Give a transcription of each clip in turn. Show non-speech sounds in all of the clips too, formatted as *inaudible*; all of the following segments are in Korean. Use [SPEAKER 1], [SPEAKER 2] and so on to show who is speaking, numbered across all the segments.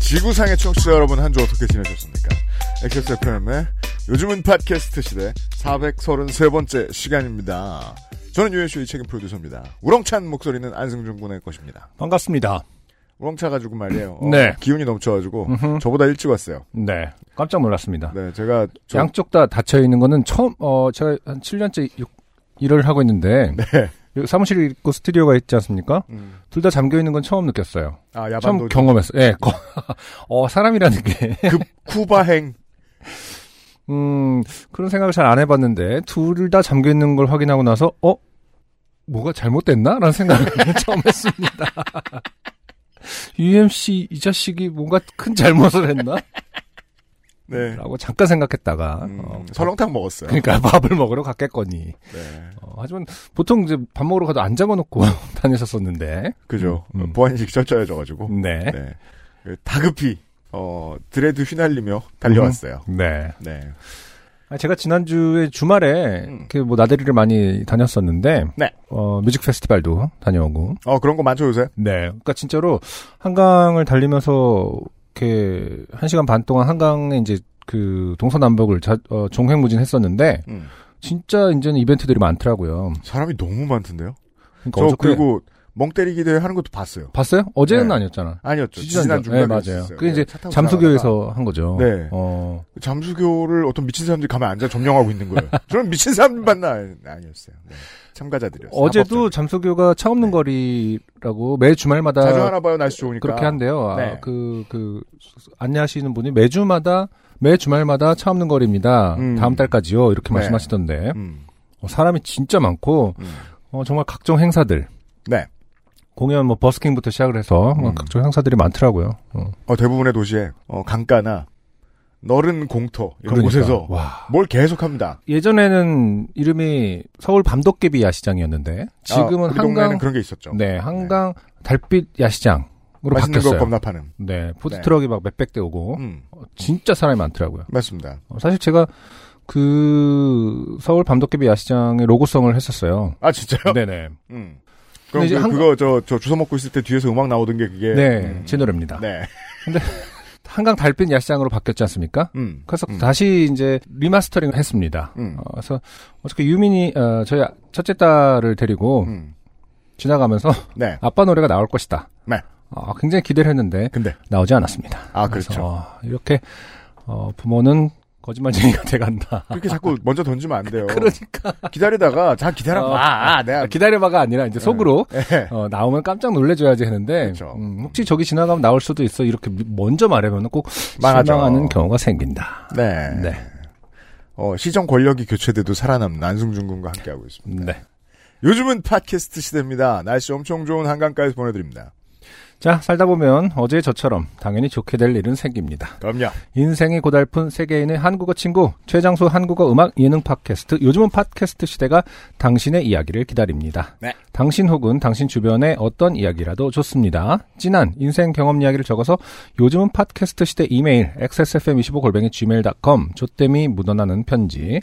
[SPEAKER 1] 지구상의 청취자 여러분 한 주 어떻게 지내셨습니까? XSFM의 요즘은 팟캐스트 시대 433번째 시간입니다. 저는 유엔쇼의 책임 프로듀서입니다. 우렁찬 목소리는 안승준 군의 것입니다.
[SPEAKER 2] 반갑습니다.
[SPEAKER 1] 우렁차가지고 말이에요. 어,
[SPEAKER 2] 네.
[SPEAKER 1] 기운이 넘쳐가지고 저보다 일찍 왔어요.
[SPEAKER 2] 네. 깜짝 놀랐습니다.
[SPEAKER 1] 네, 제가 좀-
[SPEAKER 2] 양쪽 다 닫혀 있는 거는 처음 어 제가 한 7년째 육- 일을 하고 있는데 여기 사무실이 있고 스튜디오가 있지 않습니까?
[SPEAKER 1] 네. 음.
[SPEAKER 2] 둘 다 잠겨 있는 건 처음 느꼈어요.
[SPEAKER 1] 아
[SPEAKER 2] 처음
[SPEAKER 1] 야반도
[SPEAKER 2] 경험했어요. 예. 거- *laughs* 어 사람이라는 게
[SPEAKER 1] 쿠바행
[SPEAKER 2] 음, 그런 생각을 잘 안 해봤는데, 둘 다 잠겨있는 걸 확인하고 나서, 어? 뭐가 잘못됐나? 라는 생각을 *laughs* 처음 했습니다. *laughs* UMC 이 자식이 뭔가 큰 잘못을 했나?
[SPEAKER 1] 네
[SPEAKER 2] 라고 잠깐 생각했다가,
[SPEAKER 1] 음,
[SPEAKER 2] 음, 어,
[SPEAKER 1] 설렁탕 먹었어요.
[SPEAKER 2] 그러니까 밥을 먹으러 갔겠거니.
[SPEAKER 1] 네,
[SPEAKER 2] 어, 하지만 보통 이제 밥 먹으러 가도 안 잡아놓고 *laughs* 다녔었었는데,
[SPEAKER 1] 그죠.
[SPEAKER 2] 음, 음.
[SPEAKER 1] 보안식 철저해져가지고
[SPEAKER 2] 네.
[SPEAKER 1] 네. 그 다급히 어 드레드 휘날리며 달려왔어요.
[SPEAKER 2] 네.
[SPEAKER 1] 네,
[SPEAKER 2] 아, 제가 지난주에 주말에,
[SPEAKER 1] 음.
[SPEAKER 2] 그 뭐, 나들이를 많이 다녔었는데,
[SPEAKER 1] 네.
[SPEAKER 2] 어, 뮤직 페스티벌도 다녀오고,
[SPEAKER 1] 어 그런 거 많죠 요새.
[SPEAKER 2] 네. 그러니까 진짜로 한강을 달리면서 이렇게 한 시간 반 동안 한강에 이제 그 동서남북을 자- 어, 종횡무진했었는데
[SPEAKER 1] 음.
[SPEAKER 2] 진짜 이제는 이벤트들이 많더라고요.
[SPEAKER 1] 사람이 너무 많던데요.
[SPEAKER 2] 그러니까
[SPEAKER 1] 저
[SPEAKER 2] 어저께
[SPEAKER 1] 그리고 멍 때리기 대회 하는 것도 봤어요.
[SPEAKER 2] 봤어요? 어제는
[SPEAKER 1] 네.
[SPEAKER 2] 아니었잖아.
[SPEAKER 1] 아니었죠.
[SPEAKER 2] 지지난
[SPEAKER 1] 지난
[SPEAKER 2] 주-
[SPEAKER 1] 중간에
[SPEAKER 2] 네, 맞아요.
[SPEAKER 1] 있었어요.
[SPEAKER 2] 그게
[SPEAKER 1] 네,
[SPEAKER 2] 이제
[SPEAKER 1] 차 타고
[SPEAKER 2] 잠수교에서 한 거죠.
[SPEAKER 1] 네.
[SPEAKER 2] 어,
[SPEAKER 1] 가다가 잠수교를 어떤 미친 사람들이 가면 앉아 점령하고 있는
[SPEAKER 2] *laughs*
[SPEAKER 1] 거예요. 저는 미친 사람들 봤나 아니었어요. 네. 참가자들이었어요.
[SPEAKER 2] 어제도 잠수교가 차 없는
[SPEAKER 1] 네.
[SPEAKER 2] 거리라고 매 주말마다
[SPEAKER 1] 자주 하나 봐요. 날씨 좋으니까.
[SPEAKER 2] 그렇게 한대요.
[SPEAKER 1] 네.
[SPEAKER 2] 아, 그, 그, 안내하시는 분이 매주마다, 매 주말마다 차 없는 거리입니다.
[SPEAKER 1] 음.
[SPEAKER 2] 다음 달까지요. 이렇게
[SPEAKER 1] 네.
[SPEAKER 2] 말씀하시던데.
[SPEAKER 1] 음,
[SPEAKER 2] 어, 사람이 진짜 많고,
[SPEAKER 1] 음.
[SPEAKER 2] 어, 정말 각종 행사들.
[SPEAKER 1] 네.
[SPEAKER 2] 공연 뭐 버스킹부터 시작을 해서 뭐
[SPEAKER 1] 음.
[SPEAKER 2] 각종 행사들이 많더라고요. 어,
[SPEAKER 1] 어, 대부분의 도시에 어, 강가나 너른 공터 이런
[SPEAKER 2] 그러니까.
[SPEAKER 1] 곳에서 뭐
[SPEAKER 2] 와.
[SPEAKER 1] 뭘 계속합니다.
[SPEAKER 2] 예전에는 이름이 서울 밤도깨비 야시장이었는데
[SPEAKER 1] 아,
[SPEAKER 2] 지금은
[SPEAKER 1] 우리
[SPEAKER 2] 한강
[SPEAKER 1] 동네는 그런 게 있었죠.
[SPEAKER 2] 네 한강 달빛 야시장으로
[SPEAKER 1] 맛있는 거
[SPEAKER 2] 바뀌었어요.
[SPEAKER 1] 범납하는.
[SPEAKER 2] 네 포드 트럭이 막 몇백 대 오고
[SPEAKER 1] 음,
[SPEAKER 2] 어, 진짜 사람이 많더라고요.
[SPEAKER 1] 맞습니다.
[SPEAKER 2] 어, 사실 제가 그 서울 밤도깨비 야시장의 로고송을 했었어요.
[SPEAKER 1] 아 진짜요?
[SPEAKER 2] 네네.
[SPEAKER 1] 음.
[SPEAKER 2] 근데
[SPEAKER 1] 그럼
[SPEAKER 2] 이제
[SPEAKER 1] 그,
[SPEAKER 2] 한-
[SPEAKER 1] 그거 저 저 주워 먹고 있을 때 뒤에서 음악 나오던 게 그게
[SPEAKER 2] 네,
[SPEAKER 1] 음.
[SPEAKER 2] 제 노래입니다.
[SPEAKER 1] 네.
[SPEAKER 2] 한강 달빛 야시장으로 바뀌었지 않습니까?
[SPEAKER 1] 음.
[SPEAKER 2] 그래서
[SPEAKER 1] 음.
[SPEAKER 2] 다시 이제 리마스터링을 했습니다.
[SPEAKER 1] 음.
[SPEAKER 2] 어, 그래서 어저께 유민이 어, 저희 첫째 딸을 데리고
[SPEAKER 1] 음.
[SPEAKER 2] 지나가면서 *laughs*
[SPEAKER 1] 네.
[SPEAKER 2] 아빠 노래가 나올 것이다.
[SPEAKER 1] 네.
[SPEAKER 2] 어, 굉장히 기대를 했는데
[SPEAKER 1] 근데
[SPEAKER 2] 나오지 않았습니다.
[SPEAKER 1] 아
[SPEAKER 2] 그래서,
[SPEAKER 1] 그렇죠.
[SPEAKER 2] 어, 이렇게 어, 부모는 거짓말쟁이가 돼간다.
[SPEAKER 1] 그렇게 자꾸 먼저 던지면 안
[SPEAKER 2] *laughs*
[SPEAKER 1] 돼요. 그러니까 기다리다가 자 기다려 봐. 아, 내가
[SPEAKER 2] 기다려봐가 어. 아니라 이제 속으로
[SPEAKER 1] 예.
[SPEAKER 2] 어, 나오면 깜짝 놀래줘야지 했는데
[SPEAKER 1] 그렇죠.
[SPEAKER 2] 음, 혹시 저기 지나가면 나올 수도 있어 이렇게 미- 먼저 말하면 꼭
[SPEAKER 1] 망하죠.
[SPEAKER 2] 실망하는 경우가 생긴다.
[SPEAKER 1] 네.
[SPEAKER 2] 네,
[SPEAKER 1] 어, 시정 권력이 교체돼도 살아남는 안승준 군과 함께하고 있습니다.
[SPEAKER 2] 네.
[SPEAKER 1] 요즘은 팟캐스트 시대입니다. 날씨 엄청 좋은 한강가에서 보내드립니다.
[SPEAKER 2] 자, 살다 보면 어제 저처럼 당연히 좋게 될 일은 생깁니다.
[SPEAKER 1] 그럼요.
[SPEAKER 2] 인생이 고달픈 세계인의 한국어 친구, 최장수 한국어 음악 예능 팟캐스트, 요즘은 팟캐스트 시대가 당신의 이야기를 기다립니다.
[SPEAKER 1] 네.
[SPEAKER 2] 당신 혹은 당신 주변의 어떤 이야기라도 좋습니다. 진한 인생 경험 이야기를 적어서 요즘은 팟캐스트 시대 이메일 xsfm25골뱅이 gmail.com 조땜이 묻어나는 편지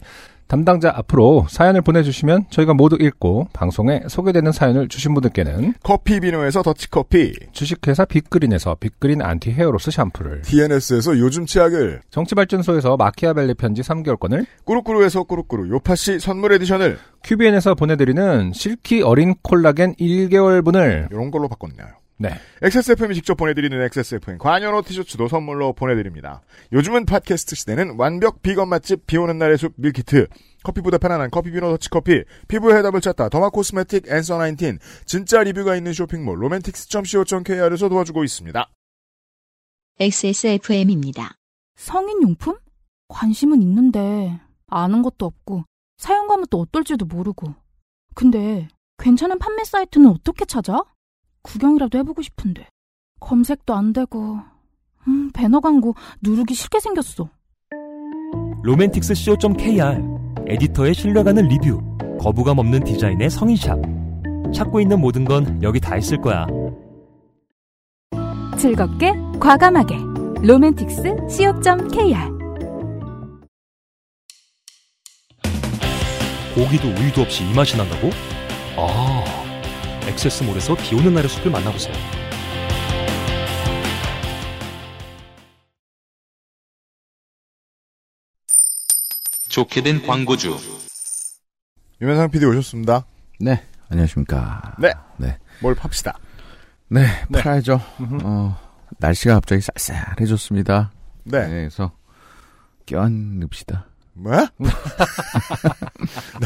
[SPEAKER 2] 담당자 앞으로 사연을 보내주시면 저희가 모두 읽고 방송에 소개되는 사연을 주신 분들께는
[SPEAKER 1] 커피 비누에서 더치커피,
[SPEAKER 2] 주식회사 빅그린에서 빅그린 안티 헤어로스 샴푸를
[SPEAKER 1] DNS에서 요즘 치약을,
[SPEAKER 2] 정치발전소에서 마키아벨리 편지 3개월권을
[SPEAKER 1] 꾸루꾸루에서 꾸루꾸루, 요파시 선물 에디션을,
[SPEAKER 2] 큐비엔에서 보내드리는 실키 어린 콜라겐 1개월분을
[SPEAKER 1] 이런 걸로 바꿨네요.
[SPEAKER 2] 네
[SPEAKER 1] XSFM이 직접 보내드리는 XSFM 관여로 티셔츠도 선물로 보내드립니다. 요즘은 팟캐스트 시대는 완벽 비건 맛집 비오는 날의 숲 밀키트 커피보다 편안한 커피 비노 더치커피 피부의 해답을 찾다 더마 코스메틱 앤서 19 진짜 리뷰가 있는 쇼핑몰 로맨틱스.co.kr에서 도와주고 있습니다.
[SPEAKER 3] XSFM입니다.
[SPEAKER 4] 성인용품? 관심은 있는데 아는 것도 없고 사용감은 또 어떨지도 모르고 근데 괜찮은 판매 사이트는 어떻게 찾아? 구경이라도 해보고 싶은데 검색도 안 되고 음 음, 배너 광고 누르기 싫게 생겼어.
[SPEAKER 5] 로맨틱스co.kr 에디터의 신뢰가는 리뷰 거부감 없는 디자인의 성인샵 찾고 있는 모든 건 여기 다 있을 거야
[SPEAKER 6] 즐겁게 과감하게 로맨틱스 co.kr
[SPEAKER 5] 고기도 우유도 없이 이 맛이 난다고? 아 액세스몰에서 비오는 날의 숲을 만나보세요
[SPEAKER 7] 좋게 된 광고주.
[SPEAKER 1] 유면상 PD 오셨습니다.
[SPEAKER 8] 네, 안녕하십니까.
[SPEAKER 1] 네.
[SPEAKER 8] 네.
[SPEAKER 1] 뭘 팝시다.
[SPEAKER 8] 네,
[SPEAKER 1] 네.
[SPEAKER 8] 팔아야죠.
[SPEAKER 2] 음흠.
[SPEAKER 8] 어, 날씨가 갑자기 쌀쌀해졌습니다.
[SPEAKER 1] 네.
[SPEAKER 8] 그래서 껴안읍시다.
[SPEAKER 1] 뭐야?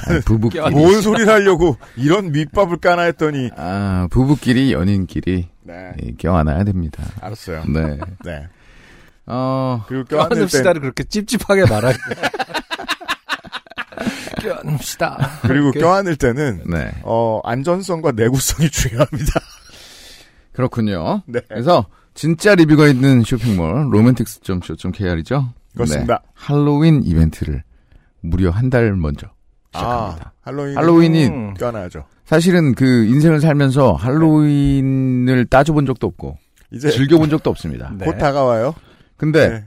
[SPEAKER 8] 아니, 부부끼리.
[SPEAKER 1] 뭔 소리를 하려고 이런 밑밥을 까나 했더니.
[SPEAKER 8] 아, 부부끼리, 연인끼리
[SPEAKER 1] 네.
[SPEAKER 8] 예, 껴안아야 됩니다.
[SPEAKER 1] 알았어요.
[SPEAKER 8] 네.
[SPEAKER 1] 네.
[SPEAKER 8] 어,
[SPEAKER 1] 그리고 껴안을 때,
[SPEAKER 2] 껴안읍시다를 그렇게 찝찝하게
[SPEAKER 8] *laughs*
[SPEAKER 2] 말하게. 껴안읍시다.
[SPEAKER 1] 그리고
[SPEAKER 2] 이렇게.
[SPEAKER 1] 껴안을 때는,
[SPEAKER 8] 네.
[SPEAKER 1] 어, 안전성과 내구성이 *laughs* 중요합니다.
[SPEAKER 8] 그렇군요.
[SPEAKER 1] 네.
[SPEAKER 8] 그래서 진짜 리뷰가 있는 쇼핑몰 로맨틱스.co.kr이죠.
[SPEAKER 1] 그렇습니다.
[SPEAKER 8] 네, 할로윈 이벤트를 무려 한 달 먼저 시작합니다.
[SPEAKER 1] 아, 할로윈.
[SPEAKER 8] 할로윈이
[SPEAKER 2] 음.
[SPEAKER 1] 껴안아야죠.
[SPEAKER 8] 사실은 그 인생을 살면서 할로윈을 따져본 적도 없고
[SPEAKER 1] 이제
[SPEAKER 8] 즐겨본 네. 적도 없습니다.
[SPEAKER 2] 네.
[SPEAKER 1] 곧 다가와요.
[SPEAKER 8] 근데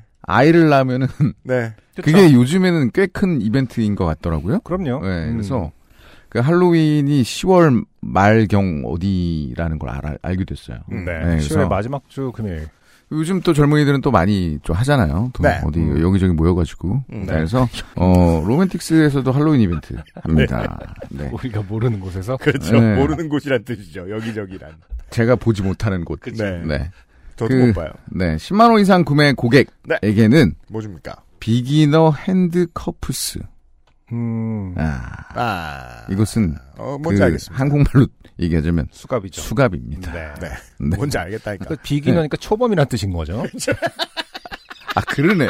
[SPEAKER 1] *laughs*
[SPEAKER 8] 아이를 낳으면은
[SPEAKER 1] 네.
[SPEAKER 8] 그게 요즘에는 꽤 큰 이벤트인 것 같더라고요.
[SPEAKER 2] 그럼요.
[SPEAKER 8] 네,
[SPEAKER 2] 음.
[SPEAKER 8] 그래서 그 할로윈이 10월 말경 어디라는 걸 알, 알게 됐어요.
[SPEAKER 1] 음.
[SPEAKER 2] 네.
[SPEAKER 8] 네,
[SPEAKER 2] 10월의
[SPEAKER 8] 그래서-
[SPEAKER 2] 마지막 주 금요일.
[SPEAKER 8] 요즘 또 젊은이들은 또 많이 좀 하잖아요. 또
[SPEAKER 1] 네.
[SPEAKER 8] 어디 여기저기 모여가지고
[SPEAKER 1] 음, 네.
[SPEAKER 8] 그래서 어 로맨틱스에서도 할로윈 이벤트
[SPEAKER 1] *laughs*
[SPEAKER 8] 합니다. 네.
[SPEAKER 2] 우리가 모르는 곳에서.
[SPEAKER 1] 그렇죠.
[SPEAKER 8] 네.
[SPEAKER 1] 모르는 곳이란 뜻이죠. 여기저기란.
[SPEAKER 8] 제가 보지 못하는 곳.
[SPEAKER 1] 네.
[SPEAKER 8] 네,
[SPEAKER 1] 저도
[SPEAKER 8] 그-
[SPEAKER 1] 못 봐요.
[SPEAKER 8] 네, 10만 원 이상 구매 고객에게는
[SPEAKER 1] 뭐 줍니까?
[SPEAKER 8] 비기너 핸드 커프스.
[SPEAKER 2] 음,
[SPEAKER 8] 아,
[SPEAKER 1] 아.
[SPEAKER 8] 이것은
[SPEAKER 1] 어, 뭔지
[SPEAKER 8] 그
[SPEAKER 1] 알겠습니다.
[SPEAKER 8] 한국말로 얘기하자면
[SPEAKER 2] 수갑이죠.
[SPEAKER 8] 수갑입니다.
[SPEAKER 1] 네.
[SPEAKER 8] 네.
[SPEAKER 1] 뭔지 알겠다니까.
[SPEAKER 2] 그러니까 비기너니까 초범이란 뜻인 거죠.
[SPEAKER 8] *laughs* 아 그러네.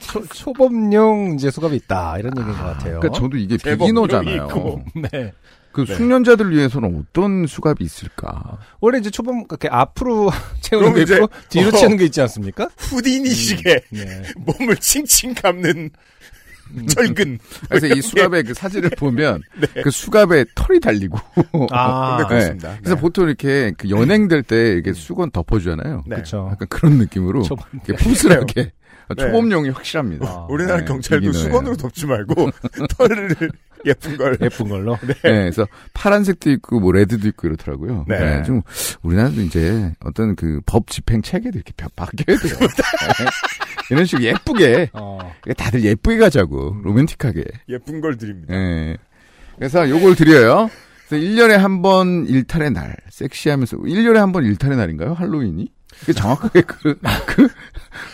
[SPEAKER 2] 초, 초범용 이제 수갑이 있다 이런 얘기인 것 같아요.
[SPEAKER 8] 그렇죠. 그러니까 저도 이게
[SPEAKER 1] 제법
[SPEAKER 8] 비기너잖아요.
[SPEAKER 1] 여기 있고.
[SPEAKER 2] 네.
[SPEAKER 8] 그
[SPEAKER 1] 네.
[SPEAKER 8] 숙련자들 위해서는 어떤 수갑이 있을까?
[SPEAKER 2] 원래 이제 초범 그렇게 앞으로 *laughs* 채우는
[SPEAKER 1] 그럼
[SPEAKER 2] 게
[SPEAKER 1] 이제-
[SPEAKER 2] 있고 뒤로
[SPEAKER 1] 어.
[SPEAKER 2] 채우는 게 있지 않습니까?
[SPEAKER 1] 후디니식의
[SPEAKER 2] 네.
[SPEAKER 8] 음.
[SPEAKER 1] 몸을 칭칭 감는 철근.
[SPEAKER 8] 그래서 이 수갑의 그
[SPEAKER 1] *laughs* 네.
[SPEAKER 8] 사진을 보면 그 수갑에 털이 달리고.
[SPEAKER 2] 아,
[SPEAKER 1] 근데 그렇습니다.
[SPEAKER 8] 그래서
[SPEAKER 1] 네. 음.
[SPEAKER 8] 보통 이렇게 그 연행될 때 이렇게 수건 덮어주잖아요.
[SPEAKER 1] 네.
[SPEAKER 2] 그렇죠.
[SPEAKER 8] 약간 그런 느낌으로
[SPEAKER 2] 초범.
[SPEAKER 8] 이렇게 푸슬하게 *laughs* 초범용이 확실합니다.
[SPEAKER 2] 아.
[SPEAKER 1] 우리나라
[SPEAKER 8] 네,
[SPEAKER 1] 경찰도
[SPEAKER 8] 비기너예요.
[SPEAKER 1] 수건으로 덮지 말고 *laughs* 털을 예쁜 걸.
[SPEAKER 2] 예쁜 걸로.
[SPEAKER 8] 네, 그래서 파란색도 있고 뭐 레드도 있고 이렇더라고요.
[SPEAKER 1] 네.
[SPEAKER 8] 네. 좀 우리나라도 이제 어떤 그 법 집행 체계도 이렇게 바- 바뀌어야 돼요. 네. 이런 식으로 예쁘게 그러니까
[SPEAKER 2] 어.
[SPEAKER 8] 다들 예쁘게 가자고 로맨틱하게.
[SPEAKER 1] 예쁜 걸 드립니다.
[SPEAKER 8] 네. 그래서 요걸 드려요. 그래서 1년에 한 번 일탈의 날, 섹시하면서 1년에 한 번 일탈의 날인가요? 할로윈이? 그 정확하게 그, 그,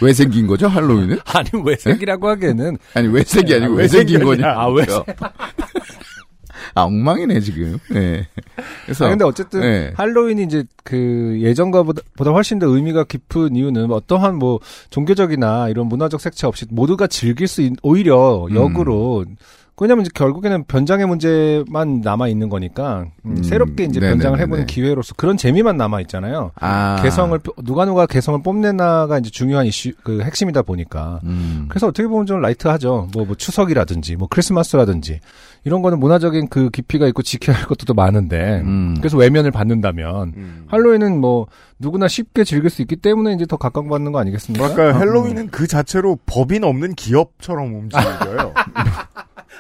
[SPEAKER 8] 왜 생긴 거죠? 할로윈은?
[SPEAKER 2] 아니
[SPEAKER 8] 네?
[SPEAKER 2] 외색이라고 하기에는
[SPEAKER 8] 아니, 왜 생기 아니고
[SPEAKER 1] 아,
[SPEAKER 8] 왜
[SPEAKER 1] 왜
[SPEAKER 8] 생긴
[SPEAKER 1] 생겼냐.
[SPEAKER 8] 거냐?
[SPEAKER 2] 아, 왜
[SPEAKER 8] 아, 엉망이네, 지금. 네. 그래서.
[SPEAKER 2] 아, 근데 어쨌든
[SPEAKER 8] 네.
[SPEAKER 2] 할로윈이 이제 그 예전과 보다, 보다 훨씬 더 의미가 깊은 이유는 어떠한 뭐 종교적이나 이런 문화적 색채 없이 모두가 즐길 수 있, 오히려
[SPEAKER 8] 음.
[SPEAKER 2] 역으로 왜냐면 이제 결국에는 변장의 문제만 남아 있는 거니까 음,
[SPEAKER 8] 음,
[SPEAKER 2] 새롭게 이제
[SPEAKER 8] 네네네네.
[SPEAKER 2] 변장을 해보는 기회로서 그런 재미만 남아 있잖아요.
[SPEAKER 8] 아.
[SPEAKER 2] 개성을 뾰- 누가 누가 개성을 뽐내나가 이제 중요한 이슈 그 핵심이다 보니까
[SPEAKER 8] 음.
[SPEAKER 2] 그래서 어떻게 보면 좀 라이트하죠. 뭐, 뭐 추석이라든지 뭐 크리스마스라든지 이런 거는 문화적인 그 깊이가 있고 지켜야 할 것도 더 많은데
[SPEAKER 8] 음.
[SPEAKER 2] 그래서 외면을 받는다면
[SPEAKER 1] 음.
[SPEAKER 2] 할로윈은 뭐 누구나 쉽게 즐길 수 있기 때문에 이제 더 각광받는 거 아니겠습니까? 음.
[SPEAKER 1] 그러니까 헬로윈은 그 자체로 법인 없는 기업처럼 움직여요.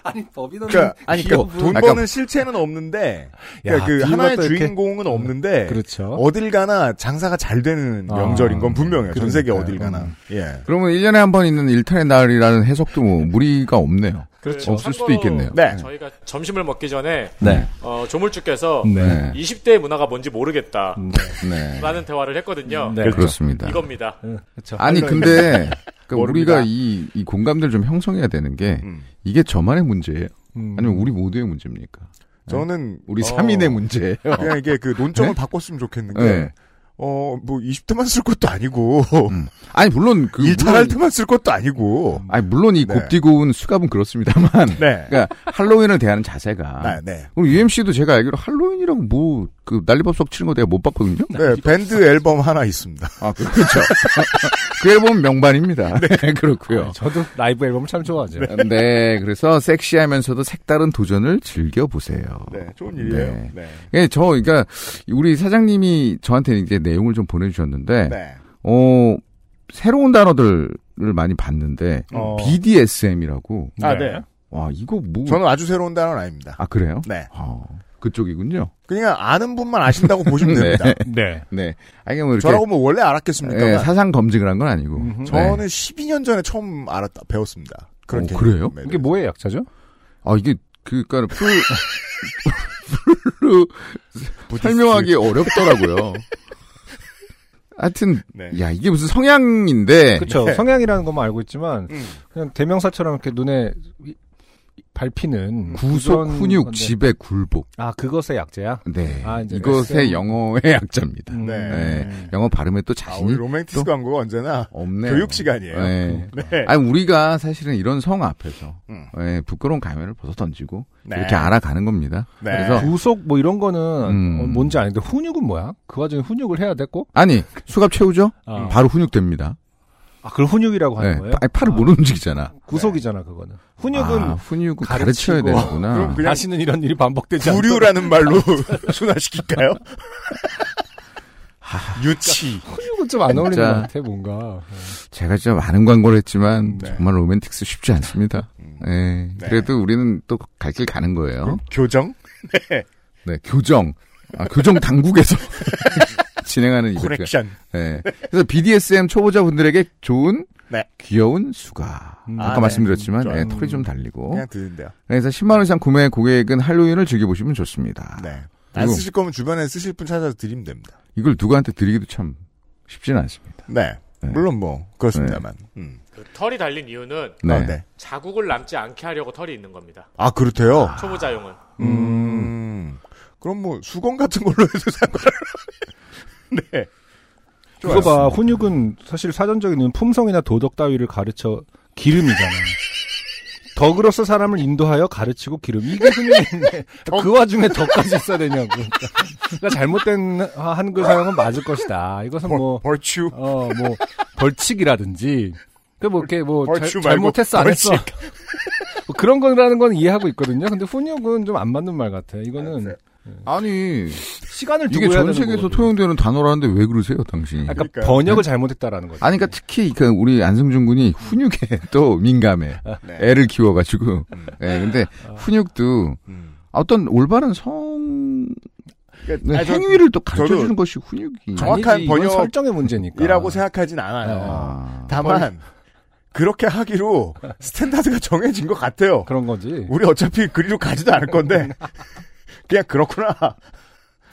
[SPEAKER 2] 아니 뭐. 법인은
[SPEAKER 1] 그러니까 아니
[SPEAKER 8] 기업.
[SPEAKER 1] 그러니까 돈
[SPEAKER 8] 약간-
[SPEAKER 1] 버는 실체는 없는데 그러니까 그 하나의 주인공은 없는데
[SPEAKER 2] 그렇죠.
[SPEAKER 1] 어딜 가나 장사가 잘 되는
[SPEAKER 2] 아,
[SPEAKER 1] 명절인 건 분명해요. 전 세계
[SPEAKER 2] 그러니까요.
[SPEAKER 1] 어딜 가나. 예.
[SPEAKER 8] 그러면 1년에 한 번 있는 일탈의 날이라는 해석도 뭐 무리가 없네요.
[SPEAKER 2] 그렇죠.
[SPEAKER 8] 없을 어, 수도 있겠네요.
[SPEAKER 1] 네.
[SPEAKER 9] 저희가 점심을 먹기 전에
[SPEAKER 2] 네.
[SPEAKER 9] 어, 조물주께서
[SPEAKER 2] 네.
[SPEAKER 9] 20대의 문화가 뭔지 모르겠다라는
[SPEAKER 8] 네.
[SPEAKER 9] 대화를 했거든요.
[SPEAKER 2] 네.
[SPEAKER 1] 그렇죠.
[SPEAKER 8] 그렇습니다.
[SPEAKER 9] 이겁니다.
[SPEAKER 2] 그렇죠.
[SPEAKER 8] 아니 근데
[SPEAKER 1] *laughs*
[SPEAKER 8] 그러니까
[SPEAKER 1] 네. 모릅니다.
[SPEAKER 8] 우리가 이, 이 공감대를 좀 형성해야 되는 게
[SPEAKER 1] 음.
[SPEAKER 8] 이게 저만의 문제예요?
[SPEAKER 2] 음.
[SPEAKER 8] 아니면 우리 모두의 문제입니까?
[SPEAKER 1] 저는
[SPEAKER 8] 우리
[SPEAKER 1] 어,
[SPEAKER 8] 삼인의 문제예요.
[SPEAKER 1] 그냥 이게 그 논점을 바꿨으면 좋겠는 게
[SPEAKER 8] 네.
[SPEAKER 1] 어, 뭐 20대만 쓸 것도 아니고
[SPEAKER 8] 아니 물론 그
[SPEAKER 1] 일탈할
[SPEAKER 8] 물론-
[SPEAKER 1] 때만 쓸 것도 아니고.
[SPEAKER 8] 아니 물론 이
[SPEAKER 1] 네.
[SPEAKER 8] 곱디고운 수갑은 그렇습니다만
[SPEAKER 1] 네.
[SPEAKER 8] 그러니까 할로윈을 대하는 자세가
[SPEAKER 1] 네. 네.
[SPEAKER 8] 우리 UMC도 제가 알기로 할로윈이라고 뭐 그 난리법 석 치는 거 내가 못 봤거든요.
[SPEAKER 1] 네, 밴드 앨범 하나 있습니다.
[SPEAKER 8] 아, 그- 그렇죠. *laughs* 그 앨범 명반입니다. 네, 그렇고요.
[SPEAKER 2] 저도 라이브 앨범을 참 좋아하죠.
[SPEAKER 8] 네, 그래서 섹시하면서도 색다른 도전을 즐겨 보세요.
[SPEAKER 1] 네, 좋은 일이에요.
[SPEAKER 8] 네.
[SPEAKER 1] 네.
[SPEAKER 8] 예, 저 그러니까 우리 사장님이 저한테 이제 내용을 좀 보내주셨는데,
[SPEAKER 1] 네.
[SPEAKER 8] 어 새로운 단어들을 많이 봤는데
[SPEAKER 1] 어.
[SPEAKER 8] BDSM이라고.
[SPEAKER 1] 아, 네.
[SPEAKER 8] 와, 이거 뭐?
[SPEAKER 1] 저는 아주 새로운 단어는 아닙니다.
[SPEAKER 8] 아 그래요?
[SPEAKER 1] 네.
[SPEAKER 8] 아, 그쪽이군요.
[SPEAKER 1] 그냥 아는 분만 아신다고 보시면
[SPEAKER 8] *laughs* 네.
[SPEAKER 1] 됩니다.
[SPEAKER 2] 네.
[SPEAKER 8] 네, 아니 뭐 이렇게
[SPEAKER 1] 저라고 뭐 원래 알았겠습니까?
[SPEAKER 8] 예, 사상 검증을 한 건 아니고.
[SPEAKER 2] 음흠.
[SPEAKER 8] 네.
[SPEAKER 1] 저는 12년 전에 처음 알았다, 배웠습니다. 그런
[SPEAKER 8] 오,
[SPEAKER 1] 개념.
[SPEAKER 8] 그래요?
[SPEAKER 1] 네,
[SPEAKER 2] 이게 뭐의 약자죠?
[SPEAKER 8] 아 이게 그니까 풀 풀로
[SPEAKER 1] 부디스트.
[SPEAKER 8] 설명하기 어렵더라고요. 하여튼
[SPEAKER 1] 네.
[SPEAKER 8] 야 이게 무슨 성향인데
[SPEAKER 2] 그렇죠.
[SPEAKER 1] 네.
[SPEAKER 2] 성향이라는 것만 알고 있지만
[SPEAKER 1] 음.
[SPEAKER 2] 그냥 대명사처럼 이렇게 눈에 이- 밟히는
[SPEAKER 8] 구속
[SPEAKER 2] 음, 그런
[SPEAKER 8] 훈육
[SPEAKER 2] 건데.
[SPEAKER 8] 지배 굴복.
[SPEAKER 2] 아 그것의 약자야.
[SPEAKER 8] 네,
[SPEAKER 2] 아, 이제
[SPEAKER 8] 이것의
[SPEAKER 2] SM.
[SPEAKER 8] 영어의 약자입니다.
[SPEAKER 2] 음.
[SPEAKER 1] 네.
[SPEAKER 8] 네. 영어 발음에
[SPEAKER 1] 아,
[SPEAKER 8] 또
[SPEAKER 1] 우리
[SPEAKER 8] 자신이
[SPEAKER 1] 로맨티스 광고가 언제나
[SPEAKER 8] 없네.
[SPEAKER 1] 교육 시간이에요.
[SPEAKER 8] 네.
[SPEAKER 1] 네.
[SPEAKER 8] 아니 우리가 사실은 이런 성 앞에서
[SPEAKER 1] 음.
[SPEAKER 8] 예, 부끄러운 가면을 벗어 던지고
[SPEAKER 1] 네.
[SPEAKER 8] 이렇게 알아가는 겁니다.
[SPEAKER 1] 네.
[SPEAKER 8] 그래서
[SPEAKER 2] 구속 뭐 이런 거는
[SPEAKER 8] 음.
[SPEAKER 2] 어, 뭔지 아는데 훈육은 뭐야? 그 와중에 훈육을 해야 됐고
[SPEAKER 8] 아니 수갑 채우죠?
[SPEAKER 2] 아.
[SPEAKER 8] 바로 훈육됩니다.
[SPEAKER 2] 아 그걸 훈육이라고 하는
[SPEAKER 8] 예,
[SPEAKER 2] 거예요?
[SPEAKER 8] 파- 아니, 팔을
[SPEAKER 2] 아,
[SPEAKER 8] 못 움직이잖아.
[SPEAKER 2] 구속이잖아 그거는. 훈육은
[SPEAKER 8] 아, 훈육은 가르쳐야
[SPEAKER 2] 가르치고.
[SPEAKER 8] 되는구나.
[SPEAKER 1] 그럼 그냥
[SPEAKER 2] 다시는 이런 일이 반복되지 않도록
[SPEAKER 1] 부류라는 말로 *laughs* 순화시킬까요? 유치.
[SPEAKER 2] 훈육은 좀 안 어울리는
[SPEAKER 8] 진짜.
[SPEAKER 2] 것 같아 뭔가.
[SPEAKER 8] 그- 제가 진짜 많은 광고를 했지만
[SPEAKER 1] 네.
[SPEAKER 8] 정말 로맨틱스 쉽지 않습니다. 예, 그래도 우리는 또 갈 길 가는 거예요.
[SPEAKER 1] 교정?
[SPEAKER 8] 네, 교정. 아, 교정 당국에서 *laughs* 진행하는 이벤트.
[SPEAKER 1] 코넥션.
[SPEAKER 8] 네. 그래서 BDSM 초보자분들에게 좋은
[SPEAKER 1] 네.
[SPEAKER 8] 귀여운 수가.
[SPEAKER 2] 음.
[SPEAKER 8] 아까
[SPEAKER 1] 아,
[SPEAKER 8] 말씀드렸지만
[SPEAKER 1] 네.
[SPEAKER 8] 예,
[SPEAKER 2] 음.
[SPEAKER 8] 털이 좀 네. 달리고.
[SPEAKER 1] 그냥 드는데요.
[SPEAKER 8] 그래서 10만 원 이상 구매 고객은 할로윈을 즐겨보시면 좋습니다.
[SPEAKER 1] 네. 안
[SPEAKER 8] 아, 그리고
[SPEAKER 1] 쓰실 거면 주변에 쓰실 분 찾아서 드리면 됩니다.
[SPEAKER 8] 이걸 누구한테 드리기도 참 쉽지는 않습니다.
[SPEAKER 1] 네.
[SPEAKER 8] 네.
[SPEAKER 1] 물론 뭐 그렇습니다만. 음.
[SPEAKER 9] 그 털이 달린 이유는
[SPEAKER 8] 네.
[SPEAKER 1] 아, 네.
[SPEAKER 9] 자국을 남지 않게 하려고 털이 있는 겁니다.
[SPEAKER 1] 아 그렇대요.
[SPEAKER 9] 초보자용은.
[SPEAKER 1] 음. 그럼 뭐 수건 같은 걸로 해도 상관. 네.
[SPEAKER 2] 이거 봐 훈육은 사실 사전적인 의미는 품성이나 도덕 따위를 가르쳐 기름이잖아. 덕으로서 사람을 인도하여 가르치고 기름 이게
[SPEAKER 1] *laughs*
[SPEAKER 2] 훈육인데 그 와중에 덕까지 있어야 되냐고. 그러니까 잘못된 하- 한글 그 사용은 맞을 것이다. 이것은 뭐
[SPEAKER 1] 벌추.
[SPEAKER 2] 어, 뭐, 벌칙이라든지, 그, 뭐, 이렇게, 뭐,
[SPEAKER 1] 벌-
[SPEAKER 2] 잘-
[SPEAKER 1] 벌칙 말고
[SPEAKER 2] 잘못했어, 안 했어.
[SPEAKER 1] 벌칙.
[SPEAKER 2] *laughs* 뭐 그런 거라는 건 이해하고 있거든요. 근데 훈육은 좀 안 맞는 말 같아.
[SPEAKER 1] 네,
[SPEAKER 2] 이거는
[SPEAKER 8] 아니,
[SPEAKER 2] 시간을 두고
[SPEAKER 8] 이게
[SPEAKER 2] 해야
[SPEAKER 8] 전
[SPEAKER 2] 되는
[SPEAKER 8] 세계에서
[SPEAKER 2] 거거든.
[SPEAKER 8] 통용되는 단어라는데 왜 그러세요, 당신이?
[SPEAKER 2] 아까
[SPEAKER 1] 그러니까요. 네.
[SPEAKER 2] 번역을 잘못했다라는 거죠.
[SPEAKER 8] 아니, 그러니까 특히 그 우리 안승준 군이 훈육에 *laughs* 또 민감해.
[SPEAKER 1] 네. 아.
[SPEAKER 8] 애를 키워가지고. 예, 근데 훈육도
[SPEAKER 1] 음.
[SPEAKER 8] 어떤 올바른 성
[SPEAKER 1] 그러니까
[SPEAKER 8] 네,
[SPEAKER 1] 아니, 저-
[SPEAKER 8] 행위를 또 가르쳐
[SPEAKER 1] 저도
[SPEAKER 8] 주는 것이 훈육이.
[SPEAKER 1] 정확한
[SPEAKER 2] 아니지, 이건
[SPEAKER 1] 번역-
[SPEAKER 2] 설정의 문제니까.
[SPEAKER 1] 이라고 생각하진 않아요.
[SPEAKER 8] 아,
[SPEAKER 1] 다만 그렇게 하기로 스탠다드가 정해진 것 같아요.
[SPEAKER 2] 그런 거지.
[SPEAKER 1] 우리 어차피 그리로 가지도 않을 건데 그냥 아, 그렇구나.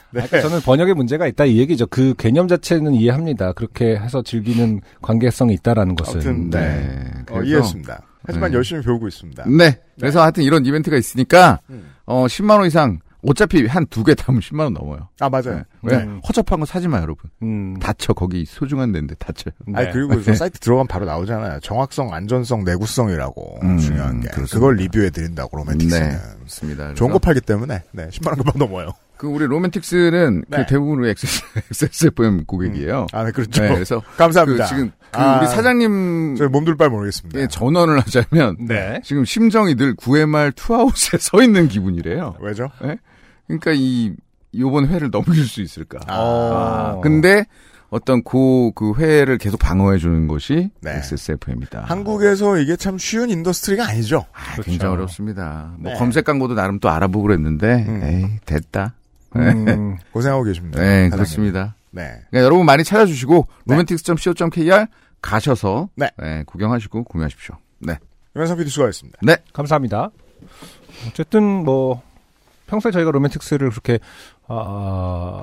[SPEAKER 1] 네.
[SPEAKER 2] 아까 저는 번역의 문제가 있다 이 얘기죠. 그 개념 자체는 이해합니다. 그렇게 해서 즐기는 관계성이 있다라는 것은.
[SPEAKER 1] 아무튼
[SPEAKER 8] 네.
[SPEAKER 1] 네. 음.
[SPEAKER 8] 그래서-
[SPEAKER 1] 어, 이해했습니다. 하지만
[SPEAKER 8] 네.
[SPEAKER 1] 열심히 배우고 있습니다.
[SPEAKER 8] 네. 그래서 하여튼 이런 이벤트가 있으니까
[SPEAKER 1] 음.
[SPEAKER 8] 어 10만 원 이상 어차피 한 두 개 담으면 10만 원 넘어요.
[SPEAKER 1] 아 맞아요.
[SPEAKER 8] 왜
[SPEAKER 2] 네.
[SPEAKER 8] 허접한 거 사지 마 여러분.
[SPEAKER 2] 음.
[SPEAKER 8] 다쳐 거기 소중한 데인데 다쳐요.
[SPEAKER 1] 아니
[SPEAKER 2] 네.
[SPEAKER 1] 그리고 저 사이트 들어가면 바로 나오잖아요. 정확성, 안전성, 내구성이라고
[SPEAKER 8] 음,
[SPEAKER 1] 중요한 게
[SPEAKER 8] 그렇습니다. 네.
[SPEAKER 1] 그걸 리뷰해 드린다고 로맨틱스는
[SPEAKER 8] 좋습니다.
[SPEAKER 1] 좋은 거 팔기 때문에 네 10만 원 금방 넘어요.
[SPEAKER 8] 그 우리 로맨틱스는
[SPEAKER 1] 네.
[SPEAKER 8] 그 대부분 우리 *laughs* XSFM 고객이에요.
[SPEAKER 1] 아 네, 그렇죠.
[SPEAKER 8] 네, 그래서
[SPEAKER 1] *laughs* 감사합니다.
[SPEAKER 8] 그 지금 예, 그
[SPEAKER 1] 아,
[SPEAKER 8] 우리 사장님
[SPEAKER 1] 저희 몸둘 바 모르겠습니다.
[SPEAKER 8] 의 전언을 하자면
[SPEAKER 2] 네.
[SPEAKER 8] 지금 심정이 늘 구회말 투아웃에 *laughs* 서 있는 기분이래요.
[SPEAKER 1] 왜죠?
[SPEAKER 8] 그러니까 이 요번 회를 넘길 수 있을까?
[SPEAKER 2] 아,
[SPEAKER 8] 근데 어떤 고, 그 회를 계속 방어해 주는 것이
[SPEAKER 1] 네.
[SPEAKER 8] XSFM이다.
[SPEAKER 1] 한국에서 이게 참 쉬운 인더스트리가 아니죠.
[SPEAKER 8] 아, 굉장히 어렵습니다. 뭐
[SPEAKER 1] 그렇죠. 네.
[SPEAKER 8] 검색 광고도 나름 또 알아보고 그랬는데,
[SPEAKER 1] 음.
[SPEAKER 8] 에이, 됐다.
[SPEAKER 2] 음,
[SPEAKER 1] 고생하고 계십니다.
[SPEAKER 8] 네,
[SPEAKER 1] 사장님.
[SPEAKER 8] 그렇습니다.
[SPEAKER 1] 네.
[SPEAKER 8] 그러니까 여러분 많이 찾아주시고,
[SPEAKER 1] 네.
[SPEAKER 8] romantics.co.kr 가셔서,
[SPEAKER 1] 네.
[SPEAKER 8] 네, 구경하시고 구매하십시오. 네.
[SPEAKER 1] 유현상 PD 수고하셨습니다.
[SPEAKER 2] 감사합니다. 어쨌든 뭐 평소에 저희가 로맨틱스를 그렇게 아,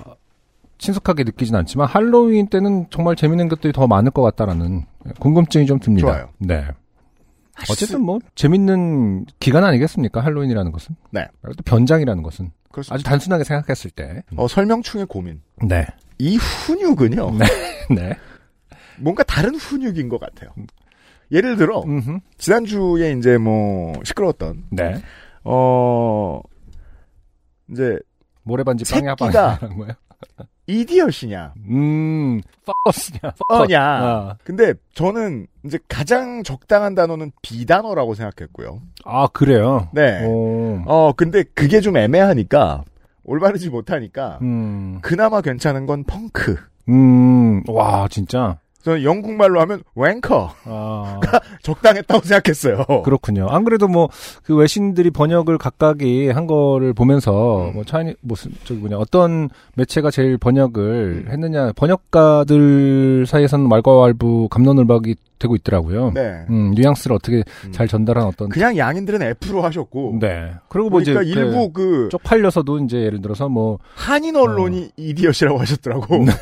[SPEAKER 2] 아, 친숙하게 느끼진 않지만 할로윈 때는 정말 재밌는 것들이 더 많을 것 같다라는 궁금증이 좀 듭니다.
[SPEAKER 1] 좋아요.
[SPEAKER 2] 네. 어쨌든 뭐 재밌는 기간 아니겠습니까? 할로윈이라는 것은.
[SPEAKER 1] 네.
[SPEAKER 2] 또 변장이라는 것은
[SPEAKER 1] 그렇습니다.
[SPEAKER 2] 아주 단순하게 생각했을 때.
[SPEAKER 1] 어, 설명충의 고민.
[SPEAKER 2] 네. *laughs*
[SPEAKER 1] 이 훈육은요.
[SPEAKER 2] 네.
[SPEAKER 1] 뭔가 다른 훈육인 것 같아요. 예를 들어
[SPEAKER 2] 음흠.
[SPEAKER 1] 지난주에 이제 뭐 시끄러웠던
[SPEAKER 2] 네.
[SPEAKER 1] 어 이제
[SPEAKER 2] 모래반지 빵이
[SPEAKER 1] 새끼가.
[SPEAKER 2] 합방이라는 거예요.
[SPEAKER 1] 이디엇이냐,
[SPEAKER 2] 음, *laughs* 퍼스냐,
[SPEAKER 1] 어냐. 근데 저는 이제 가장 적당한 단어는 비단어라고 생각했고요.
[SPEAKER 2] 아 그래요.
[SPEAKER 1] 네.
[SPEAKER 2] 오.
[SPEAKER 1] 어, 근데 그게 좀 애매하니까, 올바르지 못하니까,
[SPEAKER 2] 음,
[SPEAKER 1] 그나마 괜찮은 건 펑크.
[SPEAKER 2] 음, 와 진짜.
[SPEAKER 1] 저는 영국말로 하면 웽커.
[SPEAKER 2] 아
[SPEAKER 1] 그러니까. 적당했다고 생각했어요.
[SPEAKER 2] 그렇군요. 안 그래도 뭐 그 외신들이 번역을 각각이 한 거를 보면서
[SPEAKER 1] 음.
[SPEAKER 2] 뭐 차이 무슨 저기 뭐냐 어떤 매체가 제일 번역을
[SPEAKER 1] 음.
[SPEAKER 2] 했느냐 번역가들 사이에서는 말과왈부 감론을박이 되고 있더라고요.
[SPEAKER 1] 네.
[SPEAKER 2] 음, 뉘앙스를 어떻게
[SPEAKER 1] 음.
[SPEAKER 2] 잘 전달한 어떤
[SPEAKER 1] 그냥 양인들은 F로 하셨고,
[SPEAKER 2] 네. 그리고 뭐
[SPEAKER 1] 그러니까
[SPEAKER 2] 이제 그
[SPEAKER 1] 일부 그,
[SPEAKER 2] 쪽팔려서도 이제 예를 들어서 뭐
[SPEAKER 1] 한인 언론이
[SPEAKER 2] 음.
[SPEAKER 1] 이디엇이라고 하셨더라고.
[SPEAKER 2] 네.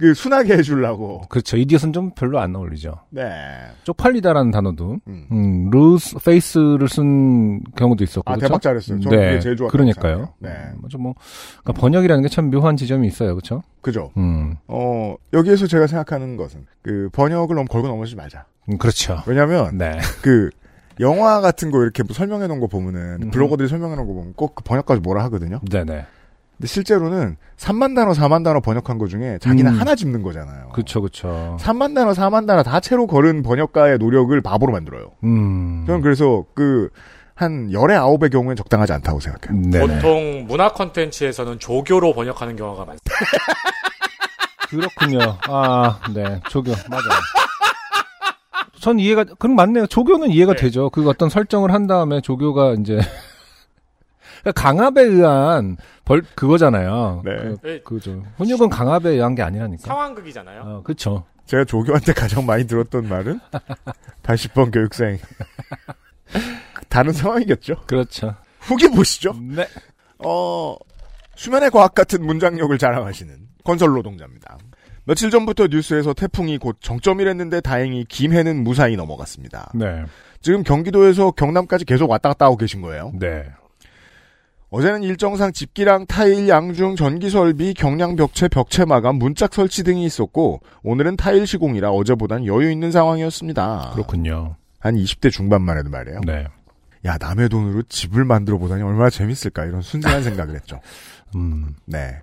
[SPEAKER 1] 그 순하게 해주려고.
[SPEAKER 2] 그렇죠. 이디엇은 좀 별로 안 어울리죠.
[SPEAKER 1] 네.
[SPEAKER 2] 쪽팔리다라는 단어도
[SPEAKER 1] 음.
[SPEAKER 2] 음, 루스 페이스를 쓴 경우도 있었고
[SPEAKER 1] 아
[SPEAKER 2] 그렇죠?
[SPEAKER 1] 대박 잘했어요. 저는 그게 제일 좋았어요.
[SPEAKER 2] 그러니까요.
[SPEAKER 1] 네,
[SPEAKER 2] 음, 좀뭐 그러니까 번역이라는 게 참 묘한 지점이 있어요, 그렇죠?
[SPEAKER 1] 그죠.
[SPEAKER 2] 음,
[SPEAKER 1] 어 여기에서 제가 생각하는 것은 그 번역을 너무 걸고 넘어지지 말자.
[SPEAKER 2] 음, 그렇죠.
[SPEAKER 1] 왜냐하면
[SPEAKER 2] 네, *laughs*
[SPEAKER 1] 그 영화 같은 거 이렇게 뭐 설명해 놓은 거 보면은
[SPEAKER 2] 음흠.
[SPEAKER 1] 블로거들이 설명해 놓은 거 보면 꼭 그 번역까지 뭐라 하거든요.
[SPEAKER 2] 네, 네,
[SPEAKER 1] 근데 실제로는 3만 단어, 4만 단어 번역한 거 중에 자기는
[SPEAKER 2] 음.
[SPEAKER 1] 하나 짚는 거잖아요.
[SPEAKER 2] 그렇죠, 그렇죠.
[SPEAKER 1] 3만 단어, 4만 단어 다 채로 걸은 번역가의 노력을 바보로 만들어요.
[SPEAKER 2] 음,
[SPEAKER 1] 저는 그래서 그 한 열의 아홉의 경우엔 적당하지 않다고 생각해요.
[SPEAKER 2] 네, 네.
[SPEAKER 9] 보통 문화 콘텐츠에서는 조교로 번역하는 경우가 많습니다.
[SPEAKER 2] 그렇군요. 아, 네, 조교 맞아. 요전 이해가 그럼 맞네요. 조교는 이해가
[SPEAKER 9] 네.
[SPEAKER 2] 되죠. 그 어떤 설정을 한 다음에 조교가 이제 *laughs* 그러니까 강압에 의한 벌 그거잖아요.
[SPEAKER 1] 네.
[SPEAKER 2] 그, 그죠. 훈육은 강압에 의한 게 아니라니까.
[SPEAKER 9] 상황극이잖아요.
[SPEAKER 2] 어, 그렇죠.
[SPEAKER 1] 제가 조교한테 *laughs* 가장 많이
[SPEAKER 2] *laughs*
[SPEAKER 1] 들었던 말은 80번 교육생. 다른 상황이겠죠.
[SPEAKER 2] 그렇죠.
[SPEAKER 1] 후기 보시죠.
[SPEAKER 2] 네.
[SPEAKER 1] 어, 수면의 과학 같은 문장력을 자랑하시는 건설 노동자입니다. 며칠 전부터 뉴스에서 태풍이 곧 정점이랬는데 다행히 김해는 무사히 넘어갔습니다.
[SPEAKER 2] 네.
[SPEAKER 1] 지금 경기도에서 경남까지 계속 왔다 갔다 하고 계신 거예요.
[SPEAKER 2] 네.
[SPEAKER 1] 어제는 일정상 집기랑 타일, 양중, 전기 설비, 경량 벽체, 벽체 마감, 문짝 설치 등이 있었고 오늘은 타일 시공이라 어제보단 여유 있는 상황이었습니다.
[SPEAKER 2] 그렇군요.
[SPEAKER 1] 한 20대 중반만 해도 말이에요.
[SPEAKER 2] 네.
[SPEAKER 1] 야 남의 돈으로 집을 만들어 보다니 얼마나 재밌을까
[SPEAKER 2] *laughs*
[SPEAKER 1] 이런 순진한 생각을 했죠.
[SPEAKER 2] 음.
[SPEAKER 1] 네,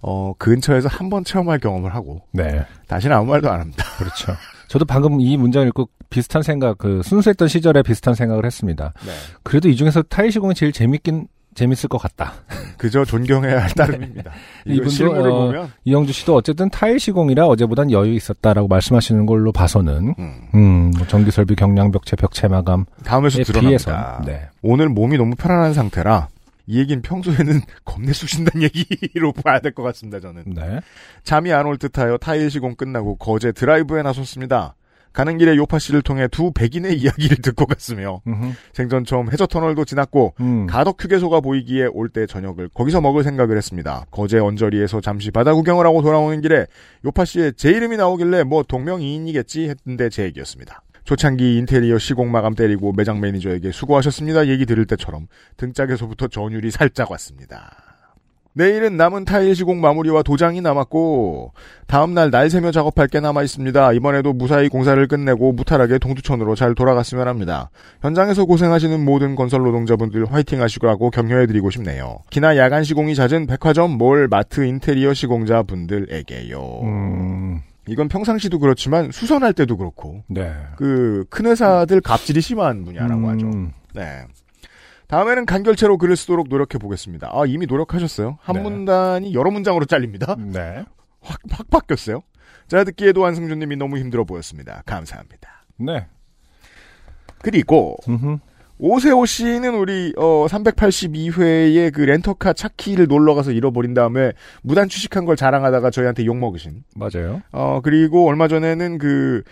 [SPEAKER 1] 어 근처에서 한 번 체험할 경험을 하고
[SPEAKER 2] 네.
[SPEAKER 1] 다시는 아무 말도 안 합니다. *laughs*
[SPEAKER 2] 그렇죠. 저도 방금 이 문장 읽고 비슷한 생각, 그 순수했던 시절에 비슷한 생각을 했습니다.
[SPEAKER 1] 네.
[SPEAKER 2] 그래도 이 중에서 타일 시공이 제일 재밌긴 재밌을 것 같다.
[SPEAKER 1] 그저 존경해야 할 따름입니다. 이거
[SPEAKER 2] 네. 이분도,
[SPEAKER 1] 실물을
[SPEAKER 2] 어,
[SPEAKER 1] 보면
[SPEAKER 2] 이영주 씨도 어쨌든 타일 시공이라 어제보단 여유 있었다라고 말씀하시는 걸로 봐서는
[SPEAKER 1] 음,
[SPEAKER 2] 음, 뭐 전기 설비 경량 벽체 벽체 마감에
[SPEAKER 1] 다음에서
[SPEAKER 2] 비해서
[SPEAKER 1] 드러납니다.
[SPEAKER 2] 네.
[SPEAKER 1] 오늘 몸이 너무 편안한 상태라 이 얘기는 평소에는 *laughs* 겁내 쑤신다는 얘기로 봐야 될 것 같습니다. 저는
[SPEAKER 2] 네.
[SPEAKER 1] 잠이 안 올 듯하여 타일 시공 끝나고 거제 드라이브에 나섰습니다. 가는 길에 요파 씨를 통해 두 백인의 *laughs* 이야기를 듣고 갔으며
[SPEAKER 2] 음흠.
[SPEAKER 1] 생전 처음 해저 터널도 지났고
[SPEAKER 2] 음.
[SPEAKER 1] 가덕 휴게소가 보이기에 올 때 저녁을 거기서 먹을 생각을 했습니다. 거제 언저리에서 잠시 바다 구경을 하고 돌아오는 길에 요파 씨의 제 이름이 나오길래 뭐 동명이인이겠지 했는데 제 얘기였습니다. 초창기 인테리어 시공 마감 때리고 매장 매니저에게 수고하셨습니다 얘기 들을 때처럼 등짝에서부터 전율이 살짝 왔습니다. 내일은 남은 타일 시공 마무리와 도장이 남았고 다음날 날 새며 작업할 게 남아 있습니다. 이번에도 무사히 공사를 끝내고 무탈하게 동두천으로 잘 돌아갔으면 합니다. 현장에서 고생하시는 모든 건설 노동자분들 화이팅 하시라고 격려해드리고 싶네요. 기나 야간 시공이 잦은 백화점, 몰, 마트, 인테리어 시공자분들에게요.
[SPEAKER 2] 음.
[SPEAKER 1] 이건 평상시도 그렇지만 수선할 때도 그렇고
[SPEAKER 2] 네.
[SPEAKER 1] 그 큰 회사들 갑질이 심한 분야라고 하죠.
[SPEAKER 2] 음.
[SPEAKER 1] 네. 다음에는 간결체로 글을 쓰도록 노력해 보겠습니다. 아 이미 노력하셨어요. 한
[SPEAKER 2] 네.
[SPEAKER 1] 문단이 여러 문장으로 잘립니다.
[SPEAKER 2] 네.
[SPEAKER 1] 확, 확 바뀌었어요. 제가 듣기에도 안승준님이 너무 힘들어 보였습니다. 감사합니다.
[SPEAKER 2] 네.
[SPEAKER 1] 그리고
[SPEAKER 2] 음흠.
[SPEAKER 1] 오세호 씨는 우리 어 382회에 그 렌터카 차키를 놀러 가서 잃어버린 다음에 무단 취식한 걸 자랑하다가 저희한테 욕 먹으신.
[SPEAKER 2] 맞아요.
[SPEAKER 1] 어 그리고 얼마 전에는 그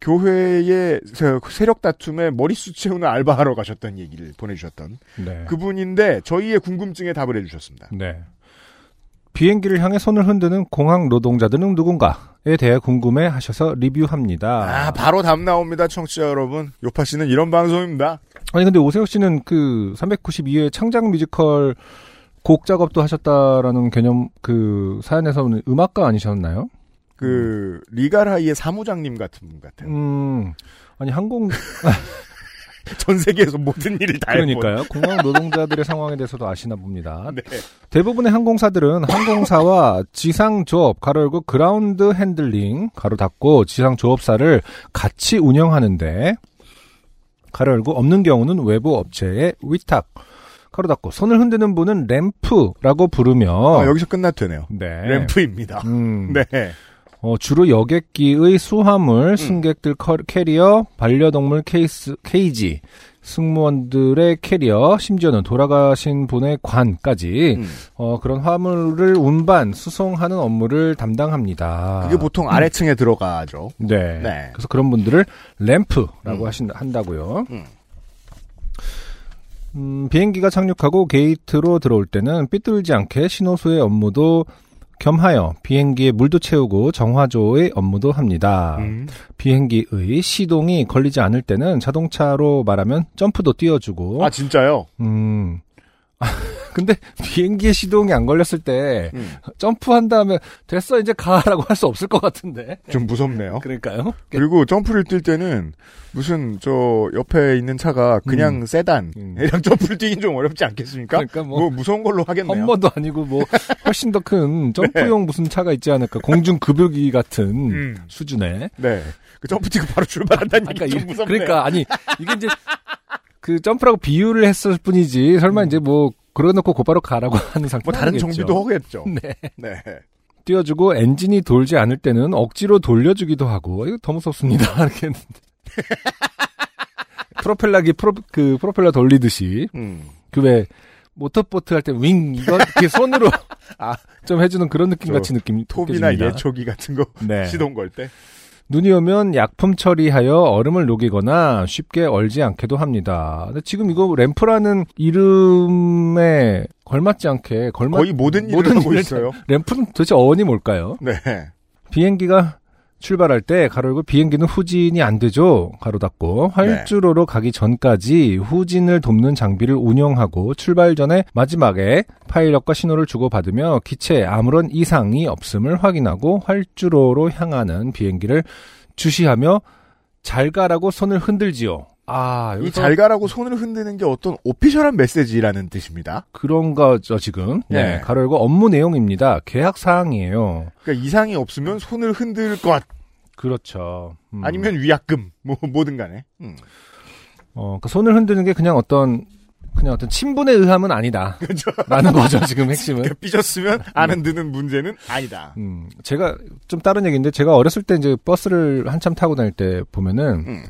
[SPEAKER 1] 교회의 세- 세력 다툼에 머리수 채우는 알바하러 가셨던 얘기를 보내주셨던
[SPEAKER 2] 네.
[SPEAKER 1] 그분인데 저희의 궁금증에 답을 해주셨습니다.
[SPEAKER 2] 네. 비행기를 향해 손을 흔드는 공항 노동자들은 누군가에 대해 궁금해 하셔서 리뷰합니다.
[SPEAKER 1] 아 바로 답 나옵니다, 청취자 여러분. 요파 씨는 이런 방송입니다.
[SPEAKER 2] 아니, 근데 오세호 씨는 그 392회 창작 뮤지컬 곡 작업도 하셨다라는 개념, 그 사연에서는 음악가 아니셨나요?
[SPEAKER 1] 네. 그 리갈하이의 사무장님 같은 분 같아요.
[SPEAKER 2] 음, 아니, 항공,
[SPEAKER 1] 전 세계에서 모든 일을 다 해본.
[SPEAKER 2] 그러니까요. 공항 노동자들의 상황에 대해서도 아시나 봅니다.
[SPEAKER 1] 네.
[SPEAKER 2] 대부분의 항공사들은 항공사와 지상 조업 가로 열고 그라운드 핸들링 가로 닫고 지상 조업사를 같이 운영하는데 가로 열고 없는 경우는 외부 업체의 위탁 가로 닫고 손을 흔드는 분은 램프라고 부르며
[SPEAKER 1] 아, 여기서 끝나도 되네요.
[SPEAKER 2] 어. 네.
[SPEAKER 1] 램프입니다.
[SPEAKER 2] 음,
[SPEAKER 1] 네.
[SPEAKER 2] 어, 주로 여객기의
[SPEAKER 1] 음.
[SPEAKER 2] 수화물, 승객들 커- 캐리어, 반려동물 케이스, 케이지, 승무원들의 캐리어, 심지어는 돌아가신 분의 관까지
[SPEAKER 1] 음.
[SPEAKER 2] 어, 그런 화물을 운반, 수송하는 업무를 담당합니다.
[SPEAKER 1] 그게 보통 아래층에 들어가죠.
[SPEAKER 2] 네.
[SPEAKER 1] 네.
[SPEAKER 2] 그래서 그런 분들을 램프라고
[SPEAKER 1] 음.
[SPEAKER 2] 하신, 한다고요.
[SPEAKER 1] 음.
[SPEAKER 2] 음, 비행기가 착륙하고 게이트로 들어올 때는 삐뚤지 않게 신호수의 업무도 겸하여 비행기에 물도 채우고 정화조의 업무도 합니다.
[SPEAKER 1] 음.
[SPEAKER 2] 비행기의 시동이 걸리지 않을 때는 자동차로 말하면 점프도 띄워주고.
[SPEAKER 1] 아 진짜요?
[SPEAKER 2] 음. *laughs* 근데 비행기의 시동이 안 걸렸을 때 점프한 다음에 됐어 이제 가라고 할 수 없을 것 같은데.
[SPEAKER 1] 좀 무섭네요.
[SPEAKER 2] 그러니까요.
[SPEAKER 1] 그리고 점프를 뛸 때는 무슨 저 옆에 있는 차가 그냥 세단 *laughs*
[SPEAKER 2] 음.
[SPEAKER 1] 그냥 점프를 뛰긴 좀 어렵지 않겠습니까?
[SPEAKER 2] 그러니까 뭐-
[SPEAKER 1] 뭐, 무서운 걸로 하겠네요. 네.
[SPEAKER 2] 험머도 아니고 뭐 훨씬 더 큰 점프용 무슨 차가 있지 않을까 공중 급유기 같은
[SPEAKER 1] 음.
[SPEAKER 2] 수준의
[SPEAKER 1] 네. 그 점프 뛰고 바로 출발한다는
[SPEAKER 2] 그러니까
[SPEAKER 1] 얘기 좀
[SPEAKER 2] 이-
[SPEAKER 1] 무섭네요.
[SPEAKER 2] 그러니까 아니 이게 이제 그 점프라고 비유를 했을 뿐이지 설마 이제 뭐 그러놓고 곧바로 가라고 하는 상태
[SPEAKER 1] 뭐 다른
[SPEAKER 2] 아니겠죠.
[SPEAKER 1] 정비도 하겠죠.
[SPEAKER 2] 네.
[SPEAKER 1] 네.
[SPEAKER 2] 띄워주고 엔진이 돌지 않을 때는 억지로 돌려주기도 하고 이거 더 무섭습니다 *laughs* 이렇게 했는데. 프로펠러기 프로 그 프로펠러 돌리듯이
[SPEAKER 1] 음.
[SPEAKER 2] 그 왜 모터보트 할 때 윙 이거 이렇게 손으로 *laughs*
[SPEAKER 1] 아.
[SPEAKER 2] 좀 해주는 그런 느낌 같이 느낌
[SPEAKER 1] 톱이나
[SPEAKER 2] 느껴집니다.
[SPEAKER 1] 예초기 같은 거
[SPEAKER 2] 네.
[SPEAKER 1] 시동 걸 때.
[SPEAKER 2] 눈이 오면 약품 처리하여 얼음을 녹이거나 쉽게 얼지 않게도 합니다. 근데 지금 이거 램프라는 이름에 걸맞지 않게 걸맞
[SPEAKER 1] 거의 모든 일을 하고
[SPEAKER 2] 일을
[SPEAKER 1] 있어요.
[SPEAKER 2] 다- 아, 램프는 도대체 어원이 뭘까요?
[SPEAKER 1] 네.
[SPEAKER 2] 비행기가 출발할 때 가로 열고 비행기는 후진이 안 되죠. 가로 닫고 활주로로
[SPEAKER 1] 네.
[SPEAKER 2] 가기 전까지 후진을 돕는 장비를 운영하고 출발 전에 마지막에 파일럿과 신호를 주고받으며 기체에 아무런 이상이 없음을 확인하고 활주로로 향하는 비행기를 주시하며 잘 가라고 손을 흔들지요. 아, 여기서
[SPEAKER 1] 이 잘 가라고 손을 흔드는 게 어떤 오피셜한 메시지라는 뜻입니다.
[SPEAKER 2] 그런가죠 지금.
[SPEAKER 1] 네.
[SPEAKER 2] 네, 가로 열고 업무 내용입니다. 계약 사항이에요.
[SPEAKER 1] 그러니까 이상이 없으면 손을 흔들 것
[SPEAKER 2] 그렇죠. 음.
[SPEAKER 1] 아니면 위약금 뭐 뭐든 간에. 음.
[SPEAKER 2] 어, 그 손을 흔드는 게 그냥 어떤 그냥 어떤 친분에 의함은
[SPEAKER 1] *laughs*
[SPEAKER 2] 아니다. 라는 거죠 지금 핵심은.
[SPEAKER 1] 그러니까 삐졌으면 안 흔드는 문제는 아니다.
[SPEAKER 2] 음, 제가 좀 다른 얘기인데 제가 어렸을 때 이제 버스를 한참 타고 다닐 때 보면은
[SPEAKER 1] 음.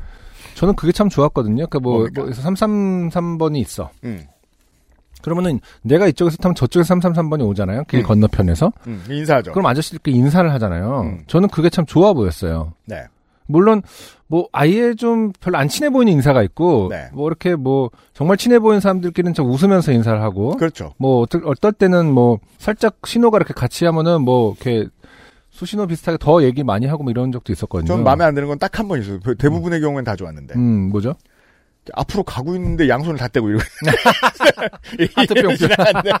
[SPEAKER 2] 저는 그게 참 좋았거든요. 그러니까 뭐,
[SPEAKER 1] 뭡니까?
[SPEAKER 2] 뭐 333번이 있어.
[SPEAKER 1] 음.
[SPEAKER 2] 그러면은 내가 이쪽에서 타면 저쪽에서 333번이 오잖아요. 길
[SPEAKER 1] 음.
[SPEAKER 2] 건너편에서.
[SPEAKER 1] 음, 인사하죠.
[SPEAKER 2] 그럼 아저씨들께 인사를 하잖아요.
[SPEAKER 1] 음.
[SPEAKER 2] 저는 그게 참 좋아 보였어요.
[SPEAKER 1] 네.
[SPEAKER 2] 물론 뭐 아예 좀 별로 안 친해 보이는 인사가 있고
[SPEAKER 1] 네.
[SPEAKER 2] 뭐 이렇게 뭐 정말 친해 보이는 사람들끼리는 좀 웃으면서 인사를 하고
[SPEAKER 1] 그렇죠.
[SPEAKER 2] 뭐 어떨, 어떨 때는 뭐 살짝 신호가 이렇게 같이 하면은 뭐 이렇게 수신호 비슷하게 더 얘기 많이 하고 뭐 이런 적도 있었거든요.
[SPEAKER 1] 전 마음에 안 드는 건 딱 한 번 있어요. 그 대부분의 경우엔 다 좋았는데.
[SPEAKER 2] 음 뭐죠?
[SPEAKER 1] 앞으로 가고 있는데 양손을 다 떼고 이러고.
[SPEAKER 2] *laughs* 하트병.
[SPEAKER 1] *laughs* 지나갔네.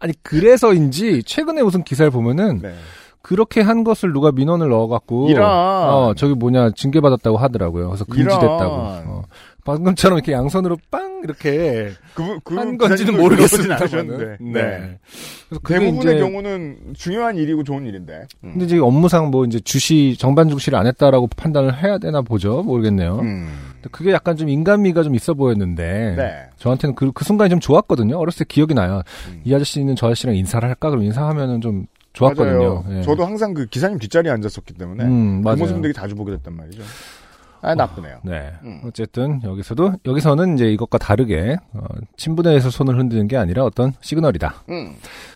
[SPEAKER 2] 아니 그래서인지 최근에 무슨 기사를 보면은
[SPEAKER 1] 네.
[SPEAKER 2] 그렇게 한 것을 누가 민원을 넣어갖고
[SPEAKER 1] 이런.
[SPEAKER 2] 어 저기 뭐냐 징계 받았다고 하더라고요. 그래서 금지됐다고.
[SPEAKER 1] 이런.
[SPEAKER 2] 어, 방금처럼 이렇게 양손으로 빵 이렇게
[SPEAKER 1] 그, 그,
[SPEAKER 2] 한
[SPEAKER 1] 기사님도
[SPEAKER 2] 건지는
[SPEAKER 1] 그러진
[SPEAKER 2] 모르겠습니다.
[SPEAKER 1] 않으셨는데. 네.
[SPEAKER 2] 그래서 그게
[SPEAKER 1] 대부분의
[SPEAKER 2] 이제
[SPEAKER 1] 경우는 중요한 일이고 좋은 일인데. 음.
[SPEAKER 2] 근데 이제 업무상 뭐 이제 주시 정반 주시를 안 했다라고 판단을 해야 되나 보죠. 모르겠네요.
[SPEAKER 1] 음.
[SPEAKER 2] 근데 그게 약간 좀 인간미가 좀 있어 보였는데
[SPEAKER 1] 네.
[SPEAKER 2] 저한테는 그, 그 순간이 좀 좋았거든요. 어렸을 때 기억이 나요.
[SPEAKER 1] 음.
[SPEAKER 2] 이 아저씨는 저 아저씨랑 인사를 할까? 그럼 인사하면은 좀 좋았거든요.
[SPEAKER 1] 맞아요.
[SPEAKER 2] 예.
[SPEAKER 1] 저도 항상 그 기사님 뒷자리에 앉았었기 때문에
[SPEAKER 2] 음,
[SPEAKER 1] 그
[SPEAKER 2] 맞아요.
[SPEAKER 1] 모습 되게 자주 보게 됐단 말이죠. 아, 나쁘네요.
[SPEAKER 2] 네.
[SPEAKER 1] 음.
[SPEAKER 2] 어쨌든 여기서도 여기서는 이제 이것과 다르게 어, 친분에서 손을 흔드는 게 아니라 어떤 시그널이다.
[SPEAKER 1] 음.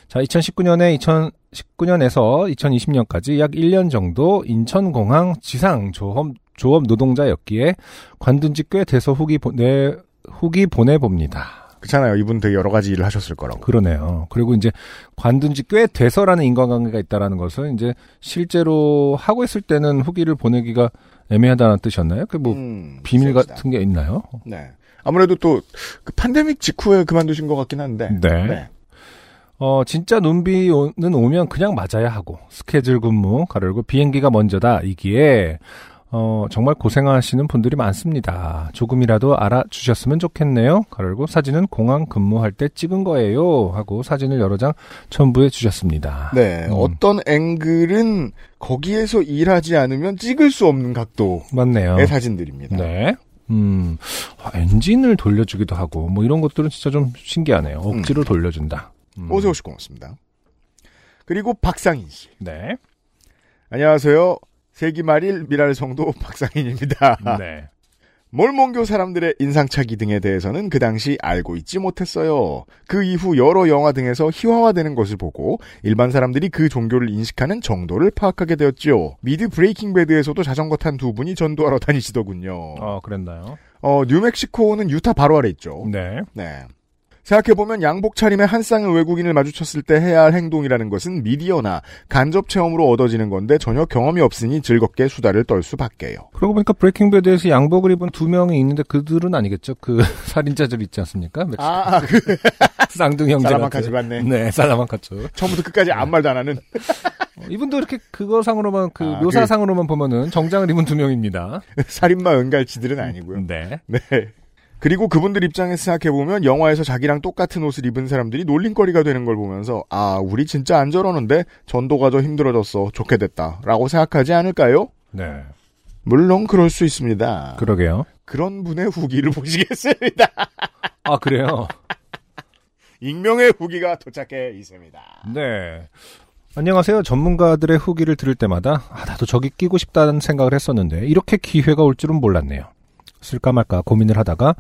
[SPEAKER 2] 자, 2019년에 2019년에서 2020년까지 약 1년 정도 인천공항 지상 조업, 조업 노동자였기에 관둔 지 꽤 돼서 후기 보내, 후기 보내봅니다.
[SPEAKER 1] 그렇잖아요. 이분 되게 여러 가지 일을 하셨을 거라고.
[SPEAKER 2] 그러네요. 그리고 이제 관둔 지 꽤 돼서라는 인과관계가 있다라는 것은 이제 실제로 하고 있을 때는 후기를 보내기가 애매하다는 뜻이었나요? 그 뭐
[SPEAKER 1] 음,
[SPEAKER 2] 비밀
[SPEAKER 1] 씁시다.
[SPEAKER 2] 같은 게 있나요?
[SPEAKER 1] 네. 아무래도 또 그 팬데믹 직후에 그만두신 것 같긴 한데.
[SPEAKER 2] 네. 어, 진짜 눈비는 오면 그냥 맞아야 하고, 스케줄 근무, 가르고 비행기가 먼저다, 이기에, 어, 정말 고생하시는 분들이 많습니다. 조금이라도 알아주셨으면 좋겠네요. 가르고 사진은 공항 근무할 때 찍은 거예요. 하고 사진을 여러 장 첨부해 주셨습니다.
[SPEAKER 1] 네,
[SPEAKER 2] 음.
[SPEAKER 1] 어떤 앵글은 거기에서 일하지 않으면 찍을 수 없는 각도의
[SPEAKER 2] 맞네요.
[SPEAKER 1] 사진들입니다.
[SPEAKER 2] 어. 네. 음, 아, 엔진을 돌려주기도 하고, 뭐 이런 것들은 진짜 좀 신기하네요. 억지로 돌려준다. 음.
[SPEAKER 1] 오세호 씨 고맙습니다. 그리고 박상인 씨.
[SPEAKER 2] 네.
[SPEAKER 1] 안녕하세요. 세기 말일 미랄 성도 *laughs* 박상인입니다.
[SPEAKER 2] 네.
[SPEAKER 1] 몰몬교 사람들의 인상착의 등에 대해서는 그 당시 알고 있지 못했어요. 그 이후 여러 영화 등에서 희화화되는 것을 보고 일반 사람들이 그 종교를 인식하는 정도를 파악하게 되었지요. 미드 브레이킹 배드에서도 자전거 탄 두 분이 전도하러 다니시더군요.
[SPEAKER 2] 아, 그랬나요?
[SPEAKER 1] 어, 뉴멕시코는 유타 바로 아래 있죠.
[SPEAKER 2] 네.
[SPEAKER 1] 네. 생각해보면 양복 차림의 한 쌍의 외국인을 마주쳤을 때 해야 할 행동이라는 것은 미디어나 간접 체험으로 얻어지는 건데 전혀 경험이 없으니 즐겁게 수다를 떨 수밖에요.
[SPEAKER 2] 그러고 보니까 브레이킹 배드에서 양복을 입은 두 명이 있는데 그들은 아니겠죠? 그 *laughs* 살인자들 있지 않습니까? 멕시코
[SPEAKER 1] 아, 그
[SPEAKER 2] *laughs* 쌍둥이 형제
[SPEAKER 1] 사람한테
[SPEAKER 2] 같은.
[SPEAKER 1] 봤네.
[SPEAKER 2] 네, 사라만카죠.
[SPEAKER 1] 처음부터 끝까지 아무 말도 안 하는. *laughs*
[SPEAKER 2] 이분도 이렇게 그거상으로만 그
[SPEAKER 1] 아,
[SPEAKER 2] 묘사상으로만 보면은 정장을 입은 두 명입니다.
[SPEAKER 1] 살인마 은갈치들은 아니고요.
[SPEAKER 2] 네.
[SPEAKER 1] 네. 그리고 그분들 입장에서 생각해보면 영화에서 자기랑 똑같은 옷을 입은 사람들이 놀림거리가 되는 걸 보면서 아, 우리 진짜 안 저러는데 전도가 더 힘들어졌어. 좋게 됐다. 라고 생각하지 않을까요?
[SPEAKER 2] 네.
[SPEAKER 1] 물론 그럴 수 있습니다.
[SPEAKER 2] 그러게요.
[SPEAKER 1] 그런 분의 후기를 *laughs* 보시겠습니다.
[SPEAKER 2] 아, 그래요.
[SPEAKER 1] 익명의 후기가 도착해 있습니다.
[SPEAKER 2] 네. 안녕하세요. 전문가들의 후기를 들을 때마다 아, 나도 저기 끼고 싶다는 생각을 했었는데 이렇게 기회가 올 줄은 몰랐네요. 쓸까 말까 고민을 하다가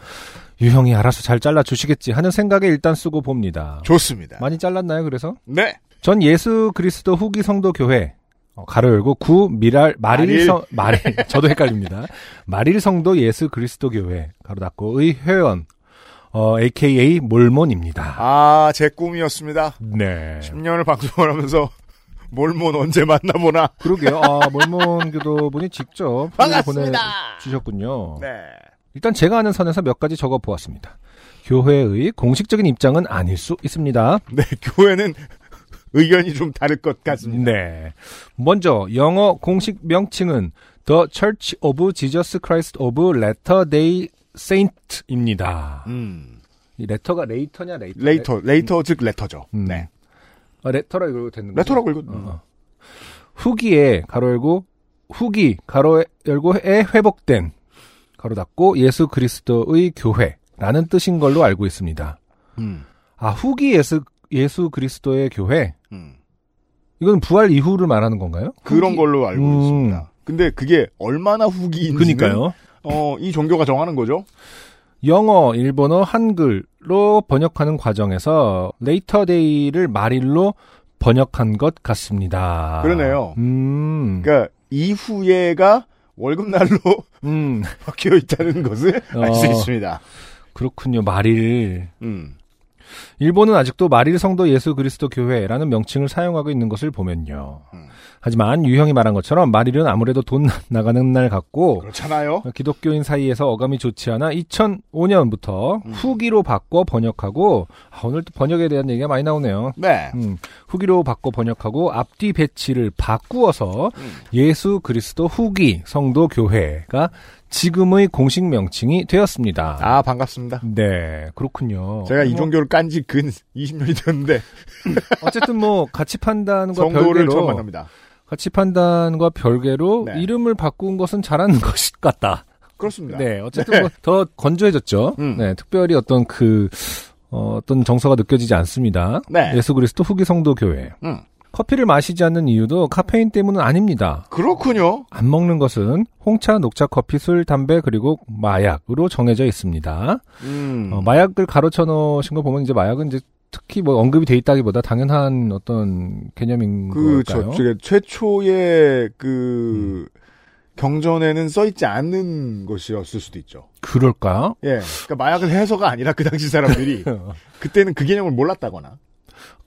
[SPEAKER 2] 유형이 알아서 잘 잘라 주시겠지 하는 생각에 일단 쓰고 봅니다.
[SPEAKER 1] 좋습니다.
[SPEAKER 2] 많이 잘랐나요? 그래서
[SPEAKER 1] 네.
[SPEAKER 2] 전 예수 그리스도 후기 성도 교회 어, 가로 열고 구 미랄
[SPEAKER 1] 마릴.
[SPEAKER 2] 마릴 성 마릴 *laughs* 저도 헷갈립니다. 마릴 성도 예수 그리스도 교회 가로 닫고의 회원 어 AKA 몰몬입니다.
[SPEAKER 1] 아, 제 꿈이었습니다.
[SPEAKER 2] 네.
[SPEAKER 1] 10년을 방송을 하면서 *laughs* 몰몬 언제 만나보나.
[SPEAKER 2] 그러게요. 아, 몰몬 교도분이 직접 후기를
[SPEAKER 1] 반갑습니다.
[SPEAKER 2] 보내주셨군요.
[SPEAKER 1] 네.
[SPEAKER 2] 일단 제가 아는 선에서 몇 가지 적어 보았습니다. 교회의 공식적인 입장은 아닐 수 있습니다.
[SPEAKER 1] 네, 교회는 *laughs* 의견이 좀 다를 것 같습니다.
[SPEAKER 2] 네. 먼저 영어 공식 명칭은 The Church of Jesus Christ of Latter-day Saint입니다.
[SPEAKER 1] 음.
[SPEAKER 2] 이 레터가 레이터냐 레이터?
[SPEAKER 1] 레이터, 레이터 즉 레터죠.
[SPEAKER 2] 음.
[SPEAKER 1] 네.
[SPEAKER 2] 아, 레터라 이거 되는 거죠?
[SPEAKER 1] 레터라고 읽어.
[SPEAKER 2] 어, 어. 후기에 가로 열고 후기 가로 열고에 회복된 가로 닫고 예수 그리스도의 교회라는 뜻인 걸로 알고 있습니다.
[SPEAKER 1] 음.
[SPEAKER 2] 아 후기 예수 예수 그리스도의 교회
[SPEAKER 1] 음.
[SPEAKER 2] 이건 부활 이후를 말하는 건가요?
[SPEAKER 1] 그런
[SPEAKER 2] 후기-
[SPEAKER 1] 걸로 알고
[SPEAKER 2] 음.
[SPEAKER 1] 있습니다. 근데 그게 얼마나 후기인지.
[SPEAKER 2] 그니까요.
[SPEAKER 1] 어, 이 종교가 정하는 거죠.
[SPEAKER 2] 영어, 일본어, 한글로 번역하는 과정에서 레이터데이를 말일로 번역한 것 같습니다.
[SPEAKER 1] 그러네요.
[SPEAKER 2] 음,
[SPEAKER 1] 그러니까 이후에가 월급날로
[SPEAKER 2] 음,
[SPEAKER 1] 바뀌어 있다는 것을 알 수
[SPEAKER 2] 어.
[SPEAKER 1] 있습니다.
[SPEAKER 2] 그렇군요. 말일.
[SPEAKER 1] 음.
[SPEAKER 2] 일본은 아직도 말일 성도 예수 그리스도 교회라는 명칭을 사용하고 있는 것을 보면요.
[SPEAKER 1] 음.
[SPEAKER 2] 하지만 유형이 말한 것처럼 말일은 아무래도 돈 *laughs* 나가는 날 같고
[SPEAKER 1] 그렇잖아요.
[SPEAKER 2] 기독교인 사이에서 어감이 좋지 않아 2005년부터
[SPEAKER 1] 음.
[SPEAKER 2] 후기로 바꿔 번역하고 아, 오늘 또 번역에 대한 얘기가 많이 나오네요.
[SPEAKER 1] 네.
[SPEAKER 2] 음, 후기로 바꿔 번역하고 앞뒤 배치를 바꾸어서
[SPEAKER 1] 음.
[SPEAKER 2] 예수 그리스도 후기 성도 교회가 지금의 공식 명칭이 되었습니다.
[SPEAKER 1] 아, 반갑습니다.
[SPEAKER 2] 네, 그렇군요.
[SPEAKER 1] 제가 이
[SPEAKER 2] 뭐,
[SPEAKER 1] 종교를 깐 지 근 20년이 됐는데
[SPEAKER 2] 어쨌든 뭐 가치 판단과
[SPEAKER 1] 성도를 처음
[SPEAKER 2] 별개로
[SPEAKER 1] 만납니다.
[SPEAKER 2] 가치 판단과 별개로
[SPEAKER 1] 네.
[SPEAKER 2] 이름을 바꾼 것은 잘하는 *laughs* 것 같다.
[SPEAKER 1] 그렇습니다.
[SPEAKER 2] 네, 어쨌든 뭐더 건조해졌죠.
[SPEAKER 1] 음.
[SPEAKER 2] 네, 특별히 어떤 그 어, 떤 정서가 느껴지지 않습니다.
[SPEAKER 1] 네.
[SPEAKER 2] 예수 그리스도 후기 성도 교회.
[SPEAKER 1] 음.
[SPEAKER 2] 커피를 마시지 않는 이유도 카페인 때문은 아닙니다.
[SPEAKER 1] 그렇군요.
[SPEAKER 2] 안 먹는 것은 홍차, 녹차, 커피, 술, 담배 그리고 마약으로 정해져 있습니다.
[SPEAKER 1] 음.
[SPEAKER 2] 어, 마약을 가로쳐 놓으신 거 보면 이제 마약은 이제 특히 뭐 언급이 돼 있다기보다 당연한 어떤 개념인
[SPEAKER 1] 그, 저,
[SPEAKER 2] 걸까요? 음.
[SPEAKER 1] 저게 최초의 그, 경전에는 써있지 않는 것이었을 수도 있죠.
[SPEAKER 2] 그럴까?
[SPEAKER 1] 예. 그러니까 마약을 해서가 아니라 그
[SPEAKER 2] *laughs*
[SPEAKER 1] 당시 사람들이
[SPEAKER 2] 어.
[SPEAKER 1] 그때는 그 개념을 몰랐다거나.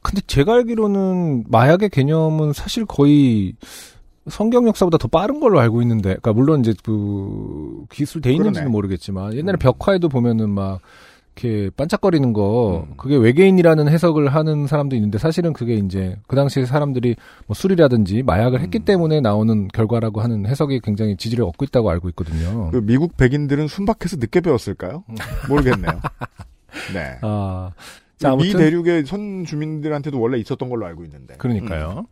[SPEAKER 2] 근데 제가 알기로는 마약의 개념은 사실 거의 성경 역사보다 더 빠른 걸로 알고 있는데, 그러니까 물론 이제 그 기술돼 있는지는
[SPEAKER 1] 그러네.
[SPEAKER 2] 모르겠지만 옛날에
[SPEAKER 1] 음.
[SPEAKER 2] 벽화에도 보면은 막 이렇게 반짝거리는 거
[SPEAKER 5] 음.
[SPEAKER 2] 그게 외계인이라는 해석을 하는 사람도 있는데 사실은 그게 이제 그 당시 사람들이 뭐 술이라든지 마약을 했기
[SPEAKER 5] 음.
[SPEAKER 2] 때문에 나오는 결과라고 하는 해석이 굉장히 지지를 얻고 있다고 알고 있거든요.
[SPEAKER 1] 그 미국 백인들은 순박해서 늦게 배웠을까요?
[SPEAKER 2] *laughs*
[SPEAKER 1] 모르겠네요. 네.
[SPEAKER 2] 아, 자,
[SPEAKER 1] 미
[SPEAKER 2] 아무튼
[SPEAKER 1] 대륙의 선 주민들한테도 원래 있었던 걸로 알고 있는데. 음.
[SPEAKER 2] 그러니까요.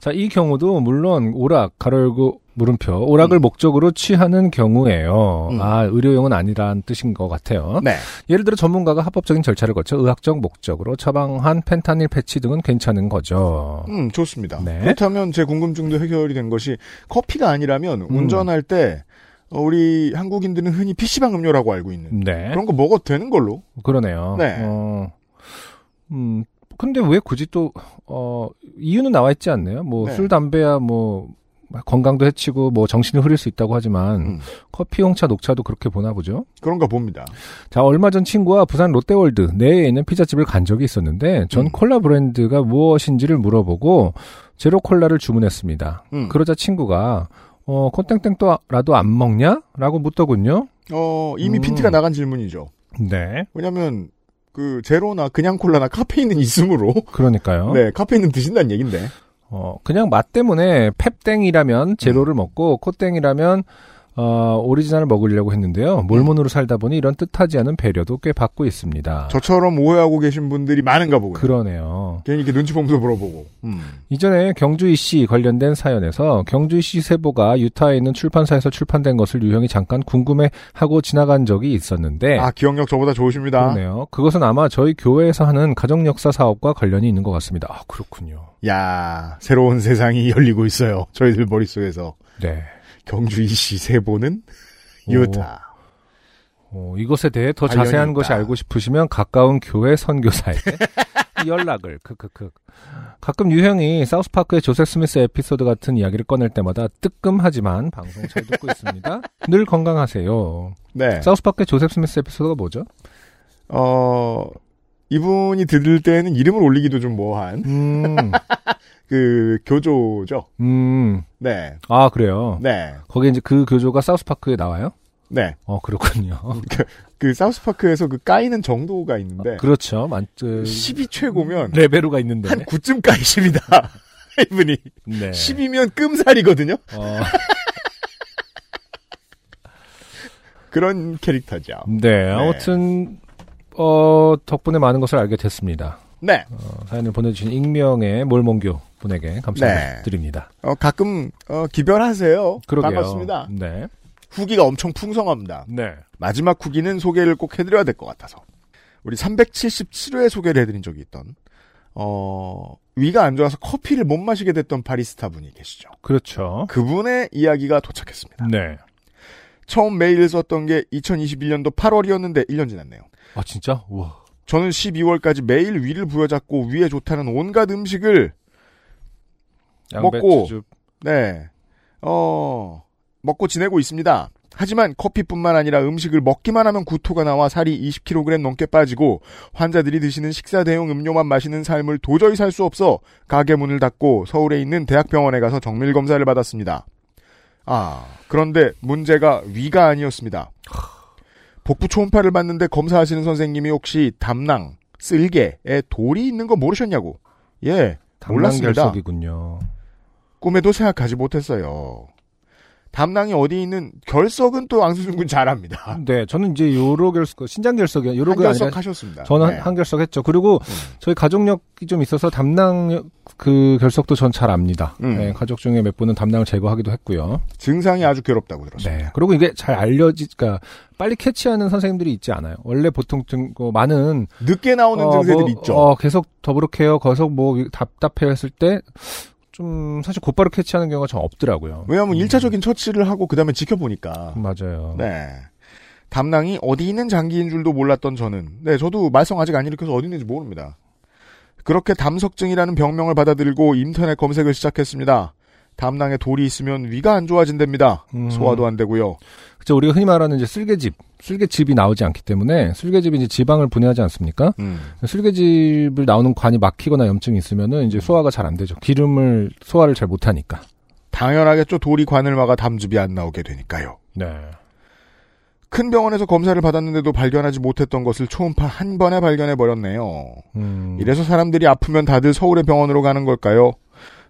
[SPEAKER 2] 자, 이 경우도 물론 오락 가로열고 물음표 오락을 목적으로 취하는 경우예요.
[SPEAKER 1] 음.
[SPEAKER 2] 아, 의료용은 아니란 뜻인 것 같아요.
[SPEAKER 1] 네.
[SPEAKER 2] 예를 들어 전문가가 합법적인 절차를 거쳐 의학적 목적으로 처방한 펜타닐 패치 등은 괜찮은 거죠.
[SPEAKER 1] 음, 좋습니다.
[SPEAKER 2] 네.
[SPEAKER 1] 그렇다면 제 궁금증도 해결이 된 것이 커피가 아니라면
[SPEAKER 2] 음.
[SPEAKER 1] 운전할 때 어, 우리 한국인들은 흔히 PC방 음료라고 알고 있는
[SPEAKER 2] 네.
[SPEAKER 1] 그런 거 먹어도 되는 걸로.
[SPEAKER 2] 그러네요.
[SPEAKER 1] 네.
[SPEAKER 2] 어, 음, 근데 왜 굳이 또, 어, 이유는 나와 있지 않나요? 뭐,
[SPEAKER 1] 네.
[SPEAKER 2] 술, 담배야, 뭐, 건강도 해치고, 뭐, 정신을 흐릴 수 있다고 하지만,
[SPEAKER 1] 음.
[SPEAKER 2] 커피, 홍차, 녹차도 그렇게 보나 보죠?
[SPEAKER 1] 그런가 봅니다.
[SPEAKER 2] 자, 얼마 전 친구와 부산 롯데월드 내에 있는 피자집을 간 적이 있었는데, 전
[SPEAKER 1] 음.
[SPEAKER 2] 콜라 브랜드가 무엇인지를 물어보고, 제로 콜라를 주문했습니다.
[SPEAKER 1] 음.
[SPEAKER 2] 그러자 친구가, 어, 콘땡땡도라도 안 먹냐? 라고 묻더군요.
[SPEAKER 1] 어, 이미
[SPEAKER 2] 음.
[SPEAKER 1] 핀트가 나간 질문이죠.
[SPEAKER 2] 네.
[SPEAKER 1] 왜냐면 그 제로나 그냥 콜라나 카페인은 *laughs* 있으므로
[SPEAKER 2] 그러니까요.
[SPEAKER 1] 네, 카페인은 드신다는 얘긴데.
[SPEAKER 2] 어, 그냥 맛 때문에 펩땡이라면
[SPEAKER 1] 음.
[SPEAKER 2] 제로를 먹고 코땡이라면 어, 오리지널을 먹으려고 했는데요. 몰몬으로 살다 보니 이런 뜻하지 않은 배려도 꽤 받고 있습니다.
[SPEAKER 1] 저처럼 오해하고 계신 분들이 많은가 보군요.
[SPEAKER 2] 아. 그러네요.
[SPEAKER 1] 괜히 이렇게 눈치 보면서 물어보고. 음.
[SPEAKER 2] 이전에 경주이 씨 관련된 사연에서 경주이 씨 세보가 유타에 있는 출판사에서 출판된 것을 유형이 잠깐 궁금해하고 지나간 적이 있었는데
[SPEAKER 1] 아, 기억력 저보다 좋으십니다.
[SPEAKER 2] 그러네요. 그것은 아마 저희 교회에서 하는 가정 역사 사업과 관련이 있는 것 같습니다. 아, 그렇군요.
[SPEAKER 1] 야, 새로운 세상이 열리고 있어요. 저희들 머릿속에서.
[SPEAKER 2] 네.
[SPEAKER 1] 경주 이씨 세보는
[SPEAKER 2] 오.
[SPEAKER 1] 유타.
[SPEAKER 2] 어, 이것에 대해 더
[SPEAKER 1] 관련이
[SPEAKER 2] 자세한
[SPEAKER 1] 있다.
[SPEAKER 2] 것이 알고 싶으시면 가까운 교회 선교사에게 *laughs* 연락을 크크크. 가끔 유형이 사우스파크의 조셉 스미스 에피소드 같은 이야기를 꺼낼 때마다 뜨끔하지만 방송 잘 듣고 있습니다. 늘 건강하세요.
[SPEAKER 1] 네.
[SPEAKER 2] 사우스파크의 조셉 스미스 에피소드가 뭐죠?
[SPEAKER 1] 어, 이분이 들을 때는 이름을 올리기도 좀 뭐한
[SPEAKER 2] 음,
[SPEAKER 1] 그 교조죠.
[SPEAKER 2] *laughs* 음,
[SPEAKER 1] 네.
[SPEAKER 2] 아 그래요.
[SPEAKER 1] 네.
[SPEAKER 2] 거기 이제 그 교조가 사우스파크에 나와요?
[SPEAKER 1] 네.
[SPEAKER 2] 어
[SPEAKER 1] *laughs*
[SPEAKER 2] 그렇군요.
[SPEAKER 1] 그 사우스파크에서 그 까이는 정도가 있는데
[SPEAKER 2] 그렇죠. 만, 그, 네.
[SPEAKER 1] 10이 최고면
[SPEAKER 2] 레베로가 있는데.
[SPEAKER 1] 한 9쯤 까이십니다. *laughs* 이분이
[SPEAKER 2] 네.
[SPEAKER 1] 10이면 끔살이거든요.
[SPEAKER 2] 어,
[SPEAKER 1] 그런 캐릭터죠.
[SPEAKER 2] 네. 아무튼 어 덕분에 많은 것을 알게 됐습니다. 어,
[SPEAKER 1] 네.
[SPEAKER 2] 사연을 보내주신 익명의 몰몬교 분에게 감사드립니다.
[SPEAKER 1] 어, 가끔 어, 기별하세요.
[SPEAKER 2] 그러게요.
[SPEAKER 1] 반갑습니다.
[SPEAKER 2] 네.
[SPEAKER 1] 후기가 엄청 풍성합니다.
[SPEAKER 2] 네.
[SPEAKER 1] 마지막 후기는 소개를 꼭 해드려야 될 것 같아서 우리 377회 소개를 해드린 적이 있던 어, 위가 안 좋아서 커피를 못 마시게 됐던 바리스타 분이 계시죠.
[SPEAKER 2] 그렇죠.
[SPEAKER 1] 그분의 이야기가 도착했습니다.
[SPEAKER 2] 네.
[SPEAKER 1] 처음 메일을 썼던 게 2021년도 8월이었는데 1년 지났네요.
[SPEAKER 2] 아 진짜? 우와.
[SPEAKER 1] 저는 12월까지 매일 위를 부여잡고 위에 좋다는 온갖 음식을 먹고.
[SPEAKER 2] 양배추즙.
[SPEAKER 1] 네, 어, 먹고 지내고 있습니다. 하지만 커피뿐만 아니라 음식을 먹기만 하면 구토가 나와 살이 20kg 넘게 빠지고 환자들이 드시는 식사 대용 음료만 마시는 삶을 도저히 살 수 없어 가게 문을 닫고 서울에 있는 대학병원에 가서 정밀 검사를 받았습니다. 아, 그런데 문제가 위가 아니었습니다. 복부 초음파를 봤는데 검사하시는 선생님이 혹시 담낭, 쓸개에 돌이 있는 거 모르셨냐고. 예, 몰랐습니다.
[SPEAKER 2] 당랑결석이군요.
[SPEAKER 1] 꿈에도 생각하지 못했어요. 담낭이 어디 있는 결석은 또 앙수준 군 잘합니다.
[SPEAKER 2] 네. 저는 이제 요로 결석, 신장 결석이 요로 가 아니라
[SPEAKER 1] 아. 한결석 하셨습니다.
[SPEAKER 2] 저는
[SPEAKER 1] 네. 음.
[SPEAKER 2] 한 결석했죠. 그리고 저희 가족력이 좀 있어서 담낭 그 결석도 전 잘 압니다.
[SPEAKER 1] 음.
[SPEAKER 2] 네, 가족 중에 몇 분은 담낭을 제거하기도 했고요.
[SPEAKER 1] 증상이 아주 괴롭다고 들었습니다.
[SPEAKER 2] 네. 그리고 이게 잘 알려지, 그러니까 빨리 캐치하는 선생님들이 있지 않아요. 원래 보통 등, 어, 많은
[SPEAKER 1] 늦게 나오는
[SPEAKER 2] 어,
[SPEAKER 1] 증세들이
[SPEAKER 2] 뭐,
[SPEAKER 1] 있죠.
[SPEAKER 2] 어, 계속 더부룩해요. 계속 뭐 답답해 했을 때 좀 사실 곧바로 캐치하는 경우가 전 없더라고요.
[SPEAKER 1] 왜냐하면
[SPEAKER 2] 음,
[SPEAKER 1] 일차적인 처치를 하고 그 다음에 지켜보니까.
[SPEAKER 2] 맞아요.
[SPEAKER 1] 네. 담낭이 어디 있는 장기인 줄도 몰랐던 저는. 네, 저도 말썽 아직 안 일으켜서 어디 있는지 모릅니다. 그렇게 담석증이라는 병명을 받아들이고 인터넷 검색을 시작했습니다. 담낭에 돌이 있으면 위가 안 좋아진답니다.
[SPEAKER 2] 음.
[SPEAKER 1] 소화도 안 되고요.
[SPEAKER 2] 그죠 우리가 흔히 말하는 이제 쓸개즙, 쓸개즙이 나오지 않기 때문에 쓸개즙이 이제 지방을 분해하지 않습니까?
[SPEAKER 1] 음.
[SPEAKER 2] 쓸개즙을 나오는 관이 막히거나 염증이 있으면은 이제 소화가 잘 안 되죠. 기름을 소화를 잘 못하니까.
[SPEAKER 1] 네. 당연하겠죠. 돌이 관을 막아 담즙이 안 나오게 되니까요.
[SPEAKER 2] 네.
[SPEAKER 1] 큰 병원에서 검사를 받았는데도 발견하지 못했던 것을 초음파 한 번에 발견해 버렸네요.
[SPEAKER 2] 음,
[SPEAKER 1] 이래서 사람들이 아프면 다들 서울의 병원으로 가는 걸까요?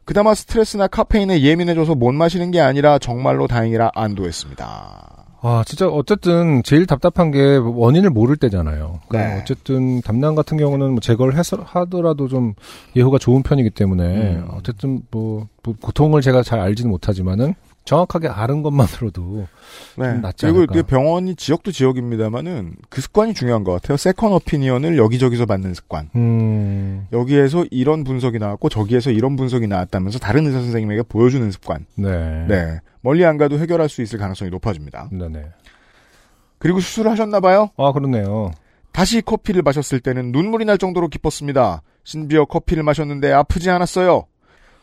[SPEAKER 1] 그나마 스트레스나 카페인에 예민해져서 못 마시는 게 아니라 정말로 다행이라 안도했습니다.
[SPEAKER 2] 아, 진짜 어쨌든 제일 답답한 게 원인을 모를 때잖아요. 그러니까
[SPEAKER 1] 네.
[SPEAKER 2] 어쨌든 담낭 같은 경우는 뭐 제거를 해서 하더라도 좀 예후가 좋은 편이기 때문에
[SPEAKER 1] 음.
[SPEAKER 2] 어쨌든 뭐, 뭐 고통을 제가 잘 알지는 못하지만은 정확하게 아는 것만으로도
[SPEAKER 1] 네.
[SPEAKER 2] 좀 낫지
[SPEAKER 1] 그리고
[SPEAKER 2] 않을까.
[SPEAKER 1] 그 병원이 지역도 지역입니다만은 그 습관이 중요한 것 같아요. 세컨 어피니언을 여기저기서 받는 습관.
[SPEAKER 2] 음,
[SPEAKER 1] 여기에서 이런 분석이 나왔고 저기에서 이런 분석이 나왔다면서 다른 의사 선생님에게 보여주는 습관.
[SPEAKER 2] 네.
[SPEAKER 1] 네. 멀리 안 가도 해결할 수 있을 가능성이 높아집니다.
[SPEAKER 2] 네네.
[SPEAKER 1] 그리고 수술을 하셨나 봐요.
[SPEAKER 2] 아, 그렇네요.
[SPEAKER 1] 다시 커피를 마셨을 때는 눈물이 날 정도로 기뻤습니다. 신비어 커피를 마셨는데 아프지 않았어요.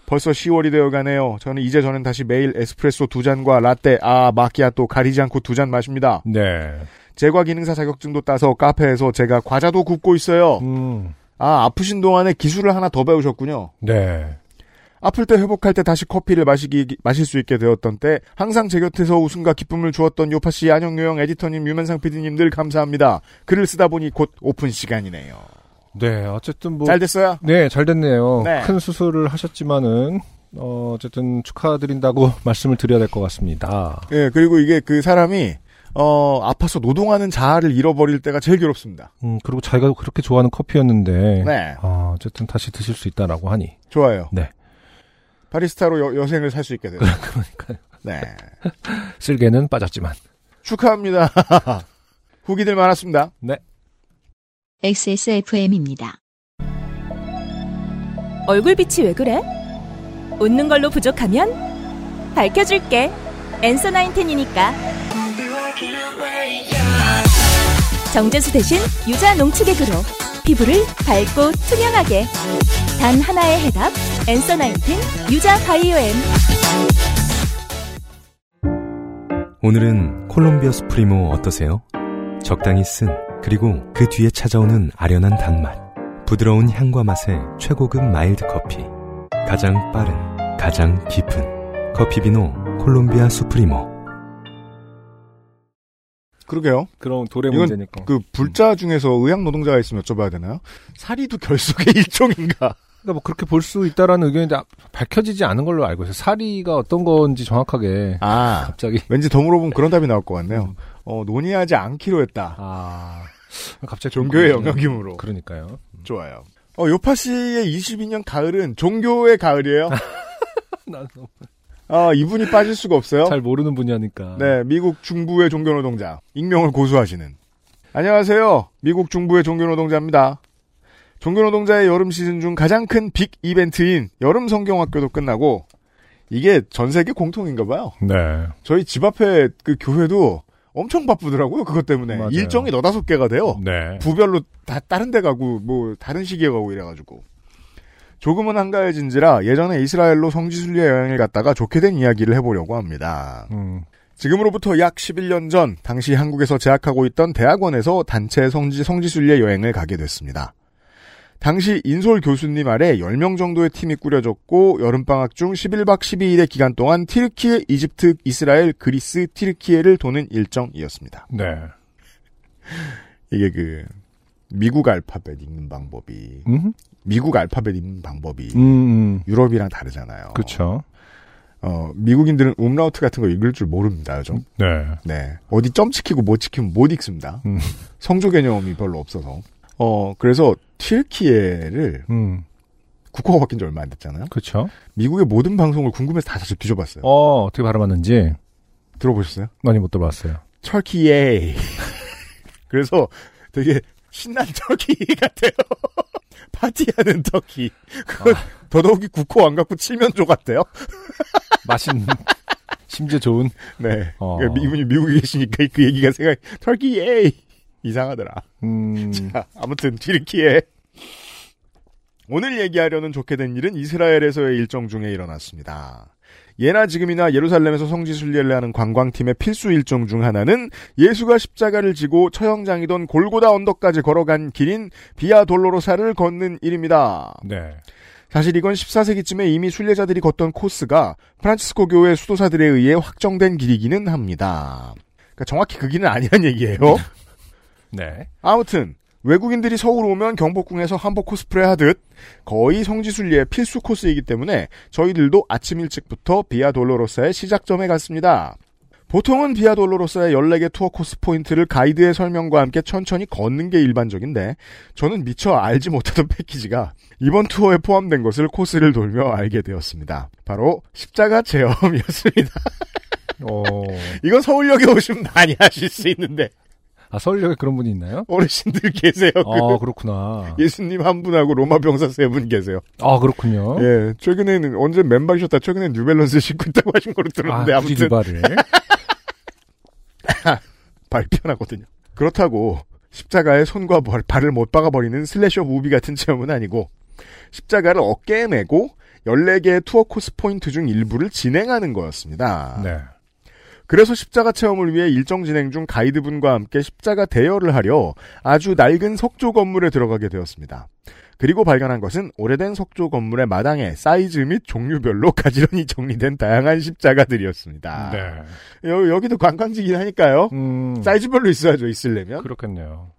[SPEAKER 1] 벌써 10월이 되어 가네요. 저는 이제 저는 다시 매일 에스프레소 두 잔과 라떼, 아, 마키아또 가리지 않고 두 잔 마십니다.
[SPEAKER 2] 네.
[SPEAKER 1] 제과 기능사 자격증도 따서 카페에서 제가 과자도 굽고 있어요.
[SPEAKER 2] 음,
[SPEAKER 1] 아, 아프신 동안에 기술을 하나 더 배우셨군요.
[SPEAKER 2] 네.
[SPEAKER 1] 아플 때 회복할 때 다시 커피를 마시기, 마실 수 있게 되었던 때 항상 제 곁에서 웃음과 기쁨을 주었던 요파씨, 안영요영 에디터님, 유면상 PD님 늘 감사합니다. 글을 쓰다 보니 곧 오픈 시간이네요.
[SPEAKER 2] 네, 어쨌든 뭐.
[SPEAKER 1] 잘 됐어요?
[SPEAKER 2] 네, 잘 됐네요.
[SPEAKER 1] 네.
[SPEAKER 2] 큰 수술을 하셨지만은, 어, 어쨌든 축하드린다고 *laughs* 말씀을 드려야 될 것 같습니다.
[SPEAKER 1] 예, 그리고 이게 그 사람이 어 아파서 노동하는 자아를 잃어버릴 때가 제일 괴롭습니다.
[SPEAKER 2] 음, 그리고 자기가 그렇게 좋아하는 커피였는데.
[SPEAKER 1] 네,
[SPEAKER 2] 아, 어쨌든 다시 드실 수 있다라고 하니.
[SPEAKER 1] 좋아요.
[SPEAKER 2] 네.
[SPEAKER 1] 바리스타로 여, 생을 살 수 있게 *laughs* 돼요.
[SPEAKER 2] 그러니까요.
[SPEAKER 1] 네,
[SPEAKER 2] 쓸개는 빠졌지만.
[SPEAKER 1] 축하합니다. *laughs* 후기들 많았습니다.
[SPEAKER 3] XSFM입니다.
[SPEAKER 6] 얼굴빛이 왜 그래? 웃는 걸로 부족하면 밝혀줄게. 엔서 나인텐이니까. 정제수 대신 유자 농축액으로 피부를 밝고 투명하게. 단 하나의 해답. 엔서 나인텐 유자 바이오엠.
[SPEAKER 5] 오늘은 콜롬비아 수프리모 어떠세요? 적당히 쓴 그리고 그 뒤에 찾아오는 아련한 단맛 부드러운 향과 맛의 최고급 마일드 커피 가장 빠른 가장 깊은 커피 비노 콜롬비아 수프리모
[SPEAKER 1] 그러게요.
[SPEAKER 2] 그럼 돌의
[SPEAKER 1] 이건
[SPEAKER 2] 문제니까.
[SPEAKER 1] 그 불자 중에서 의학 노동자가 있으면 여쭤봐야 되나요? 사리도 결속의 *laughs* 일종인가?
[SPEAKER 2] 그러니까 뭐 그렇게 볼 수 있다라는 의견인데 아, 밝혀지지 않은 걸로 알고 있어요. 사리가 어떤 건지 정확하게.
[SPEAKER 1] 아,
[SPEAKER 2] 갑자기.
[SPEAKER 1] 왠지 더 물어보면 그런 답이 나올 것 같네요. 어 논의하지 않기로 했다.
[SPEAKER 2] 아. 갑자기.
[SPEAKER 1] 종교의
[SPEAKER 2] 아, 궁금해지네.
[SPEAKER 1] 영역이므로.
[SPEAKER 2] 그러니까요. *laughs*
[SPEAKER 1] 좋아요. 어 요파 씨의 22년 가을은 종교의 가을이에요.
[SPEAKER 2] 난
[SPEAKER 1] 아 이분이 빠질 수가 없어요.
[SPEAKER 2] 잘 모르는 분야니까.
[SPEAKER 1] 네, 미국 중부의 종교노동자. 익명을 고수하시는. 안녕하세요. 미국 중부의 종교노동자입니다. 종교노동자의 여름 시즌 중 가장 큰 빅 이벤트인 여름 성경학교도 끝나고, 이게 전 세계 공통인가 봐요.
[SPEAKER 2] 네.
[SPEAKER 1] 저희 집 앞에 그 교회도 엄청 바쁘더라고요. 그것 때문에.
[SPEAKER 2] 맞아요.
[SPEAKER 1] 일정이 너다섯 개가 돼요.
[SPEAKER 2] 네.
[SPEAKER 1] 부별로 다 다른 데 가고 뭐 다른 시기에 가고 이래가지고 조금은 한가해진지라 예전에 이스라엘로 성지순례 여행을 갔다가 좋게 된 이야기를 해보려고 합니다.
[SPEAKER 2] 음.
[SPEAKER 1] 지금으로부터 약 11년 전 당시 한국에서 재학하고 있던 대학원에서 단체 성지 성지순례 여행을 가게 됐습니다. 당시 인솔 교수님 아래 10명 정도의 팀이 꾸려졌고 여름방학 중 11박 12일의 기간 동안 티르키예, 이집트, 이스라엘, 그리스, 티르키예를 도는 일정이었습니다.
[SPEAKER 2] 네.
[SPEAKER 1] 이게 그 미국 알파벳 읽는 방법이
[SPEAKER 2] 음.
[SPEAKER 1] 미국 알파벳 읽는 방법이
[SPEAKER 2] 음.
[SPEAKER 1] 유럽이랑 다르잖아요.
[SPEAKER 2] 그렇죠.
[SPEAKER 1] 어, 미국인들은 음라우트 같은 거 읽을 줄 모릅니다. 좀.
[SPEAKER 2] 네.
[SPEAKER 1] 네. 어디 점 찍히고 못 찍히면 못 읽습니다.
[SPEAKER 2] 음.
[SPEAKER 1] 성조 개념이 별로 없어서. 어, 그래서 튀르키예를
[SPEAKER 2] 음.
[SPEAKER 1] 국호가 바뀐 지 얼마 안 됐잖아요.
[SPEAKER 2] 그렇죠.
[SPEAKER 1] 미국의 모든 방송을 궁금해서 다 사실 뒤져봤어요.
[SPEAKER 2] 어, 어떻게 발음하는지
[SPEAKER 1] 들어보셨어요?
[SPEAKER 2] 많이 못 들어봤어요.
[SPEAKER 1] 터키예. *laughs* 그래서 되게 신난 터키 같아요. *laughs* 파티하는 터키. 그건 더더욱이 국호 안 갖고 칠면조 같대요. *laughs*
[SPEAKER 2] 맛있는. 심지어 좋은.
[SPEAKER 1] 네.
[SPEAKER 2] 어.
[SPEAKER 1] 그러니까 이분이 미국에 계시니까 그 얘기가 생각이, 터키예. 이상하더라.
[SPEAKER 2] 음.
[SPEAKER 1] 자, 아무튼 튀르키예. 오늘 얘기하려는 좋게 된 일은 이스라엘에서의 일정 중에 일어났습니다. 예나 지금이나 예루살렘에서 성지 순례를 하는 관광팀의 필수 일정 중 하나는 예수가 십자가를 지고 처형장이던 골고다 언덕까지 걸어간 길인 비아 돌로로사를 걷는 일입니다.
[SPEAKER 2] 네.
[SPEAKER 1] 사실 이건 14세기쯤에 이미 순례자들이 걷던 코스가 프란치스코 교회 수도사들에 의해 확정된 길이기는 합니다. 그러니까 정확히 그기는 아니란 얘기예요.
[SPEAKER 2] 네.
[SPEAKER 1] 아무튼 외국인들이 서울 오면 경복궁에서 한복 코스프레 하듯 거의 성지순례의 필수 코스이기 때문에 저희들도 아침 일찍부터 비아 돌로로사의 시작점에 갔습니다. 보통은 비아 돌로로사의 14개 투어 코스 포인트를 가이드의 설명과 함께 천천히 걷는 게 일반적인데 저는 미처 알지 못하던 *laughs* 패키지가 이번 투어에 포함된 것을 코스를 돌며 알게 되었습니다. 바로 십자가 체험이었습니다. *laughs*
[SPEAKER 2] 어.
[SPEAKER 1] 이건 서울역에 오시면 많이 하실 수 있는데
[SPEAKER 2] 아, 서울역에 그런 분이 있나요?
[SPEAKER 1] 어르신들 계세요. 그
[SPEAKER 2] 아, 그렇구나.
[SPEAKER 1] 예수님 한 분하고 로마 병사 세 분 계세요.
[SPEAKER 2] 아, 그렇군요.
[SPEAKER 1] 예, 최근에는 언제 맨발이셨다. 최근에 뉴밸런스 신고 있다고 하신 걸로 들었는데
[SPEAKER 2] 아,
[SPEAKER 1] 아,
[SPEAKER 2] 굳이
[SPEAKER 1] 무
[SPEAKER 2] 두
[SPEAKER 1] 튼
[SPEAKER 2] 발을.
[SPEAKER 1] 발 편하거든요. 그렇다고 십자가에 손과 발, 발을 못 박아버리는 슬래셔 무비 같은 체험은 아니고 십자가를 어깨에 메고 14개의 투어 코스 포인트 중 일부를 진행하는 거였습니다.
[SPEAKER 2] 네.
[SPEAKER 1] 그래서 십자가 체험을 위해 일정 진행 중 가이드분과 함께 십자가 대여를 하려 아주 낡은 석조 건물에 들어가게 되었습니다. 그리고 발견한 것은 오래된 석조 건물의 마당에 사이즈 및 종류별로 가지런히 정리된 다양한 십자가들이었습니다.
[SPEAKER 2] 네.
[SPEAKER 1] 여, 여기도 관광지긴 하니까요.
[SPEAKER 2] 음.
[SPEAKER 1] 아. 사이즈별로 있어야죠, 있으려면.
[SPEAKER 2] 그렇겠네요.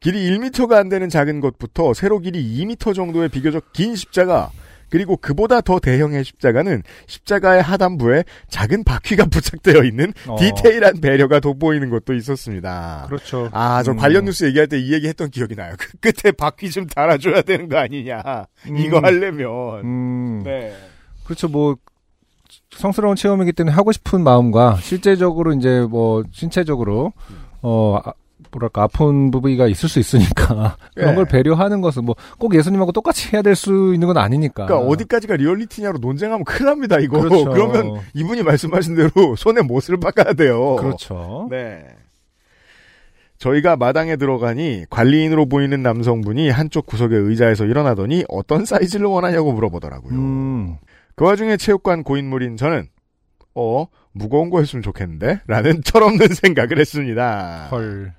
[SPEAKER 1] 길이 1m가 안 되는 작은 것부터 세로 길이 2m 정도의 비교적 긴 십자가, 그리고 그보다 더 대형의 십자가는 십자가의 하단부에 작은 바퀴가 *laughs* 부착되어 있는
[SPEAKER 2] 어.
[SPEAKER 1] 디테일한 배려가 돋보이는 것도 있었습니다.
[SPEAKER 2] 그렇죠.
[SPEAKER 1] 아, 저
[SPEAKER 2] 음.
[SPEAKER 1] 관련 뉴스 얘기할 때 이 얘기 했던 기억이 나요. 그 끝에 바퀴 좀 달아줘야 되는 거 아니냐. 이거
[SPEAKER 2] 음.
[SPEAKER 1] 하려면.
[SPEAKER 2] 음.
[SPEAKER 1] 네.
[SPEAKER 2] 그렇죠. 뭐 성스러운 체험이기 때문에 하고 싶은 마음과 실제적으로 이제 뭐 신체적으로 어 아, 뭐랄까 아픈 부위가 있을 수 있으니까 *laughs*
[SPEAKER 1] 예.
[SPEAKER 2] 그런 걸 배려하는 것은 뭐 꼭 예수님하고 똑같이 해야 될 수 있는 건 아니니까.
[SPEAKER 1] 그러니까 어디까지가 리얼리티냐로 논쟁하면 큰일 납니다, 이거. *laughs*
[SPEAKER 2] 그렇죠.
[SPEAKER 1] 러면 이분이 말씀하신 대로 손에 못을 박아야 돼요.
[SPEAKER 2] 그렇죠.
[SPEAKER 1] 네. 저희가 마당에 들어가니 관리인으로 보이는 남성분이 한쪽 구석의 의자에서 일어나더니 어떤 사이즈를 원하냐고 물어보더라고요.
[SPEAKER 2] 음.
[SPEAKER 1] 그 와중에 체육관 고인물인 저는 어 무거운 거 했으면 좋겠는데 라는 철없는 *laughs* 생각을 했습니다.
[SPEAKER 2] 헐.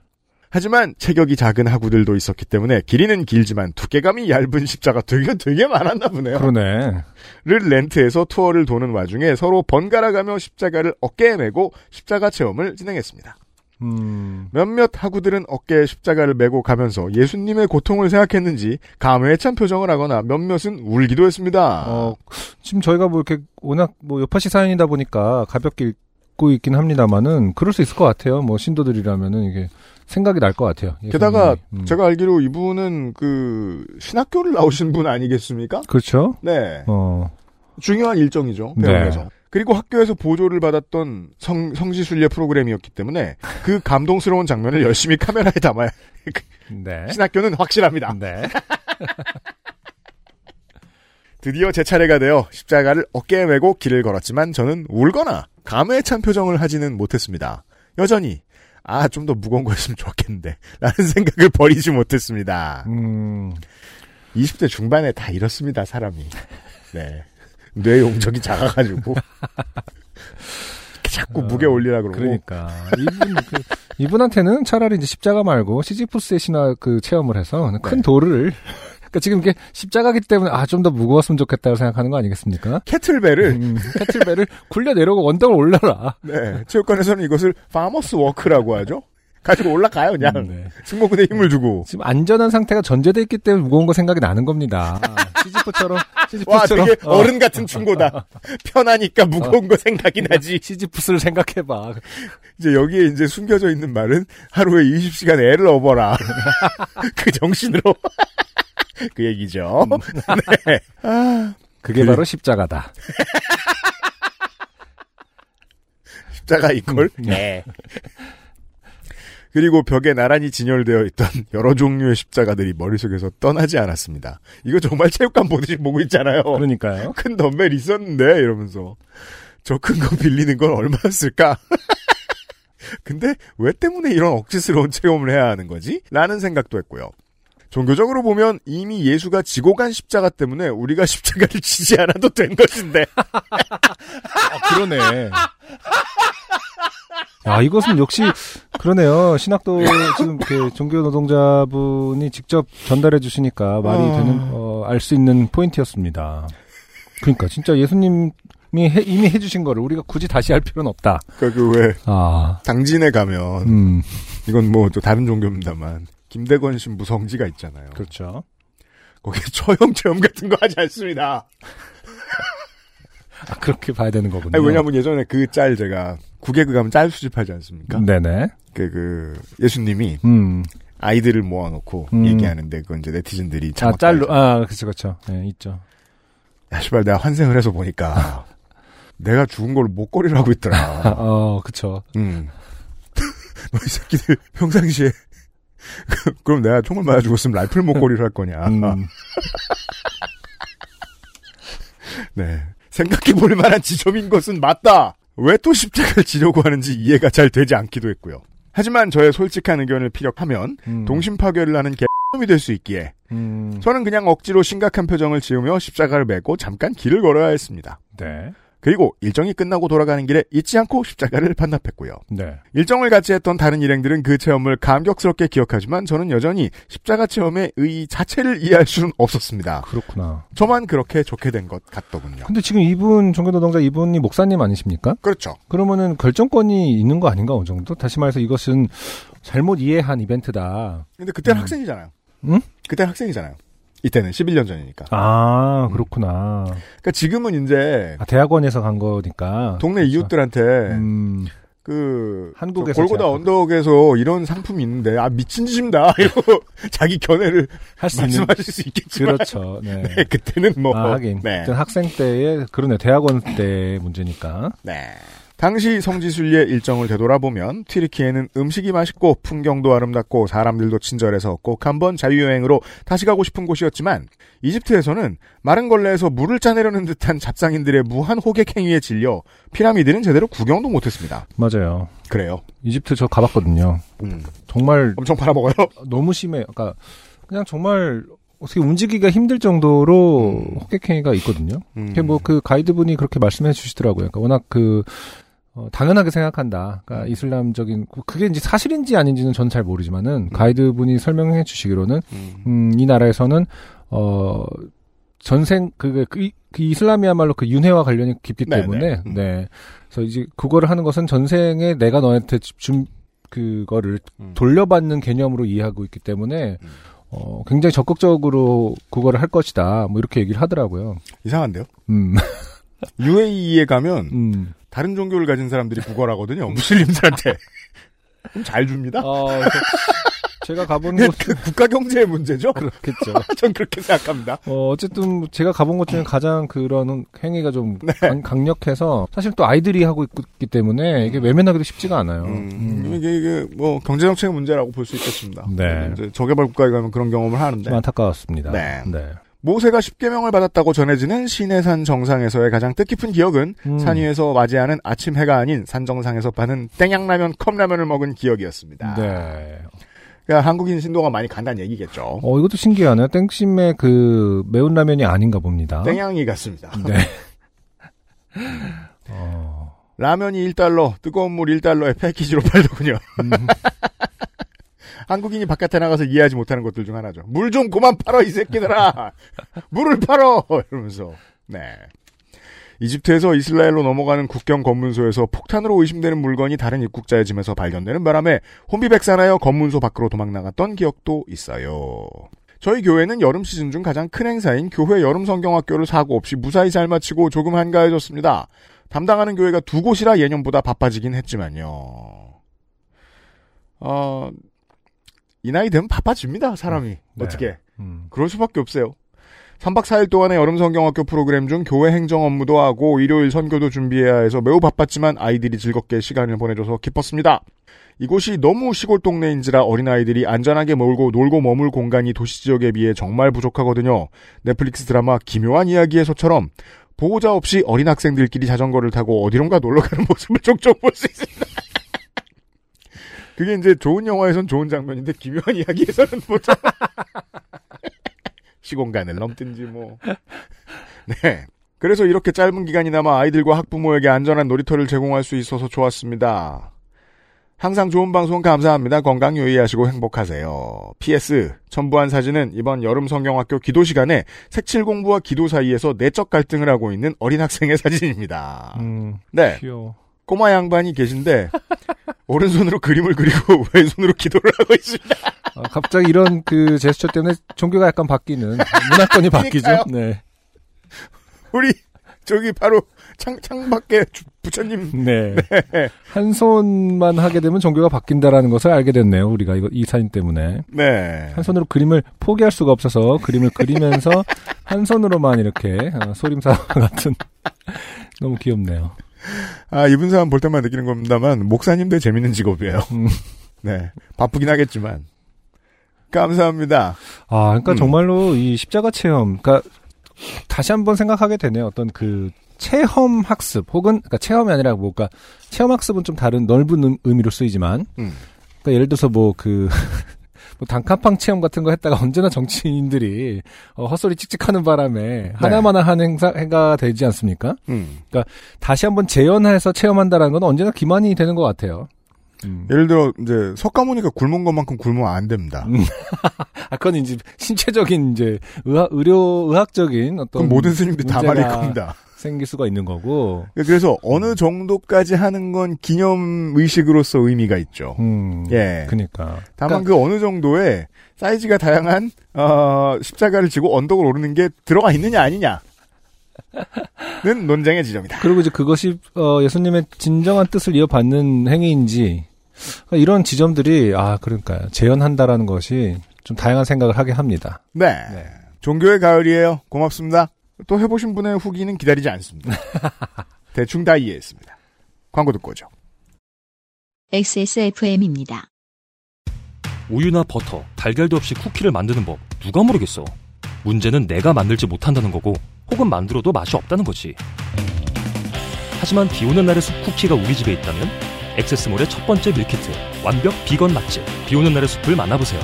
[SPEAKER 1] 하지만 체격이 작은 하구들도 있었기 때문에 길이는 길지만 두께감이 얇은 십자가 되게 되게 많았나 보네요.
[SPEAKER 2] 그러네.
[SPEAKER 1] 를 렌트해서 투어를 도는 와중에 서로 번갈아가며 십자가를 어깨에 메고 십자가 체험을 진행했습니다.
[SPEAKER 2] 음.
[SPEAKER 1] 몇몇 하구들은 어깨에 십자가를 메고 가면서 예수님의 고통을 생각했는지 감회에 찬 표정을 하거나 몇몇은 울기도 했습니다.
[SPEAKER 2] 어 지금 저희가 뭐 이렇게 워낙 뭐 여파시 사연이다 보니까 가볍게 읽고 있긴 합니다만은 그럴 수 있을 것 같아요. 뭐 신도들이라면은 이게 생각이 날 것 같아요. 예수님이.
[SPEAKER 1] 게다가
[SPEAKER 2] 음.
[SPEAKER 1] 제가 알기로 이분은 그 신학교를 나오신 분 아니겠습니까?
[SPEAKER 2] 그렇죠.
[SPEAKER 1] 네.
[SPEAKER 2] 어.
[SPEAKER 1] 중요한 일정이죠.
[SPEAKER 2] 네.
[SPEAKER 1] 배움에서. 그리고 학교에서 보조를 받았던 성, 성지순례 프로그램이었기 때문에 그 감동스러운 장면을 열심히 카메라에 담아야
[SPEAKER 2] 네.
[SPEAKER 1] 신학교는 확실합니다.
[SPEAKER 2] 네.
[SPEAKER 1] 드디어 제 차례가 되어 십자가를 어깨에 메고 길을 걸었지만 저는 울거나 감회에 찬 표정을 하지는 못했습니다. 여전히 아 좀 더 무거운 거 했으면 좋았겠는데 라는 *laughs* 생각을 버리지 못했습니다.
[SPEAKER 2] 음.
[SPEAKER 1] 20대 중반에 다 이렇습니다 사람이. 네. 뇌 용적이 작아가지고 자꾸 무게 올리라 그러고
[SPEAKER 2] 그러니까 이분 그, 이분한테는 차라리 이제 십자가 말고 시지푸스의 신화 그 체험을 해서
[SPEAKER 1] 네.
[SPEAKER 2] 큰 돌을 그러니까 지금 이게 십자가기 때문에 아 좀 더 무거웠으면 좋겠다고 생각하는 거 아니겠습니까?
[SPEAKER 1] 캐틀벨을
[SPEAKER 2] 음, 캐틀벨을 굴려 내려고 원덩을 올라라.
[SPEAKER 1] 네, 체육관에서는 이것을 파머스 워크라고 하죠. 가지고 올라가요 그냥
[SPEAKER 2] 음, 네.
[SPEAKER 1] 승모근에 힘을 주고
[SPEAKER 2] 지금 안전한 상태가 전제돼 있기 때문에 무거운 거 생각이 나는 겁니다. 아, 시지프처럼
[SPEAKER 1] 아, 와
[SPEAKER 2] 시지프처럼
[SPEAKER 1] 되게 어른 같은 *laughs* 충고다. 편하니까 무거운 거 생각이 나지.
[SPEAKER 2] 시지프스를 생각해봐.
[SPEAKER 1] 네. 이제 여기에 이제 숨겨져 있는 말은 하루에 20시간 애를 *laughs* 업어라. 그 정신으로. *laughs* 그 얘기죠. *laughs* 네. 아,
[SPEAKER 2] 그게 바로 십자가다.
[SPEAKER 1] 십자가 이걸. 네. *laughs* 그리고 벽에 나란히 진열되어 있던 여러 종류의 십자가들이 머릿속에서 떠나지 않았습니다. 이거 정말 체육관 보듯이 보고 있잖아요.
[SPEAKER 2] 그러니까요.
[SPEAKER 1] 큰 덤벨 있었는데 이러면서 저 큰 거 빌리는 건 얼마였을까? *laughs* 근데 왜 때문에 이런 억지스러운 체험을 해야 하는 거지? 라는 생각도 했고요. 종교적으로 보면 이미 예수가 지고 간 십자가 때문에 우리가 *laughs* 십자가를 지지 않아도
[SPEAKER 2] *laughs*
[SPEAKER 1] 된 것인데
[SPEAKER 2] 아, 그러네. 아, 이것은 역시, 그러네요. 신학도, 지금, 이렇게, 종교 노동자분이 직접 전달해 주시니까 말이
[SPEAKER 1] 어.
[SPEAKER 2] 되는, 알 수 있는 포인트였습니다. 그러니까, 진짜 예수님 해- 이미 해주신 거를 우리가 굳이 다시 할 필요는 없다.
[SPEAKER 1] 그러니까 그왜
[SPEAKER 2] 아,
[SPEAKER 1] 당진에 가면
[SPEAKER 2] 음,
[SPEAKER 1] 이건 뭐 또 다른 종교입니다만 김대건 신부 성지가 있잖아요.
[SPEAKER 2] 그렇죠.
[SPEAKER 1] 거기에 *laughs* 처형 체험 같은 거 하지 않습니다.
[SPEAKER 2] 아, 그렇게 봐야 되는 거군요.
[SPEAKER 1] 아니, 왜냐면 예전에 그 짤 제가 구개그 가면 짤 수집하지 않습니까?
[SPEAKER 2] 네네.
[SPEAKER 1] 그, 그 예수님이
[SPEAKER 2] 음,
[SPEAKER 1] 아이들을 모아놓고
[SPEAKER 2] 음.
[SPEAKER 1] 얘기하는데 그건 이제 네티즌들이
[SPEAKER 2] 아,
[SPEAKER 1] 자막
[SPEAKER 2] 짤로, 아, 그렇죠, 그렇죠. 네, 있죠.
[SPEAKER 1] 야, 아, 씨발, 내가 환생을
[SPEAKER 2] *laughs*
[SPEAKER 1] 해서 보니까, 내가 죽은 걸 목걸이를 하고
[SPEAKER 2] 아,
[SPEAKER 1] 있더라.
[SPEAKER 2] 어, 그렇죠.
[SPEAKER 1] 음. *laughs* 너이 새끼들, 평상시에. *laughs* 그- 그럼 내가 총을 맞아 죽었으면 라이플 목걸이를 할 거냐.
[SPEAKER 2] 음,
[SPEAKER 1] *laughs* 네. 생각해 볼 만한 지점인 것은 맞다! 왜 또 십자가를 지려고 하는지 이해가 잘 되지 않기도 했고요. 하지만 저의 솔직한 의견을 피력하면,
[SPEAKER 2] 음,
[SPEAKER 1] 동심 파괴를 하는 개놈이 될 수 있기에,
[SPEAKER 2] 음,
[SPEAKER 1] 저는 그냥 억지로 심각한 표정을 지으며 십자가를 메고 잠깐 길을 걸어야 했습니다.
[SPEAKER 2] 네,
[SPEAKER 1] 그리고 일정이 끝나고 돌아가는 길에 잊지 않고 십자가를 반납했고요.
[SPEAKER 2] 네.
[SPEAKER 1] 일정을 같이 했던 다른 일행들은 그 체험을 감격스럽게 기억하지만 저는 여전히 십자가 체험의 의 자체를 이해할 수는 없었습니다.
[SPEAKER 2] 그렇구나.
[SPEAKER 1] 저만 그렇게 좋게 된 것 같더군요.
[SPEAKER 2] 근데 지금 이분, 종교노동자 이분이 목사님 아니십니까?
[SPEAKER 1] 그렇죠.
[SPEAKER 2] 그러면은 결정권이 있는 거 아닌가, 어느 정도? 다시 말해서 이것은 잘못 이해한 이벤트다.
[SPEAKER 1] 근데
[SPEAKER 2] 음.
[SPEAKER 1] 그때는 학생이잖아요.
[SPEAKER 2] 응?
[SPEAKER 1] 그때는 학생이잖아요. 이때는 11년 전이니까.
[SPEAKER 2] 아, 그렇구나.
[SPEAKER 1] 그러니까 지금은 이제
[SPEAKER 2] 아, 대학원에서 간 거니까.
[SPEAKER 1] 동네
[SPEAKER 2] 그렇죠.
[SPEAKER 1] 이웃들한테
[SPEAKER 2] 음,
[SPEAKER 1] 그
[SPEAKER 2] 한국에서
[SPEAKER 1] 저 골고다
[SPEAKER 2] 제약하고.
[SPEAKER 1] 언덕에서 이런 상품이 있는데 아 미친 짓입니다. *laughs* 이러고 자기 견해를
[SPEAKER 2] 할 수 있는.
[SPEAKER 1] 말씀하실 수 있겠지만
[SPEAKER 2] 그렇죠. 네.
[SPEAKER 1] *laughs* 네, 그때는 뭐
[SPEAKER 2] 아, 하긴.
[SPEAKER 1] 네.
[SPEAKER 2] 그땐 학생 때에, 그러네. 대학원 때 문제니까.
[SPEAKER 1] 네. 당시 성지순례 일정을 되돌아보면 튀르키예는 음식이 맛있고 풍경도 아름답고 사람들도 친절해서 꼭 한번 자유여행으로 다시 가고 싶은 곳이었지만 이집트에서는 마른 걸레에서 물을 짜내려는 듯한 잡상인들의 무한 호객 행위에 질려 피라미드는 제대로 구경도 못했습니다.
[SPEAKER 2] 맞아요.
[SPEAKER 1] 그래요. 음.
[SPEAKER 2] 이집트 저 가봤거든요. 정말
[SPEAKER 1] 엄청 팔아먹어요.
[SPEAKER 2] 너무 심해. 그러니까 그냥 정말 어떻게 움직이기가 힘들 정도로
[SPEAKER 1] 음.
[SPEAKER 2] 호객행위가 있거든요.
[SPEAKER 1] 음.
[SPEAKER 2] 뭐 그 가이드분이 그렇게 말씀해 주시더라고요. 그러니까 워낙 그 어, 당연하게 생각한다. 그러니까
[SPEAKER 1] 음.
[SPEAKER 2] 이슬람적인 그게 이제 사실인지 아닌지는 저는 잘 모르지만은 가이드분이 설명해 주시기로는
[SPEAKER 1] 음.
[SPEAKER 2] 음, 이 나라에서는 어 전생 그, 그, 이- 그 이슬람이야말로 그 윤회와 관련이 깊기
[SPEAKER 1] 네,
[SPEAKER 2] 때문에
[SPEAKER 1] 네. 음.
[SPEAKER 2] 네. 그래서 이제 그거를 하는 것은 전생에 내가 너한테 준 그거를
[SPEAKER 1] 음.
[SPEAKER 2] 돌려받는 개념으로 이해하고 있기 때문에
[SPEAKER 1] 음.
[SPEAKER 2] 어, 굉장히 적극적으로 그거를 할 것이다. 뭐 이렇게 얘기를 하더라고요.
[SPEAKER 1] 이상한데요?
[SPEAKER 2] 음.
[SPEAKER 1] UAE에 가면
[SPEAKER 2] 음.
[SPEAKER 1] 다른 종교를 가진 사람들이 구걸하거든요. 무슬림들한테. 그럼 잘 줍니다.
[SPEAKER 2] 어, 그래서 제가 가본
[SPEAKER 1] 그,
[SPEAKER 2] 곳
[SPEAKER 1] 그 국가 경제의
[SPEAKER 2] *laughs*
[SPEAKER 1] 문제죠. *laughs*
[SPEAKER 2] 그렇겠죠.
[SPEAKER 1] 전 그렇게 생각합니다.
[SPEAKER 2] 어, 어쨌든 제가 가본 곳 중에 가장 그런 행위가 좀 강, 력해서 사실 또 아이들이 하고 있기 때문에 이게 외면하기도 쉽지가 않아요.
[SPEAKER 1] 음,
[SPEAKER 2] 음.
[SPEAKER 1] 이게, 이게 뭐 경제정책의 문제라고 볼 수 있겠습니다.
[SPEAKER 2] 네.
[SPEAKER 1] 이제 저개발 국가에 가면 그런 경험을 하는데
[SPEAKER 2] 좀 안타까웠습니다.
[SPEAKER 1] 네. 모세가 십계명을 받았다고 전해지는 시내산 정상에서의 가장 뜻깊은 기억은
[SPEAKER 2] 음.
[SPEAKER 1] 산 위에서 맞이하는 아침 해가 아닌 산 정상에서 파는 땡양라면 컵라면을 먹은 기억이었습니다.
[SPEAKER 2] 네.
[SPEAKER 1] 그러니까 한국인 신도가 많이 간다는 얘기겠죠.
[SPEAKER 2] 어, 이것도 신기하네요. 땡심의 그 매운 라면이 아닌가 봅니다.
[SPEAKER 1] 땡양이 같습니다.
[SPEAKER 2] *laughs* 네. 어,
[SPEAKER 1] 라면이 1달러, 뜨거운 물 1달러에 패키지로 *laughs* 팔더군요.
[SPEAKER 2] 음.
[SPEAKER 1] 한국인이 바깥에 나가서 이해하지 못하는 것들 중 하나죠. 물 좀 그만 팔어 이 새끼들아. 물을 팔어 *laughs* 이러면서. 네. 이집트에서 이스라엘로 넘어가는 국경 검문소에서 폭탄으로 의심되는 물건이 다른 입국자의 짐에서 발견되는 바람에 혼비백산하여 검문소 밖으로 도망 나갔던 기억도 있어요. 저희 교회는 여름 시즌 중 가장 큰 행사인 교회 여름 성경학교를 사고 없이 무사히 잘 마치고 조금 한가해졌습니다. 담당하는 교회가 두 곳이라 예년보다 바빠지긴 했지만요. 어, 이 나이 되면 바빠집니다, 사람이.
[SPEAKER 2] 네.
[SPEAKER 1] 어떻게.
[SPEAKER 2] 음.
[SPEAKER 1] 그럴 수밖에 없어요. 3박 4일 동안의 여름 성경학교 프로그램 중 교회 행정 업무도 하고 일요일 선교도 준비해야 해서 매우 바빴지만 아이들이 즐겁게 시간을 보내줘서 기뻤습니다. 이곳이 너무 시골 동네인지라 어린아이들이 안전하게 놀고 놀고 머물 공간이 도시 지역에 비해 정말 부족하거든요. 넷플릭스 드라마 기묘한 이야기에서처럼 보호자 없이 어린 학생들끼리 자전거를 타고 어디론가 놀러 가는 모습을 *laughs* 종종 볼 수 있습니다. 그게 이제 좋은 영화에선 좋은 장면인데 기묘한 이야기에서는 못 *laughs* 시공간을 넘든지 뭐. 네. 그래서 이렇게 짧은 기간이나마 아이들과 학부모에게 안전한 놀이터를 제공할 수 있어서 좋았습니다. 항상 좋은 방송 감사합니다. 건강 유의하시고 행복하세요. PS 첨부한 사진은 이번 여름 성경학교 기도 시간에 색칠 공부와 기도 사이에서 내적 갈등을 하고 있는 어린 학생의 사진입니다.
[SPEAKER 2] 음,
[SPEAKER 1] 네.
[SPEAKER 2] 귀여워.
[SPEAKER 1] 꼬마 양반이 계신데 오른손으로 그림을 그리고 *laughs* 왼손으로 기도를 하고 있습니다.
[SPEAKER 2] 아, 갑자기 이런 그 제스처 때문에 종교가 약간 바뀌는 문화권이 바뀌죠. 네.
[SPEAKER 1] 우리 저기 바로 창 창밖에 주- 부처님
[SPEAKER 2] 네. 한 손만 하게 되면 종교가 바뀐다라는 것을 알게 됐네요. 우리가 이거 이 사진 때문에
[SPEAKER 1] 네.
[SPEAKER 2] 한 손으로 그림을 포기할 수가 없어서 그림을 그리면서 한 손으로만 이렇게 아, 소림사 *laughs* 같은 너무 귀엽네요.
[SPEAKER 1] 아 이분 사람 볼 때만 느끼는 겁니다만 목사님도 재밌는 직업이에요.
[SPEAKER 2] 음.
[SPEAKER 1] *laughs* 네 바쁘긴 하겠지만 감사합니다.
[SPEAKER 2] 아, 그러니까
[SPEAKER 1] 음.
[SPEAKER 2] 정말로 이 십자가 체험, 그러니까 다시 한번 생각하게 되네요. 어떤 그 체험 학습 혹은 그러니까 체험이 아니라 뭐 그러니까 체험 학습은 좀 다른 넓은 음- 의미로 쓰이지만,
[SPEAKER 1] 음.
[SPEAKER 2] 그러니까 예를 들어서 뭐그 *laughs* 뭐 단칸방 체험 같은 거 했다가 언제나 정치인들이 어, 헛소리 찍찍하는 바람에
[SPEAKER 1] 네.
[SPEAKER 2] 하나마나 한 행사 행가 되지 않습니까?
[SPEAKER 1] 음.
[SPEAKER 2] 다시 한번 재현해서 체험한다라는 건 언제나 기만이 되는 것 같아요.
[SPEAKER 1] 예를 들어 이제 석가모니가 굶은 것만큼 굶으면 안 됩니다.
[SPEAKER 2] 음. 아, 그건 이제 신체적인 이제 의학, 의료 의학적인 어떤
[SPEAKER 1] 그럼 모든 스님들이 다
[SPEAKER 2] 문제가
[SPEAKER 1] 말릴 겁니다.
[SPEAKER 2] 생길 수가 있는 거고.
[SPEAKER 1] 그래서 어느 정도까지 하는 건 기념 의식으로서 의미가 있죠.
[SPEAKER 2] 음.
[SPEAKER 1] 예.
[SPEAKER 2] 그니까.
[SPEAKER 1] 다만 그 어느 정도의 사이즈가 다양한 어, 십자가를 지고 언덕을 오르는 게 들어가 있느냐 아니냐는
[SPEAKER 2] *laughs*
[SPEAKER 1] 논쟁의 지점이다.
[SPEAKER 2] 그리고 이제 그것이 어, 예수님의 진정한 뜻을 이어받는 행위인지 그러니까 이런 지점들이 아 그러니까 재현한다라는 것이 좀 다양한 생각을 하게 합니다.
[SPEAKER 1] 네.
[SPEAKER 2] 네.
[SPEAKER 1] 종교의 가을이에요. 고맙습니다. 또 해보신 분의 후기는
[SPEAKER 2] *laughs*
[SPEAKER 1] 기다리지 않습니다. 대충 다 이해했습니다. 광고 듣고 오죠.
[SPEAKER 3] XSFM입니다.
[SPEAKER 10] 우유나 버터, 달걀도 없이 쿠키를 만드는 법 누가 모르겠어. 문제는 내가 만들지 못한다는 거고 혹은 만들어도 맛이 없다는 거지. 하지만 비 오는 날의 숲 쿠키가 우리 집에 있다면 액세스몰의 첫 번째 밀키트 완벽 비건 맛집 비 오는 날의 숲을 만나보세요.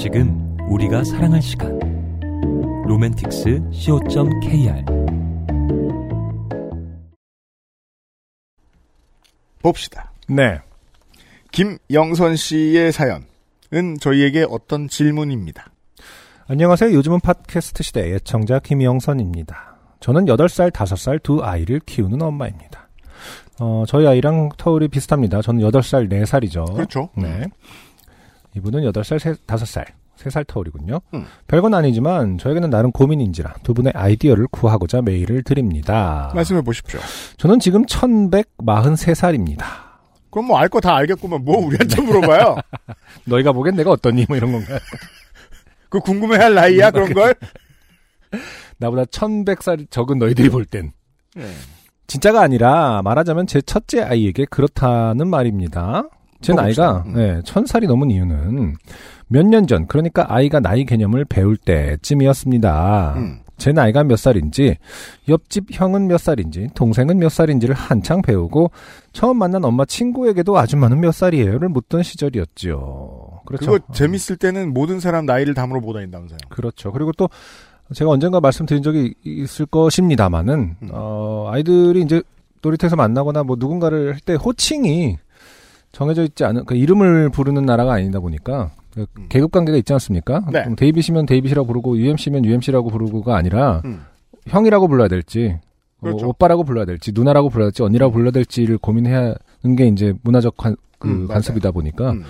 [SPEAKER 5] 지금 우리가 사랑할 시간 로맨틱스 co.kr
[SPEAKER 1] 봅시다.
[SPEAKER 2] 네.
[SPEAKER 1] 김영선 씨의 사연은 저희에게 어떤 질문입니다.
[SPEAKER 2] 안녕하세요. 요즘은 팟캐스트 시대의 애청자 김영선입니다. 저는 8살, 5살 두 아이를 키우는 엄마입니다. 어, 저희 아이랑 터울이 비슷합니다. 저는 8살, 4살이죠.
[SPEAKER 1] 그렇죠.
[SPEAKER 2] 네. 이분은 8살, 3, 5살, 3살 터울이군요.
[SPEAKER 1] 음.
[SPEAKER 2] 별건 아니지만 저에게는 나름 고민인지라 두 분의 아이디어를 구하고자 메일을 드립니다.
[SPEAKER 1] 말씀해 보십시오.
[SPEAKER 2] 저는 지금 1143살입니다.
[SPEAKER 1] 그럼 뭐 알 거 다 알겠구만. 뭐
[SPEAKER 2] 네.
[SPEAKER 1] 우리한테 물어봐요.
[SPEAKER 2] 너희가 보기엔 내가 어떠니? 뭐 이런 건가요?
[SPEAKER 1] 그
[SPEAKER 2] *laughs*
[SPEAKER 1] 궁금해할
[SPEAKER 2] 네,
[SPEAKER 1] 나이야 그런 걸.
[SPEAKER 2] 나보다 1100살 적은 너희들이 볼 땐.
[SPEAKER 1] 예.
[SPEAKER 2] 진짜가 아니라 말하자면 제 첫째 아이에게 그렇다는 말입니다. 제
[SPEAKER 1] 먹읍시다.
[SPEAKER 2] 나이가
[SPEAKER 1] 음.
[SPEAKER 2] 네, 천 살이 넘은 이유는 몇 년 전, 그러니까 아이가 나이 개념을 배울 때쯤이었습니다.
[SPEAKER 1] 음.
[SPEAKER 2] 제 나이가 몇 살인지, 옆집 형은 몇 살인지, 동생은 몇 살인지를 한창 배우고 처음 만난 엄마 친구에게도 아줌마는 몇 살이에요를 묻던 시절이었지요. 그렇죠.
[SPEAKER 1] 그거 재밌을 때는 모든 사람 나이를 담으로 못 다닌다면서요.
[SPEAKER 2] 그렇죠. 그리고 또 제가 언젠가 말씀드린 적이 있을 것입니다만은
[SPEAKER 1] 음.
[SPEAKER 2] 어, 아이들이 이제 놀이터에서 만나거나 뭐 누군가를 할 때 호칭이 정해져 있지 않은 그 이름을 부르는 나라가 아니다 보니까 그
[SPEAKER 1] 음.
[SPEAKER 2] 계급 관계가 있지 않습니까?
[SPEAKER 1] 네.
[SPEAKER 2] 그럼 데이빗이면 데이빗이라고 부르고 UMC면 UMC라고 부르고가 아니라
[SPEAKER 1] 음.
[SPEAKER 2] 형이라고 불러야 될지 어,
[SPEAKER 1] 그렇죠.
[SPEAKER 2] 오빠라고 불러야 될지 누나라고 불러야 될지 언니라고 불러야 될지를 고민해야 하는 게 이제 문화적 관, 그
[SPEAKER 1] 음, 맞아요.
[SPEAKER 2] 간섭이다 보니까
[SPEAKER 1] 음.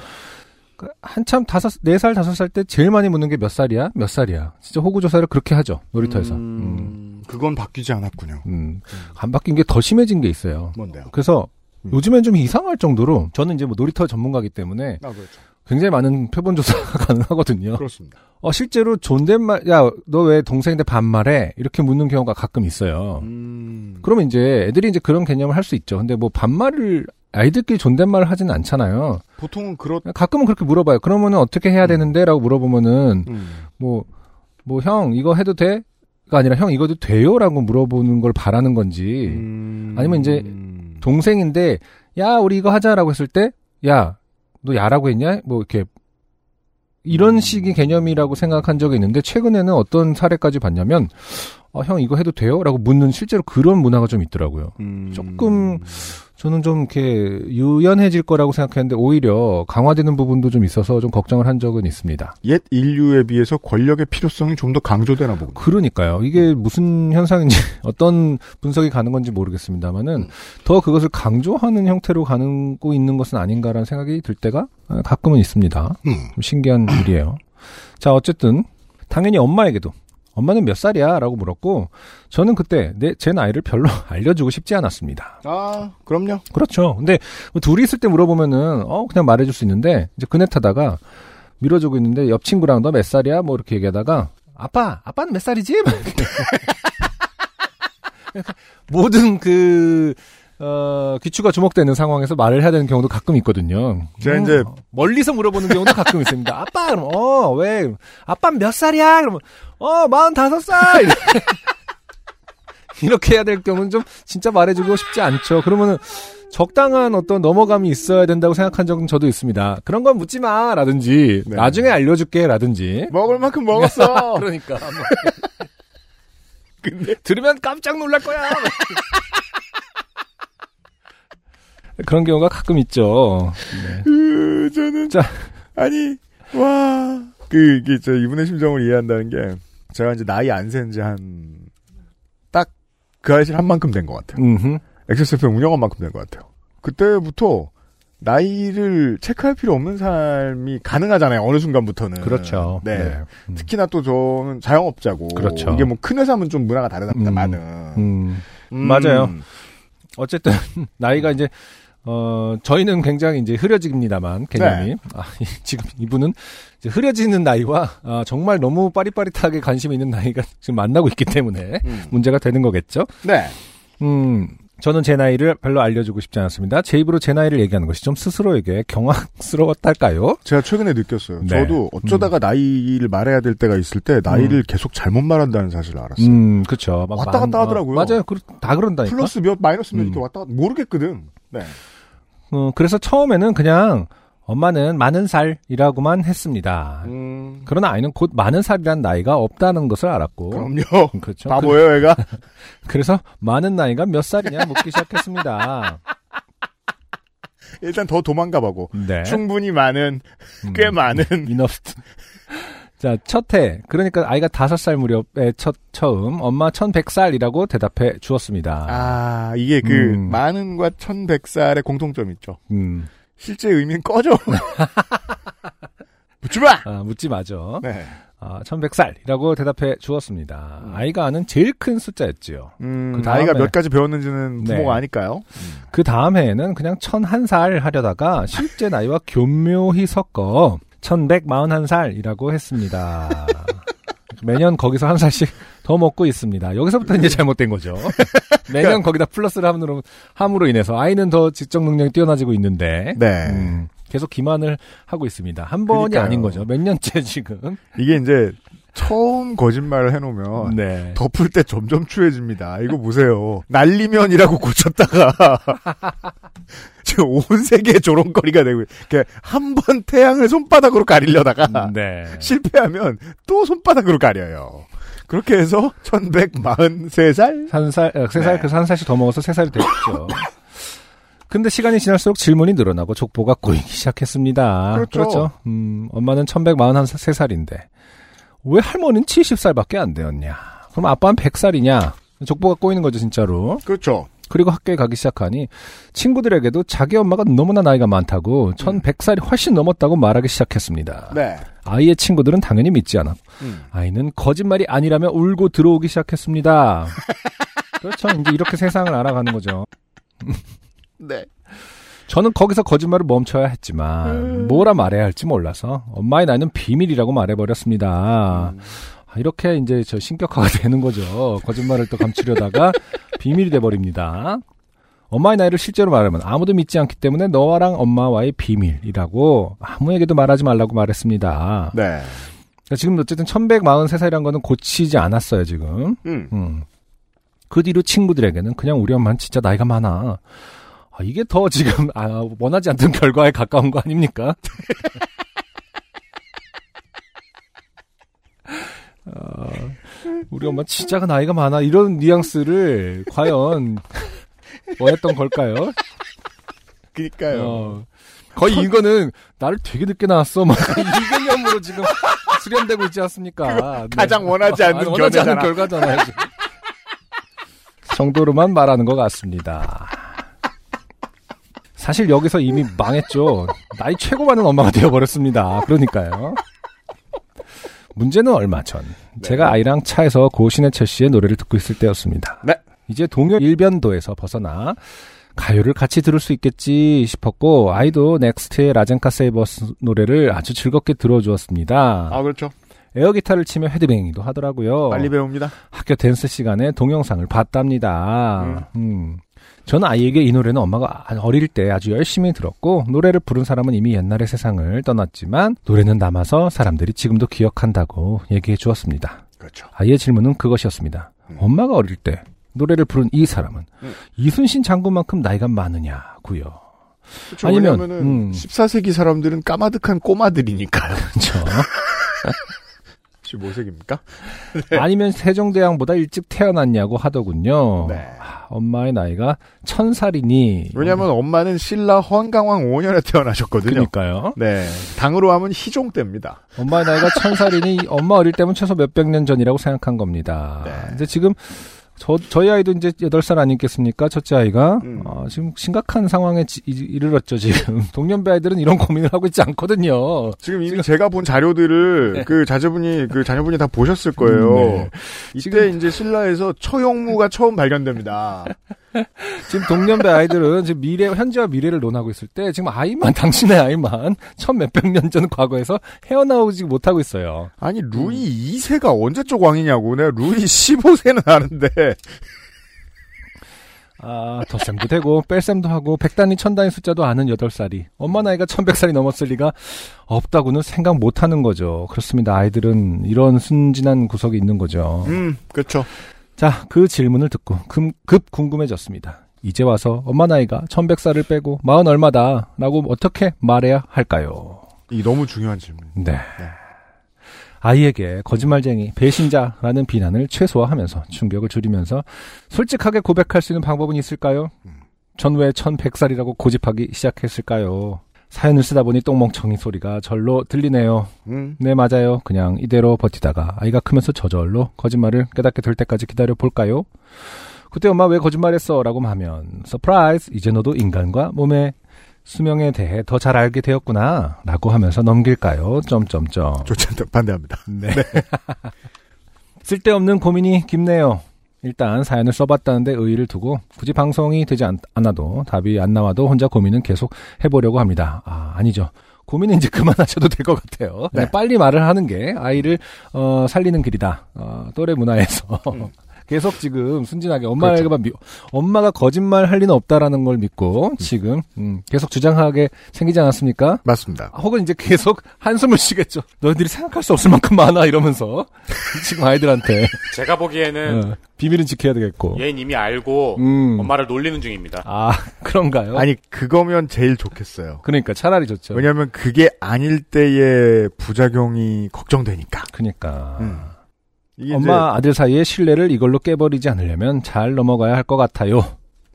[SPEAKER 2] 그 한참 다섯 네 살 다섯 살 때 제일 많이 묻는 게 몇 살이야 몇 살이야 진짜 호구 조사를 그렇게 하죠 놀이터에서 음.
[SPEAKER 1] 음, 그건 바뀌지 않았군요.
[SPEAKER 2] 음. 안 바뀐 게 더 심해진 게 있어요
[SPEAKER 1] 뭔데요?
[SPEAKER 2] 그래서
[SPEAKER 1] 음.
[SPEAKER 2] 요즘엔 좀 이상할 정도로 저는 이제 뭐 놀이터 전문가기 때문에
[SPEAKER 1] 아 그렇죠.
[SPEAKER 2] 굉장히 많은 표본 조사가 *laughs* 가능하거든요
[SPEAKER 1] 그렇습니다.
[SPEAKER 2] 어 실제로 존댓말 야 너 왜 동생인데 반말해 이렇게 묻는 경우가 가끔 있어요
[SPEAKER 1] 음.
[SPEAKER 2] 그러면 이제 애들이 이제 그런 개념을 할 수 있죠 근데 뭐 반말을 아이들끼리 존댓말을 하진 않잖아요
[SPEAKER 1] 보통은 그렇.
[SPEAKER 2] 가끔은 그렇게 물어봐요 그러면은 어떻게 해야
[SPEAKER 1] 음.
[SPEAKER 2] 되는데라고 물어보면은
[SPEAKER 1] 음.
[SPEAKER 2] 뭐, 뭐, 형, 이거 해도 돼? 가 아니라, 형, 이거도 돼요? 라고 물어보는 걸 바라는 건지,
[SPEAKER 1] 음.
[SPEAKER 2] 예. 아니면 이제
[SPEAKER 1] 음.
[SPEAKER 2] 동생인데, 야, 우리 이거 하자라고 했을 때, 야, 너 야라고 했냐? 뭐, 이렇게, 이런 식의 개념이라고 생각한 적이 있는데 최근에는 어떤 사례까지 봤냐면 어, 형 이거 해도 돼요? 라고 묻는 실제로 그런 문화가 좀 있더라고요.
[SPEAKER 1] 음.
[SPEAKER 2] 조금 저는 좀 이렇게 유연해질 거라고 생각했는데 오히려 강화되는 부분도 좀 있어서 좀 걱정을 한 적은 있습니다.
[SPEAKER 1] 옛 인류에 비해서 권력의 필요성이 좀 더 강조되나 보군요.
[SPEAKER 2] 그러니까요. 이게 무슨 현상인지 *laughs* 어떤 분석이 가는 건지 모르겠습니다만은 더 그것을 강조하는 형태로 가는고 있는 것은 아닌가라는 생각이 들 때가 가끔은 있습니다. 좀 신기한 일이에요. 자, 어쨌든 당연히 엄마에게도 엄마는 몇 살이야라고 물었고 저는 그때 내 제 나이를 별로 *laughs* 알려주고 싶지 않았습니다.
[SPEAKER 1] 아, 그럼요.
[SPEAKER 2] 그렇죠. 근데 뭐 둘이 있을 때 물어보면은 어 그냥 말해줄 수 있는데 이제 그네 타다가 밀어주고 있는데 옆 친구랑 너 몇 살이야? 뭐 이렇게 얘기하다가 아빠 아빠는 몇 살이지? 막 이렇게. *laughs* 그러니까 모든 그 어, 귀추가 주목되는 상황에서 말을 해야 되는 경우도 가끔 있거든요.
[SPEAKER 1] 제가
[SPEAKER 2] 음,
[SPEAKER 1] 이제
[SPEAKER 2] 멀리서 물어보는 경우도 가끔 있습니다. *laughs* 아빠 그럼 어왜 아빠 몇 살이야? 그러면 어 45살 *laughs* 이렇게. 이렇게 해야 될 경우는 좀 진짜 말해주고 싶지 않죠. 그러면은 적당한 어떤 넘어감이 있어야 된다고 생각한 적은 저도 있습니다. 그런 건 묻지 마 라든지
[SPEAKER 1] 네.
[SPEAKER 2] 나중에 알려줄게 라든지
[SPEAKER 1] 먹을 만큼 먹었어.
[SPEAKER 2] *laughs* 그러니까 들으면 깜짝 놀랄 거야. *laughs* 그런 경우가 가끔 있죠.
[SPEAKER 1] 으, 저는
[SPEAKER 2] 자.
[SPEAKER 1] 아니 와. 그 이게 저 이분의 심정을 이해한다는 게 제가 이제 나이 안 센 지 한 딱 그 아이실 한 만큼 된 것 같아요.
[SPEAKER 2] 음흠.
[SPEAKER 1] XSFM 운영한 만큼 된 것 같아요. 그때부터 나이를 체크할 필요 없는 삶이 가능하잖아요. 어느 순간부터는.
[SPEAKER 2] 그렇죠.
[SPEAKER 1] 네.
[SPEAKER 2] 네. 음.
[SPEAKER 1] 특히나 또 저는 자영업자고.
[SPEAKER 2] 그렇죠.
[SPEAKER 1] 이게 뭐 큰 회사면 좀 문화가 다르답니다.
[SPEAKER 2] 음.
[SPEAKER 1] 많은.
[SPEAKER 2] 음.
[SPEAKER 1] 음.
[SPEAKER 2] 맞아요. 어쨌든 *laughs* 나이가 이제 어 저희는 굉장히 이제 흐려집니다만
[SPEAKER 1] 네.
[SPEAKER 2] 개념이 아, 이- 지금 이분은 이제 흐려지는 나이와 아, 정말 너무 빠릿빠릿하게 관심 있는 나이가 *laughs* 지금 만나고 있기 때문에
[SPEAKER 1] 음.
[SPEAKER 2] 문제가 되는 거겠죠.
[SPEAKER 1] 네.
[SPEAKER 2] 음, 저는 제 나이를 별로 알려주고 싶지 않았습니다. 제 입으로 제 나이를 얘기하는 것이 좀 스스로에게 경악스러웠달까요?
[SPEAKER 1] 제가 최근에 느꼈어요.
[SPEAKER 2] 네.
[SPEAKER 1] 저도 어쩌다가 나이를 말해야 될 때가 있을 때 나이를 계속 잘못 말한다는 사실을 알았어요.
[SPEAKER 2] 음, 그쵸. 막
[SPEAKER 1] 왔다 갔다
[SPEAKER 2] 만-
[SPEAKER 1] 하더라고요.
[SPEAKER 2] 어, 맞아요. 그, 다 그런다니까.
[SPEAKER 1] 플러스 몇, 마이너스 몇 이렇게
[SPEAKER 2] 음.
[SPEAKER 1] 왔다 갔다 모르겠거든. 네.
[SPEAKER 2] 어, 그래서 처음에는 그냥 엄마는 많은 살이라고만 했습니다.
[SPEAKER 1] 음,
[SPEAKER 2] 그러나 아이는 곧 많은 살이란 나이가 없다는 것을 알았고.
[SPEAKER 1] 그럼요.
[SPEAKER 2] 그렇죠.
[SPEAKER 1] *laughs* 바보예요, 애가.
[SPEAKER 2] 그, 래서 많은 나이가 몇 살이냐 묻기
[SPEAKER 1] *laughs*
[SPEAKER 2] 시작했습니다.
[SPEAKER 1] 일단 더 도망가보고.
[SPEAKER 2] 네.
[SPEAKER 1] 충분히 많은, 꽤
[SPEAKER 2] 음.
[SPEAKER 1] 많은.
[SPEAKER 2] 인업스트. *laughs* 자, 첫 해. 그러니까 아이가 다섯 살 무렵에 첫, 처음, 엄마 1100살이라고 대답해 주었습니다.
[SPEAKER 1] *laughs* 아, 이게 그,
[SPEAKER 2] 음.
[SPEAKER 1] 많은과 1100살의 공통점이 있죠.
[SPEAKER 2] 음.
[SPEAKER 1] 실제
[SPEAKER 2] *laughs*
[SPEAKER 1] 의미는 꺼져. 묻지 마!
[SPEAKER 2] 아, 묻지 마죠.
[SPEAKER 1] 네.
[SPEAKER 2] 아, 1100살이라고 대답해 주었습니다. 아이가 아는 제일 큰 숫자였지요.
[SPEAKER 1] 음,
[SPEAKER 2] 그 다음에-
[SPEAKER 1] 나이가 몇 가지 배웠는지는
[SPEAKER 2] 네.
[SPEAKER 1] 부모가 아니까요.
[SPEAKER 2] 그 다음 해에는 그냥 1001살 하려다가 실제 나이와 교묘히 섞어 1141살이라고 했습니다. 매년 거기서 한 살씩 더 먹고 있습니다. 여기서부터 이제 잘못된 거죠. 매년 거기다 플러스를 함으로, 함으로 인해서 아이는 더 지적 능력이 뛰어나지고 있는데
[SPEAKER 1] 네.
[SPEAKER 2] 음, 계속 기만을 하고 있습니다. 한 번이
[SPEAKER 1] 그러니까요.
[SPEAKER 2] 아닌 거죠. 몇 년째 지금.
[SPEAKER 1] 이게 이제, 처음 거짓말을 해놓으면,
[SPEAKER 2] 네.
[SPEAKER 1] 덮을 때 점점 추해집니다. 이거 보세요. 날리면이라고 고쳤다가 *laughs* 지금 온 세계의 조롱거리가 되고 한 번 태양을 손바닥으로 가리려다가 *laughs*
[SPEAKER 2] 네.
[SPEAKER 1] 실패하면 또 손바닥으로 가려요. 그렇게 해서 1143살?
[SPEAKER 2] 한 살, 어, 세 살,
[SPEAKER 1] 네.
[SPEAKER 2] 그래서 한 살씩 더 먹어서 세 살이 됐죠. 근데 시간이 지날수록 질문이 늘어나고 족보가 꼬이기 시작했습니다.
[SPEAKER 1] 그렇죠.
[SPEAKER 2] 음, 엄마는 1143살인데, 왜 할머니는 70살밖에 안 되었냐? 그럼 아빠는 100살이냐? 족보가 꼬이는 거죠, 진짜로.
[SPEAKER 1] 그렇죠.
[SPEAKER 2] 그리고 학교에 가기 시작하니 친구들에게도 자기 엄마가 너무나 나이가 많다고 1100살이 훨씬 넘었다고 말하기 시작했습니다.
[SPEAKER 1] 네.
[SPEAKER 2] 아이의 친구들은 당연히 믿지 않았고 아이는 거짓말이 아니라며 울고 들어오기 시작했습니다. 그렇죠. 이제 이렇게 세상을 알아가는 거죠.
[SPEAKER 1] 네.
[SPEAKER 2] 저는 거기서 거짓말을 멈춰야 했지만 뭐라 말해야 할지 몰라서 엄마의 나이는 비밀이라고 말해버렸습니다. 아, 이렇게 이제 저 신격화가 *laughs* 되는 거죠. 거짓말을 또 감추려다가 비밀이 돼버립니다. 엄마의 나이를 실제로 말하면 아무도 믿지 않기 때문에 너와랑 엄마와의 비밀이라고 아무에게도 말하지 말라고 말했습니다.
[SPEAKER 1] 네.
[SPEAKER 2] 그러니까 지금 어쨌든 1143살이란 거는 고치지 않았어요, 지금.
[SPEAKER 1] 음.
[SPEAKER 2] 음. 그 뒤로 친구들에게는 그냥 우리 엄마는 진짜 나이가 많아. 아, 이게 더 *laughs* 지금 아, 원하지 않던 결과에 가까운 거 아닙니까? 아, 우리 엄마 진짜가 나이가 많아. 이런 뉘앙스를 과연 원했던 걸까요?
[SPEAKER 1] 그니까요.
[SPEAKER 2] 어, 거의 이거는 나를 되게 늦게 낳았어. 막 *laughs* 이개념으로 지금 수렴되고 있지 않습니까? 네.
[SPEAKER 1] 그 가장 원하지 않는
[SPEAKER 2] 아, 원하지 않는
[SPEAKER 1] 결과잖아.
[SPEAKER 2] 결과잖아요. 지금. *laughs* 정도로만 말하는 것 같습니다. 사실 여기서 이미 망했죠. 나이 최고 많은 엄마가 되어버렸습니다. 그러니까요. 문제는 얼마 전
[SPEAKER 1] 네.
[SPEAKER 2] 제가 아이랑 차에서 고신해철 씨의 노래를 듣고 있을 때였습니다.
[SPEAKER 1] 네.
[SPEAKER 2] 이제 동요 일변도에서 벗어나 가요를 같이 들을 수 있겠지 싶었고 아이도 넥스트의 라젠카 세이버스 노래를 아주 즐겁게 들어주었습니다.
[SPEAKER 1] 아, 그렇죠.
[SPEAKER 2] 에어 기타를 치며 헤드뱅잉도 하더라고요.
[SPEAKER 1] 빨리 배웁니다.
[SPEAKER 2] 학교 댄스 시간에 동영상을 봤답니다. 음. 저는 아이에게 이 노래는 엄마가 어릴 때 아주 열심히 들었고 노래를 부른 사람은 이미 옛날의 세상을 떠났지만 노래는 남아서 사람들이 지금도 기억한다고 얘기해 주었습니다.
[SPEAKER 1] 그렇죠. 음.
[SPEAKER 2] 아이의 질문은 그것이었습니다. 엄마가 어릴 때 노래를 부른 이 사람은 이순신 장군만큼 나이가 많으냐고요. *laughs*
[SPEAKER 1] 그렇죠.
[SPEAKER 2] 아니면,
[SPEAKER 1] 왜냐면은
[SPEAKER 2] 음.
[SPEAKER 1] 14세기 사람들은 까마득한 꼬마들이니까요. *laughs*
[SPEAKER 2] 그렇죠.
[SPEAKER 1] 15세기입니까?
[SPEAKER 2] 아니면 세종대왕보다 일찍 태어났냐고 하더군요.
[SPEAKER 1] 네.
[SPEAKER 2] 아, 엄마의 나이가 천 살이니
[SPEAKER 1] 왜냐면 엄마는 신라 헌강왕 5년에 태어나셨거든요.
[SPEAKER 2] 그러니까요.
[SPEAKER 1] 네. 당으로 하면 희종 때입니다.
[SPEAKER 2] 엄마의 나이가 천 살이니 엄마 어릴 때면 최소 몇백 년 전이라고 생각한 겁니다.
[SPEAKER 1] 네.
[SPEAKER 2] 이제 지금 저 저희 아이도 이제 여덟 살 아니겠습니까? 첫째 아이가
[SPEAKER 1] 음.
[SPEAKER 2] 아, 지금 심각한 상황에 지- 이- 이르렀죠. 지금 *laughs* 동년배 아이들은 이런 고민을 하고 있지 않거든요.
[SPEAKER 1] 지금 이미 제가 본 자료들을 그 자제분이 그 자녀분이 다 보셨을 거예요.
[SPEAKER 2] 음, 네.
[SPEAKER 1] 이때 이제 신라에서 처용무가 처음 발견됩니다.
[SPEAKER 2] 지금 동년배 아이들은 지금 미래 현재와 미래를 논하고 있을 때 지금 아이만 당신의 아이만 천 몇백 년 전 과거에서 헤어나오지 못하고 있어요.
[SPEAKER 1] 아니 루이 2세가 언제적 왕이냐고 내가 루이 15세는 아는데
[SPEAKER 2] 아, 덧셈도 되고, 뺄셈도 하고, 백단위, 천단위 숫자도 아는 8살이, 엄마 나이가 1100살이 넘었을 리가 없다고는 생각 못 하는 거죠. 그렇습니다. 아이들은 이런 순진한 구석이 있는 거죠.
[SPEAKER 1] 음 그렇죠
[SPEAKER 2] 자, 그 질문을 듣고 금- 급 궁금해졌습니다. 이제 와서 엄마 나이가 1100살을 빼고, 마흔 얼마다, 라고 어떻게 말해야 할까요?
[SPEAKER 1] 이 너무 중요한 질문
[SPEAKER 2] 네. 아이에게 거짓말쟁이, 배신자라는 비난을 최소화하면서 충격을 줄이면서 솔직하게 고백할 수 있는 방법은 있을까요? 전 왜 1100살이라고 고집하기 시작했을까요? 사연을 쓰다 보니 똥멍청이 소리가 절로 들리네요.
[SPEAKER 1] 음
[SPEAKER 2] 네, 맞아요. 그냥 이대로 버티다가 아이가 크면서 저절로 거짓말을 깨닫게 될 때까지 기다려 볼까요? 그때 엄마 왜 거짓말했어? 라고 하면 서프라이즈! 이제 너도 인간과 몸의 수명에 대해 더 잘 알게 되었구나. 라고 하면서 넘길까요? 점점점.
[SPEAKER 1] 좋지 않다 반대합니다
[SPEAKER 2] 네. 쓸데없는 고민이 깊네요. 일단 사연을 써봤다는데 의의를 두고 굳이 방송이 되지 않, 아도 답이 안 나와도 혼자 고민은 계속 해보려고 합니다. 아 아니죠. 고민은 이제 그만하셔도 될 것 같아요. 그냥 빨리 말을 하는 게 아이를 어, 살리는 길이다. 어, 또래 문화에서 *laughs* 계속 지금 순진하게 엄마에게만 미- 엄마가 거짓말 할 리는 없다라는 걸 믿고 지금 음, 계속 주장하게 생기지 않았습니까?
[SPEAKER 1] 맞습니다
[SPEAKER 2] 혹은 이제 계속 *laughs* 한숨을 쉬겠죠. 너희들이 생각할 수 없을 만큼 많아 이러면서 *laughs* 지금 아이들한테
[SPEAKER 9] 제가
[SPEAKER 1] 네.
[SPEAKER 9] 보기에는
[SPEAKER 2] 어, 비밀은 지켜야 되겠고.
[SPEAKER 1] 예.
[SPEAKER 9] 얘는 이미 알고
[SPEAKER 2] 음.
[SPEAKER 9] 엄마를 놀리는 중입니다.
[SPEAKER 2] 아 *laughs* 그런가요?
[SPEAKER 1] 아니 그거면 제일 좋겠어요
[SPEAKER 2] 그러니까 차라리 좋죠.
[SPEAKER 1] 왜냐면 그게 아닐 때의 부작용이 걱정되니까
[SPEAKER 2] 그러니까
[SPEAKER 1] 음. 이게
[SPEAKER 2] 엄마 아들 사이의 신뢰를 이걸로 깨버리지 않으려면 잘 넘어가야 할 것 같아요.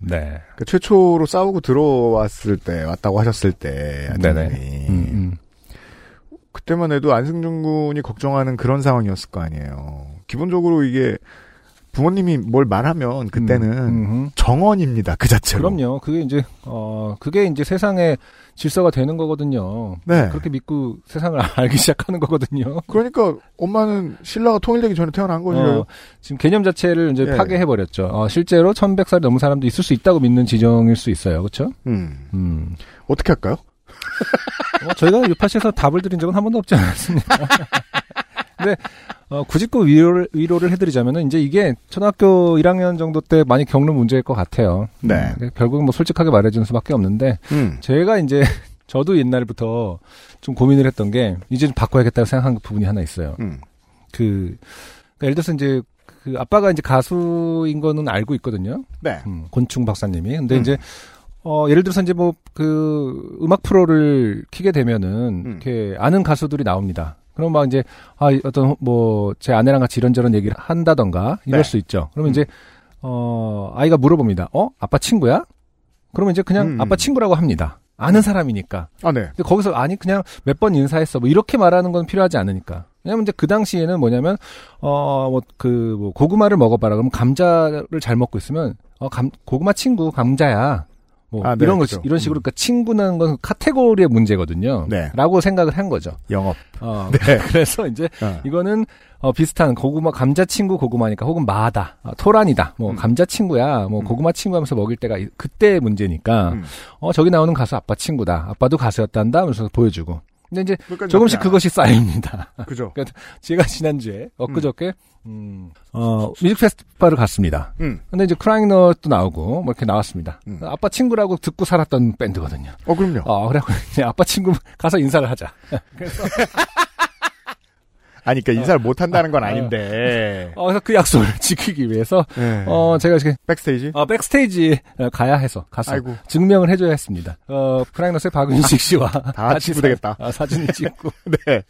[SPEAKER 2] 네.
[SPEAKER 1] 이제 그 최초로 싸우고 들어왔을 때 왔다고 하셨을 때
[SPEAKER 2] 음,
[SPEAKER 1] 아드님이
[SPEAKER 2] 음.
[SPEAKER 1] 그때만 해도 안승준 군이 걱정하는 그런 상황이었을 거 아니에요 기본적으로 이게 부모님이 뭘 말하면 그때는
[SPEAKER 2] 음, 음.
[SPEAKER 1] 정언입니다 그 자체로
[SPEAKER 2] 그럼요. 그게 이제 어 그게 이제 세상의 질서가 되는 거거든요.
[SPEAKER 1] 네.
[SPEAKER 2] 그렇게 믿고 세상을 *laughs* 알기 시작하는 거거든요.
[SPEAKER 1] 그러니까 엄마는 신라가 통일되기 전에 태어난 거예요.
[SPEAKER 2] 어, 지금 개념 자체를 이제
[SPEAKER 1] 예.
[SPEAKER 2] 파괴해 버렸죠. 어, 실제로 1100살 넘은 사람도 있을 수 있다고 믿는 지정일 수 있어요. 그렇죠?
[SPEAKER 1] 음.
[SPEAKER 2] 음.
[SPEAKER 1] 어떻게 할까요?
[SPEAKER 2] 어, 저희가 유파시에서 답을 드린 적은 한 번도 없지 않았습니까? *laughs* 근데 어, 굳이 그 위로를 위로를 해 드리자면은 이제 이게 초등학교 1학년 정도 때 많이 겪는 문제일 것 같아요.
[SPEAKER 1] 네.
[SPEAKER 2] 음, 결국은 뭐 솔직하게 말해 주는 수밖에 없는데
[SPEAKER 1] 음.
[SPEAKER 2] 제가 이제 *laughs* 저도 옛날부터 좀 고민을 했던 게 이제 좀 바꿔야겠다고 생각한 부분이 하나 있어요.
[SPEAKER 1] 음.
[SPEAKER 2] 그, 그러니까 예를 들어서 이제 그 아빠가 이제 가수인 거는 알고 있거든요.
[SPEAKER 1] 네.
[SPEAKER 2] 음, 곤충 박사님이. 근데
[SPEAKER 1] 음.
[SPEAKER 2] 이제 어, 예를 들어서 이제 뭐 그 음악 프로를 키게 되면은
[SPEAKER 1] 음.
[SPEAKER 2] 이렇게 아는 가수들이 나옵니다. 그럼 막 이제 아 어떤 뭐 제 아내랑 같이 이런저런 얘기를 한다던가 이럴
[SPEAKER 1] 네.
[SPEAKER 2] 수 있죠.
[SPEAKER 1] 음.
[SPEAKER 2] 그러면 이제 어 아이가 물어봅니다. 어 아빠 친구야? 그러면 이제 그냥
[SPEAKER 1] 음.
[SPEAKER 2] 아빠 친구라고 합니다. 아는 사람이니까.
[SPEAKER 1] 아, 네.
[SPEAKER 2] 근데 거기서 아니 그냥 몇 번 인사했어 뭐 이렇게 말하는 건 필요하지 않으니까 왜냐면 이제 그 당시에는 뭐냐면 어 뭐 그 뭐 고구마를 먹어봐라 그러면 감자를 잘 먹고 있으면 어 감 고구마 친구 감자야 뭐
[SPEAKER 1] 아, 네,
[SPEAKER 2] 이런 거
[SPEAKER 1] 그죠.
[SPEAKER 2] 이런 식으로 그러니까 친구라는 건 카테고리의 문제거든요
[SPEAKER 1] 네.
[SPEAKER 2] 라고 생각을 한 거죠
[SPEAKER 1] 영업.
[SPEAKER 2] 어
[SPEAKER 1] 네.
[SPEAKER 2] *laughs* 그래서 이제
[SPEAKER 1] 어.
[SPEAKER 2] *laughs* 이거는 어, 비슷한 고구마 감자 친구 고구마니까 혹은 마다 아, 토란이다
[SPEAKER 1] 음.
[SPEAKER 2] 뭐 감자 친구야 뭐 고구마 친구 하면서 먹일 때가 이- 그때의 문제니까
[SPEAKER 1] 음.
[SPEAKER 2] 어 저기 나오는 가수 아빠 친구다 아빠도 가수였단다 하면서 보여주고 근데 이제
[SPEAKER 1] 그것까지
[SPEAKER 2] 조금씩
[SPEAKER 1] 나쁘지
[SPEAKER 2] 그것이 쌓입니다 *laughs*
[SPEAKER 1] 않아. 그죠.
[SPEAKER 2] 제가 지난주에 엊그저께 음, 어 뮤직 페스티벌을 갔습니다
[SPEAKER 1] 음.
[SPEAKER 2] 근데 이제 크라잉넛도 나오고 뭐 이렇게 나왔습니다
[SPEAKER 1] 음.
[SPEAKER 2] 아빠 친구라고 듣고 살았던 밴드거든요
[SPEAKER 1] 어, 그럼요.
[SPEAKER 2] 어 그래갖고 이제 아빠 친구 가서 인사를 하자
[SPEAKER 1] 아니, 그니까 인사를 못 한다는 건 아닌데.
[SPEAKER 2] 어, 그래서 그 약속을 *laughs* 지키기 위해서
[SPEAKER 1] 네.
[SPEAKER 2] 어 제가 이렇게
[SPEAKER 1] 백스테이지?
[SPEAKER 2] 어, 백스테이지 에 가야 해서 가서
[SPEAKER 1] 아이고.
[SPEAKER 2] 증명을 해줘야 했습니다. 어, 프라이너스의 박윤식 씨와 같이
[SPEAKER 1] 친구 되겠다.
[SPEAKER 2] 사, 아, 사진을 찍고 *laughs*
[SPEAKER 1] 네.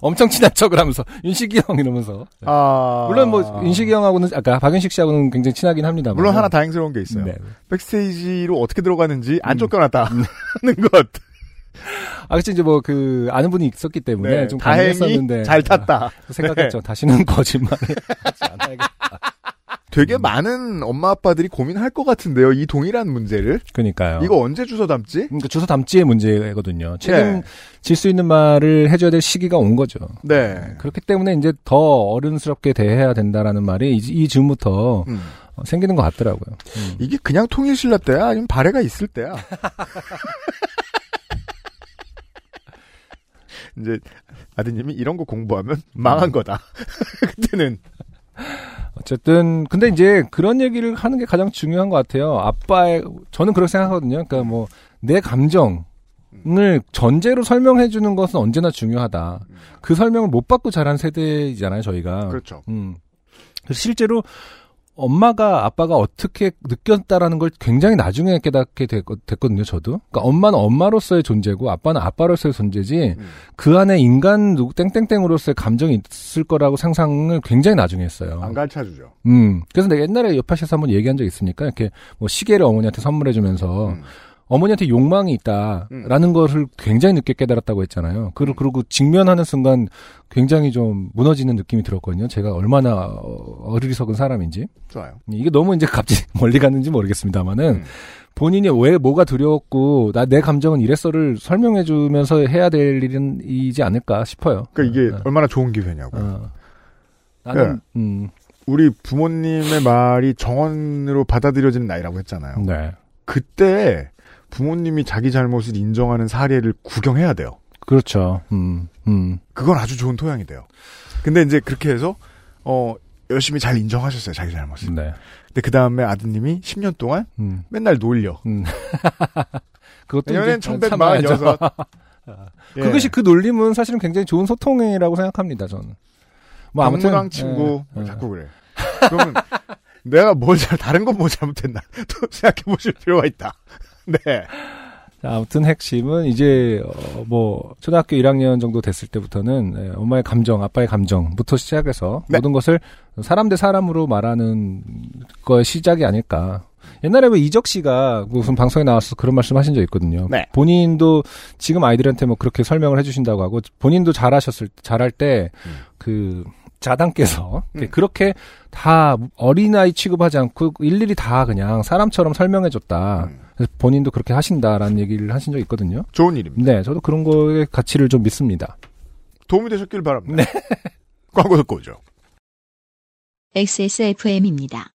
[SPEAKER 2] 엄청 친한 척을 하면서 윤식이 형 이러면서
[SPEAKER 1] 아.
[SPEAKER 2] 네. 물론 뭐 윤식이 형하고는 아까 박윤식 씨하고는 굉장히 친하긴 합니다만
[SPEAKER 1] 물론 하나 다행스러운 게 있어요.
[SPEAKER 2] 네. 음.
[SPEAKER 1] 백스테이지로 어떻게 들어가는지 안 쫓겨났다는 것.
[SPEAKER 2] 아 그치 이제 뭐 그 아는 분이 있었기 때문에
[SPEAKER 1] 네,
[SPEAKER 2] 좀 가능했었는데
[SPEAKER 1] 다행히 잘 탔다. 네.
[SPEAKER 2] 아, 생각했죠. 다시는 거짓말을
[SPEAKER 1] *laughs*
[SPEAKER 2] 하지 않아야겠다. 음.
[SPEAKER 1] 되게 많은 엄마 아빠들이 고민할 것 같은데요. 이 동일한 문제를
[SPEAKER 2] 그러니까요.
[SPEAKER 1] 이거 언제 주워 담지?
[SPEAKER 2] 그러니까 주소 담지의 문제거든요.
[SPEAKER 1] 네.
[SPEAKER 2] 책임질 수 있는 말을 해줘야 될 시기가 온 거죠.
[SPEAKER 1] 네.
[SPEAKER 2] 그렇기 때문에 이제 더 어른스럽게 대해야 된다라는 말이 이, 이 즈음부터
[SPEAKER 1] 음.
[SPEAKER 2] 어, 생기는 것 같더라고요.
[SPEAKER 1] 이게 그냥 통일신라 때야, 아니면 발해가
[SPEAKER 2] *laughs*
[SPEAKER 1] 있을 때야. 이제 아드님이 이런 거 공부하면 망한
[SPEAKER 2] 음.
[SPEAKER 1] 거다. *laughs* 그때는
[SPEAKER 2] 어쨌든 근데 이제 그런 얘기를 하는 게 가장 중요한 것 같아요. 아빠의 저는 그렇게 생각하거든요. 그러니까 뭐 내 감정을 전제로 설명해 주는 것은 언제나 중요하다. 그 설명을 못 받고 자란 세대이잖아요, 저희가.
[SPEAKER 1] 그렇죠.
[SPEAKER 2] 음. 그래서 실제로 엄마가 아빠가 어떻게 느꼈다라는 걸 굉장히 나중에 깨닫게 됐, 거든요 저도. 그러니까 엄마는 엄마로서의 존재고 아빠는 아빠로서의 존재지 그 안에 인간 누구 땡땡땡으로서의 감정이 있을 거라고 상상을 굉장히 나중에 했어요.
[SPEAKER 1] 안 가르쳐 주죠.
[SPEAKER 2] 음. 그래서 내가 옛날에 옆에서 한번 얘기한 적 있으니까 이렇게 뭐 시계를 어머니한테 선물해 주면서
[SPEAKER 1] 음.
[SPEAKER 2] 어머니한테 욕망이 있다라는 것을 굉장히 늦게 깨달았다고 했잖아요.
[SPEAKER 1] 음.
[SPEAKER 2] 그리고, 그리고 직면하는 순간 굉장히 좀 무너지는 느낌이 들었거든요. 제가 얼마나 어- 어리석은 사람인지.
[SPEAKER 1] 좋아요.
[SPEAKER 2] 이게 너무 이제 갑자기 *laughs* 멀리 갔는지 모르겠습니다만은
[SPEAKER 1] 음.
[SPEAKER 2] 본인이 왜 뭐가 두려웠고 나 내 감정은 이랬어를 설명해 주면서 해야 될 일은 이지 않을까 싶어요.
[SPEAKER 1] 그러니까 이게
[SPEAKER 2] 어,
[SPEAKER 1] 얼마나 좋은 기회냐고. 요
[SPEAKER 2] 어.
[SPEAKER 1] 네.
[SPEAKER 2] 나는 음.
[SPEAKER 1] 우리 부모님의 말이 정언으로 받아들여지는 나이라고 했잖아요.
[SPEAKER 2] 네.
[SPEAKER 1] 그때 부모님이 자기 잘못을 인정하는 사례를 구경해야 돼요.
[SPEAKER 2] 그렇죠. 음. 음.
[SPEAKER 1] 그건 아주 좋은 토양이 돼요. 근데 이제 그렇게 해서 어 열심히 잘 인정하셨어요 자기 잘못을.
[SPEAKER 2] 네.
[SPEAKER 1] 근데 그 다음에 아드님이 10년 동안
[SPEAKER 2] 음.
[SPEAKER 1] 맨날 놀려.
[SPEAKER 2] 음. *laughs* 그것도
[SPEAKER 1] 내년엔
[SPEAKER 2] 이제
[SPEAKER 1] 1146. *laughs* 예.
[SPEAKER 2] 그것이 그 놀림은 사실은 굉장히 좋은 소통이라고 생각합니다. 저는. 뭐 아무튼
[SPEAKER 1] 동무랑 친구
[SPEAKER 2] 예, 예.
[SPEAKER 1] 자꾸 그래. 그러면 내가 뭘 잘 다른 건 뭐 잘못했나 *laughs* 또 생각해 보실 필요가 있다. 네.
[SPEAKER 2] 자, 아무튼 핵심은 이제 어, 뭐 초등학교 1학년 정도 됐을 때부터는 예, 엄마의 감정, 아빠의 감정부터 시작해서
[SPEAKER 1] 네.
[SPEAKER 2] 모든 것을 사람 대 사람으로 말하는 거의 시작이 아닐까. 옛날에 왜 이적 씨가 무슨 방송에 나와서 그런 말씀 하신 적 있거든요.
[SPEAKER 1] 네.
[SPEAKER 2] 본인도 지금 아이들한테 뭐 그렇게 설명을 해주신다고 하고 본인도 잘하셨을 잘할 때 그 자당께서
[SPEAKER 1] 음.
[SPEAKER 2] 그렇게 다 어린아이 취급하지 않고 일일이 다 그냥 사람처럼 설명해줬다.
[SPEAKER 1] 음.
[SPEAKER 2] 그래서 본인도 그렇게 하신다라는 얘기를 하신 적 있거든요.
[SPEAKER 1] 좋은 일입니다.
[SPEAKER 2] 네, 저도 그런 거의 가치를 좀 믿습니다.
[SPEAKER 1] 도움이 되셨길 바랍니다. *laughs* 광고 듣고 오죠.
[SPEAKER 3] XSFM입니다.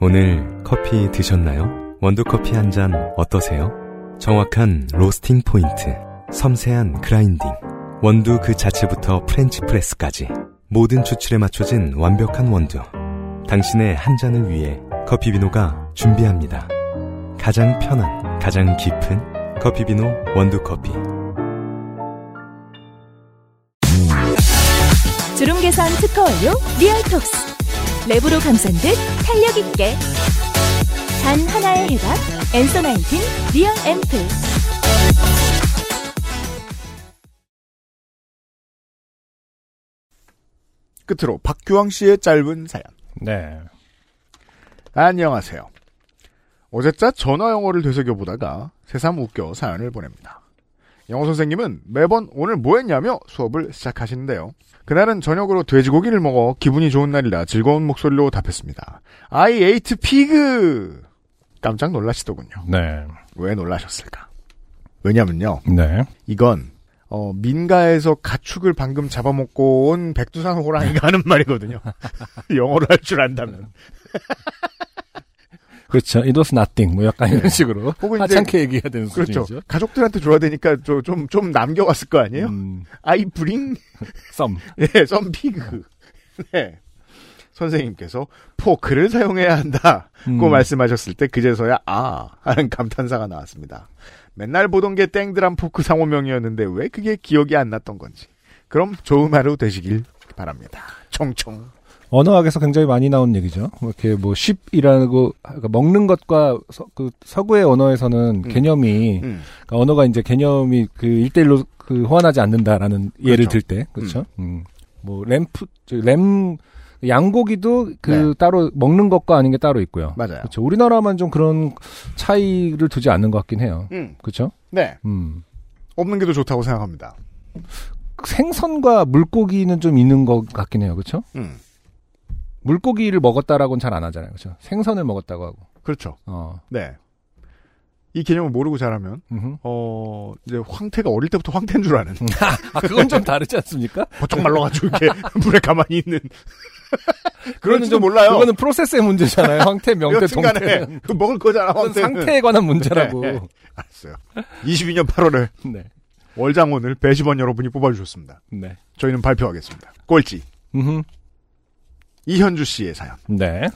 [SPEAKER 5] 오늘 커피 드셨나요? 원두커피 한 잔 어떠세요? 정확한 로스팅 포인트, 섬세한 그라인딩, 원두 그 자체부터 프렌치 프레스까지 모든 추출에 맞춰진 완벽한 원두. 당신의 한 잔을 위해 커피비노가 준비합니다. 가장 편한, 가장 깊은 커피비노 원두커피.
[SPEAKER 6] 주름 개선 특허 완료 리얼톡스 랩으로 감싼 듯 탄력 있게 단 하나의 해답 엔서 나인틴 리얼 앰플
[SPEAKER 1] 끝으로 박규왕 씨의 짧은 사연. 아,
[SPEAKER 2] 네.
[SPEAKER 1] 안녕하세요. 어제자 전화 영어를 되새겨 보다가 새삼 웃겨 사연을 보냅니다. 영어 선생님은 매번 오늘 뭐 했냐며 수업을 시작하시는데요. 그날은 저녁으로 돼지고기를 먹어 기분이 좋은 날이라 즐거운 목소리로 답했습니다. I ate pig! 깜짝 놀라시더군요.
[SPEAKER 2] 네.
[SPEAKER 1] 왜 놀라셨을까? 왜냐면요.
[SPEAKER 2] 네.
[SPEAKER 1] 이건 어, 민가에서 가축을 방금 잡아먹고 온 백두산
[SPEAKER 2] 네.
[SPEAKER 1] 호랑이가 하는
[SPEAKER 2] *laughs*
[SPEAKER 1] 말이거든요. 영어를 할 줄 안다면.
[SPEAKER 2] 그렇죠. It was nothing. 뭐 약간 이런 식으로.
[SPEAKER 1] 네. 혹은 이제-
[SPEAKER 2] 하찮게 얘기해야 되는
[SPEAKER 1] 그렇죠.
[SPEAKER 2] 수준이죠.
[SPEAKER 1] 가족들한테 줘야 되니까 좀 좀 좀 남겨왔을 거 아니에요?
[SPEAKER 2] 음,
[SPEAKER 1] I bring
[SPEAKER 2] 썸.
[SPEAKER 1] *laughs* 예, some pig.
[SPEAKER 2] 음.
[SPEAKER 1] 네. 선생님께서 포크를 사용해야 한다고
[SPEAKER 2] 음.
[SPEAKER 1] 말씀하셨을 때 그제서야 아 하는 감탄사가 나왔습니다. 맨날 보던 게 땡드란 포크 상호명이었는데 왜 그게 기억이 안 났던 건지. 그럼 좋은 하루 되시길 바랍니다. 총총.
[SPEAKER 2] 언어학에서 굉장히 많이 나온 얘기죠. 뭐 이렇게 뭐 십이라고 그러니까 먹는 것과 서, 그 서구의 언어에서는 개념이
[SPEAKER 1] 음.
[SPEAKER 2] 그러니까 언어가 이제 개념이 그 일대일로 그 호환하지 않는다라는 예를
[SPEAKER 1] 그렇죠.
[SPEAKER 2] 들 때 그렇죠. 음. 뭐 램프 저램 양고기도 그
[SPEAKER 1] 네.
[SPEAKER 2] 따로 먹는 것과 아닌 게 따로 있고요.
[SPEAKER 1] 맞아요.
[SPEAKER 2] 그렇죠. 우리나라만 좀 그런 차이를 두지 않는 것 같긴 해요.
[SPEAKER 1] 음.
[SPEAKER 2] 그렇죠.
[SPEAKER 1] 네.
[SPEAKER 2] 음.
[SPEAKER 1] 없는 게 더 좋다고 생각합니다.
[SPEAKER 2] 생선과 물고기는 좀 있는 것 같긴 해요. 그렇죠.
[SPEAKER 1] 음.
[SPEAKER 2] 물고기를 먹었다라고는 잘 안 하잖아요. 그렇죠. 생선을 먹었다고 하고.
[SPEAKER 1] 그렇죠.
[SPEAKER 2] 어.
[SPEAKER 1] 네. 이 개념을 모르고 자라면
[SPEAKER 2] 음흠.
[SPEAKER 1] 어 이제 황태가 어릴 때부터 황태인 줄 아는 *laughs*
[SPEAKER 2] 아, 그건 좀 다르지 않습니까?
[SPEAKER 1] 버쩍 말라가지고 이렇게 *laughs* 물에 가만히 있는
[SPEAKER 2] *laughs* 그거는
[SPEAKER 1] *laughs* 그런지도 몰라요.
[SPEAKER 2] 그거는 프로세스의 문제잖아요. 황태, 명태, 동태.
[SPEAKER 1] 여튼간에 그 먹을 거잖아
[SPEAKER 2] 그건
[SPEAKER 1] 황태는.
[SPEAKER 2] 상태에 관한 문제라고.
[SPEAKER 1] 네, 네. 알았어요. 22년 8월에
[SPEAKER 2] 네.
[SPEAKER 1] 월장원을 배심원 여러분이 뽑아주셨습니다.
[SPEAKER 2] 네.
[SPEAKER 1] 저희는 발표하겠습니다. 꼴찌
[SPEAKER 2] 음흠.
[SPEAKER 1] 이현주 씨의 사연.
[SPEAKER 2] 네.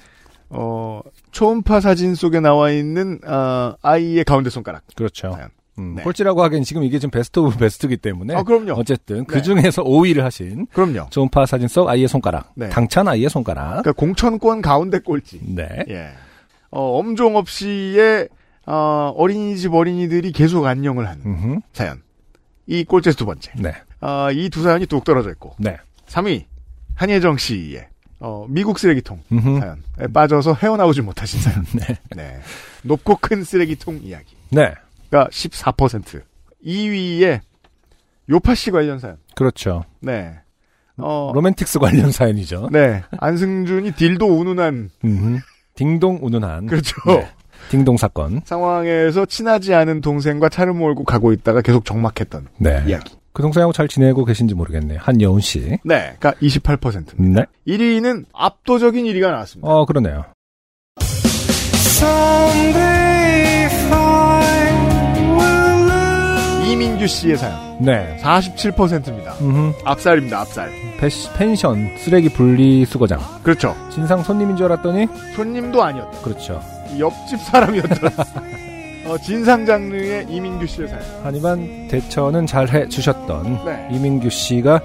[SPEAKER 1] 어 초음파 사진 속에 나와 있는 어, 아이의 가운데 손가락.
[SPEAKER 2] 그렇죠.
[SPEAKER 1] 과연.
[SPEAKER 2] 음,
[SPEAKER 1] 네.
[SPEAKER 2] 꼴찌라고 하기엔 지금 이게 지금 베스트 오브 베스트기 때문에.
[SPEAKER 1] 아 그럼요.
[SPEAKER 2] 어쨌든
[SPEAKER 1] 네.
[SPEAKER 2] 그 중에서 5위를 하신
[SPEAKER 1] 그럼요.
[SPEAKER 2] 존파 사진 속 아이의 손가락.
[SPEAKER 1] 네.
[SPEAKER 2] 당찬 아이의 손가락.
[SPEAKER 1] 그러니까 공천권 가운데 꼴찌.
[SPEAKER 2] 네.
[SPEAKER 1] 예. 어, 엄종업 씨의 어, 어린이집 어린이들이 계속 안녕을 하는
[SPEAKER 2] 음흠.
[SPEAKER 1] 사연. 이 꼴찌 두 번째.
[SPEAKER 2] 네.
[SPEAKER 1] 아, 이 두 사연이 뚝 떨어져 있고.
[SPEAKER 2] 네.
[SPEAKER 1] 3위 한예정 씨의 어, 미국 쓰레기통
[SPEAKER 2] 음흠.
[SPEAKER 1] 사연에 빠져서 헤어나오지
[SPEAKER 2] *laughs*
[SPEAKER 1] 못하신 사연. 네. 높고 큰 쓰레기통 이야기가 그러니까
[SPEAKER 2] 네.
[SPEAKER 1] 14%. 2위에 요파 씨 관련 사연.
[SPEAKER 2] 그렇죠.
[SPEAKER 1] 네. 어,
[SPEAKER 2] 로맨틱스 관련 사연이죠.
[SPEAKER 1] 네. 안승준이 딜도 운운한
[SPEAKER 2] 음흠. 딩동 운운한
[SPEAKER 1] 네. 그렇죠.
[SPEAKER 2] 네. 딩동 사건.
[SPEAKER 1] 상황에서 친하지 않은 동생과 차를 몰고 가고 있다가 계속 적막했던
[SPEAKER 2] 네.
[SPEAKER 1] 이야기.
[SPEAKER 2] 그 동생하고 잘 지내고 계신지 모르겠네요. 한여운 씨.
[SPEAKER 1] 네, 그러니까 28%.
[SPEAKER 2] 네.
[SPEAKER 1] 1위는 압도적인 1위가 나왔습니다.
[SPEAKER 2] 어, 그러네요.
[SPEAKER 1] 어. 이민규 씨의 사연
[SPEAKER 2] 네.
[SPEAKER 1] 47%입니다.
[SPEAKER 2] 음흠.
[SPEAKER 1] 압살입니다, 압살.
[SPEAKER 2] 패시- 펜션, 쓰레기 분리 수거장.
[SPEAKER 1] 그렇죠.
[SPEAKER 2] 진상 손님인 줄 알았더니,
[SPEAKER 1] 손님도 아니었다.
[SPEAKER 2] 그렇죠.
[SPEAKER 1] 이 옆집 사람이었던. *laughs* 어, 진상 장르의 이민규 씨의 사연.
[SPEAKER 2] 하지만 대처는 잘 해주셨던
[SPEAKER 1] 네.
[SPEAKER 2] 이민규 씨가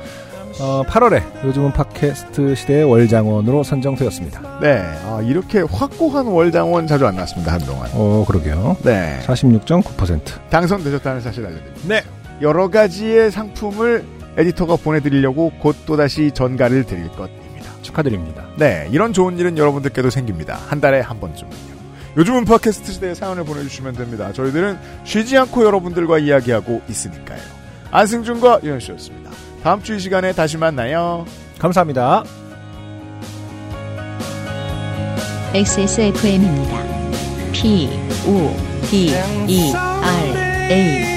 [SPEAKER 2] 어, 8월에 요즘은 팟캐스트 시대의 월장원으로 선정되었습니다.
[SPEAKER 1] 네, 아, 이렇게 확고한 월장원 자주 안 나왔습니다, 한동안.
[SPEAKER 2] 어, 그러게요.
[SPEAKER 1] 네,
[SPEAKER 2] 46.9%.
[SPEAKER 1] 당선되셨다는 사실 알려드립니다. 네. 여러 가지의 상품을 에디터가 보내드리려고 곧 또다시 전가를 드릴 것입니다.
[SPEAKER 2] 축하드립니다.
[SPEAKER 1] 네, 이런 좋은 일은 여러분들께도 생깁니다. 한 달에 한 번쯤은요. 요즘은 팟캐스트 시대에 사연을 보내주시면 됩니다. 저희들은 쉬지 않고 여러분들과 이야기하고 있으니까요. 안승준과 유현 씨였습니다. 다음 주 이 시간에 다시 만나요.
[SPEAKER 2] 감사합니다.
[SPEAKER 3] XSFM입니다. P, O, D, E, R, A.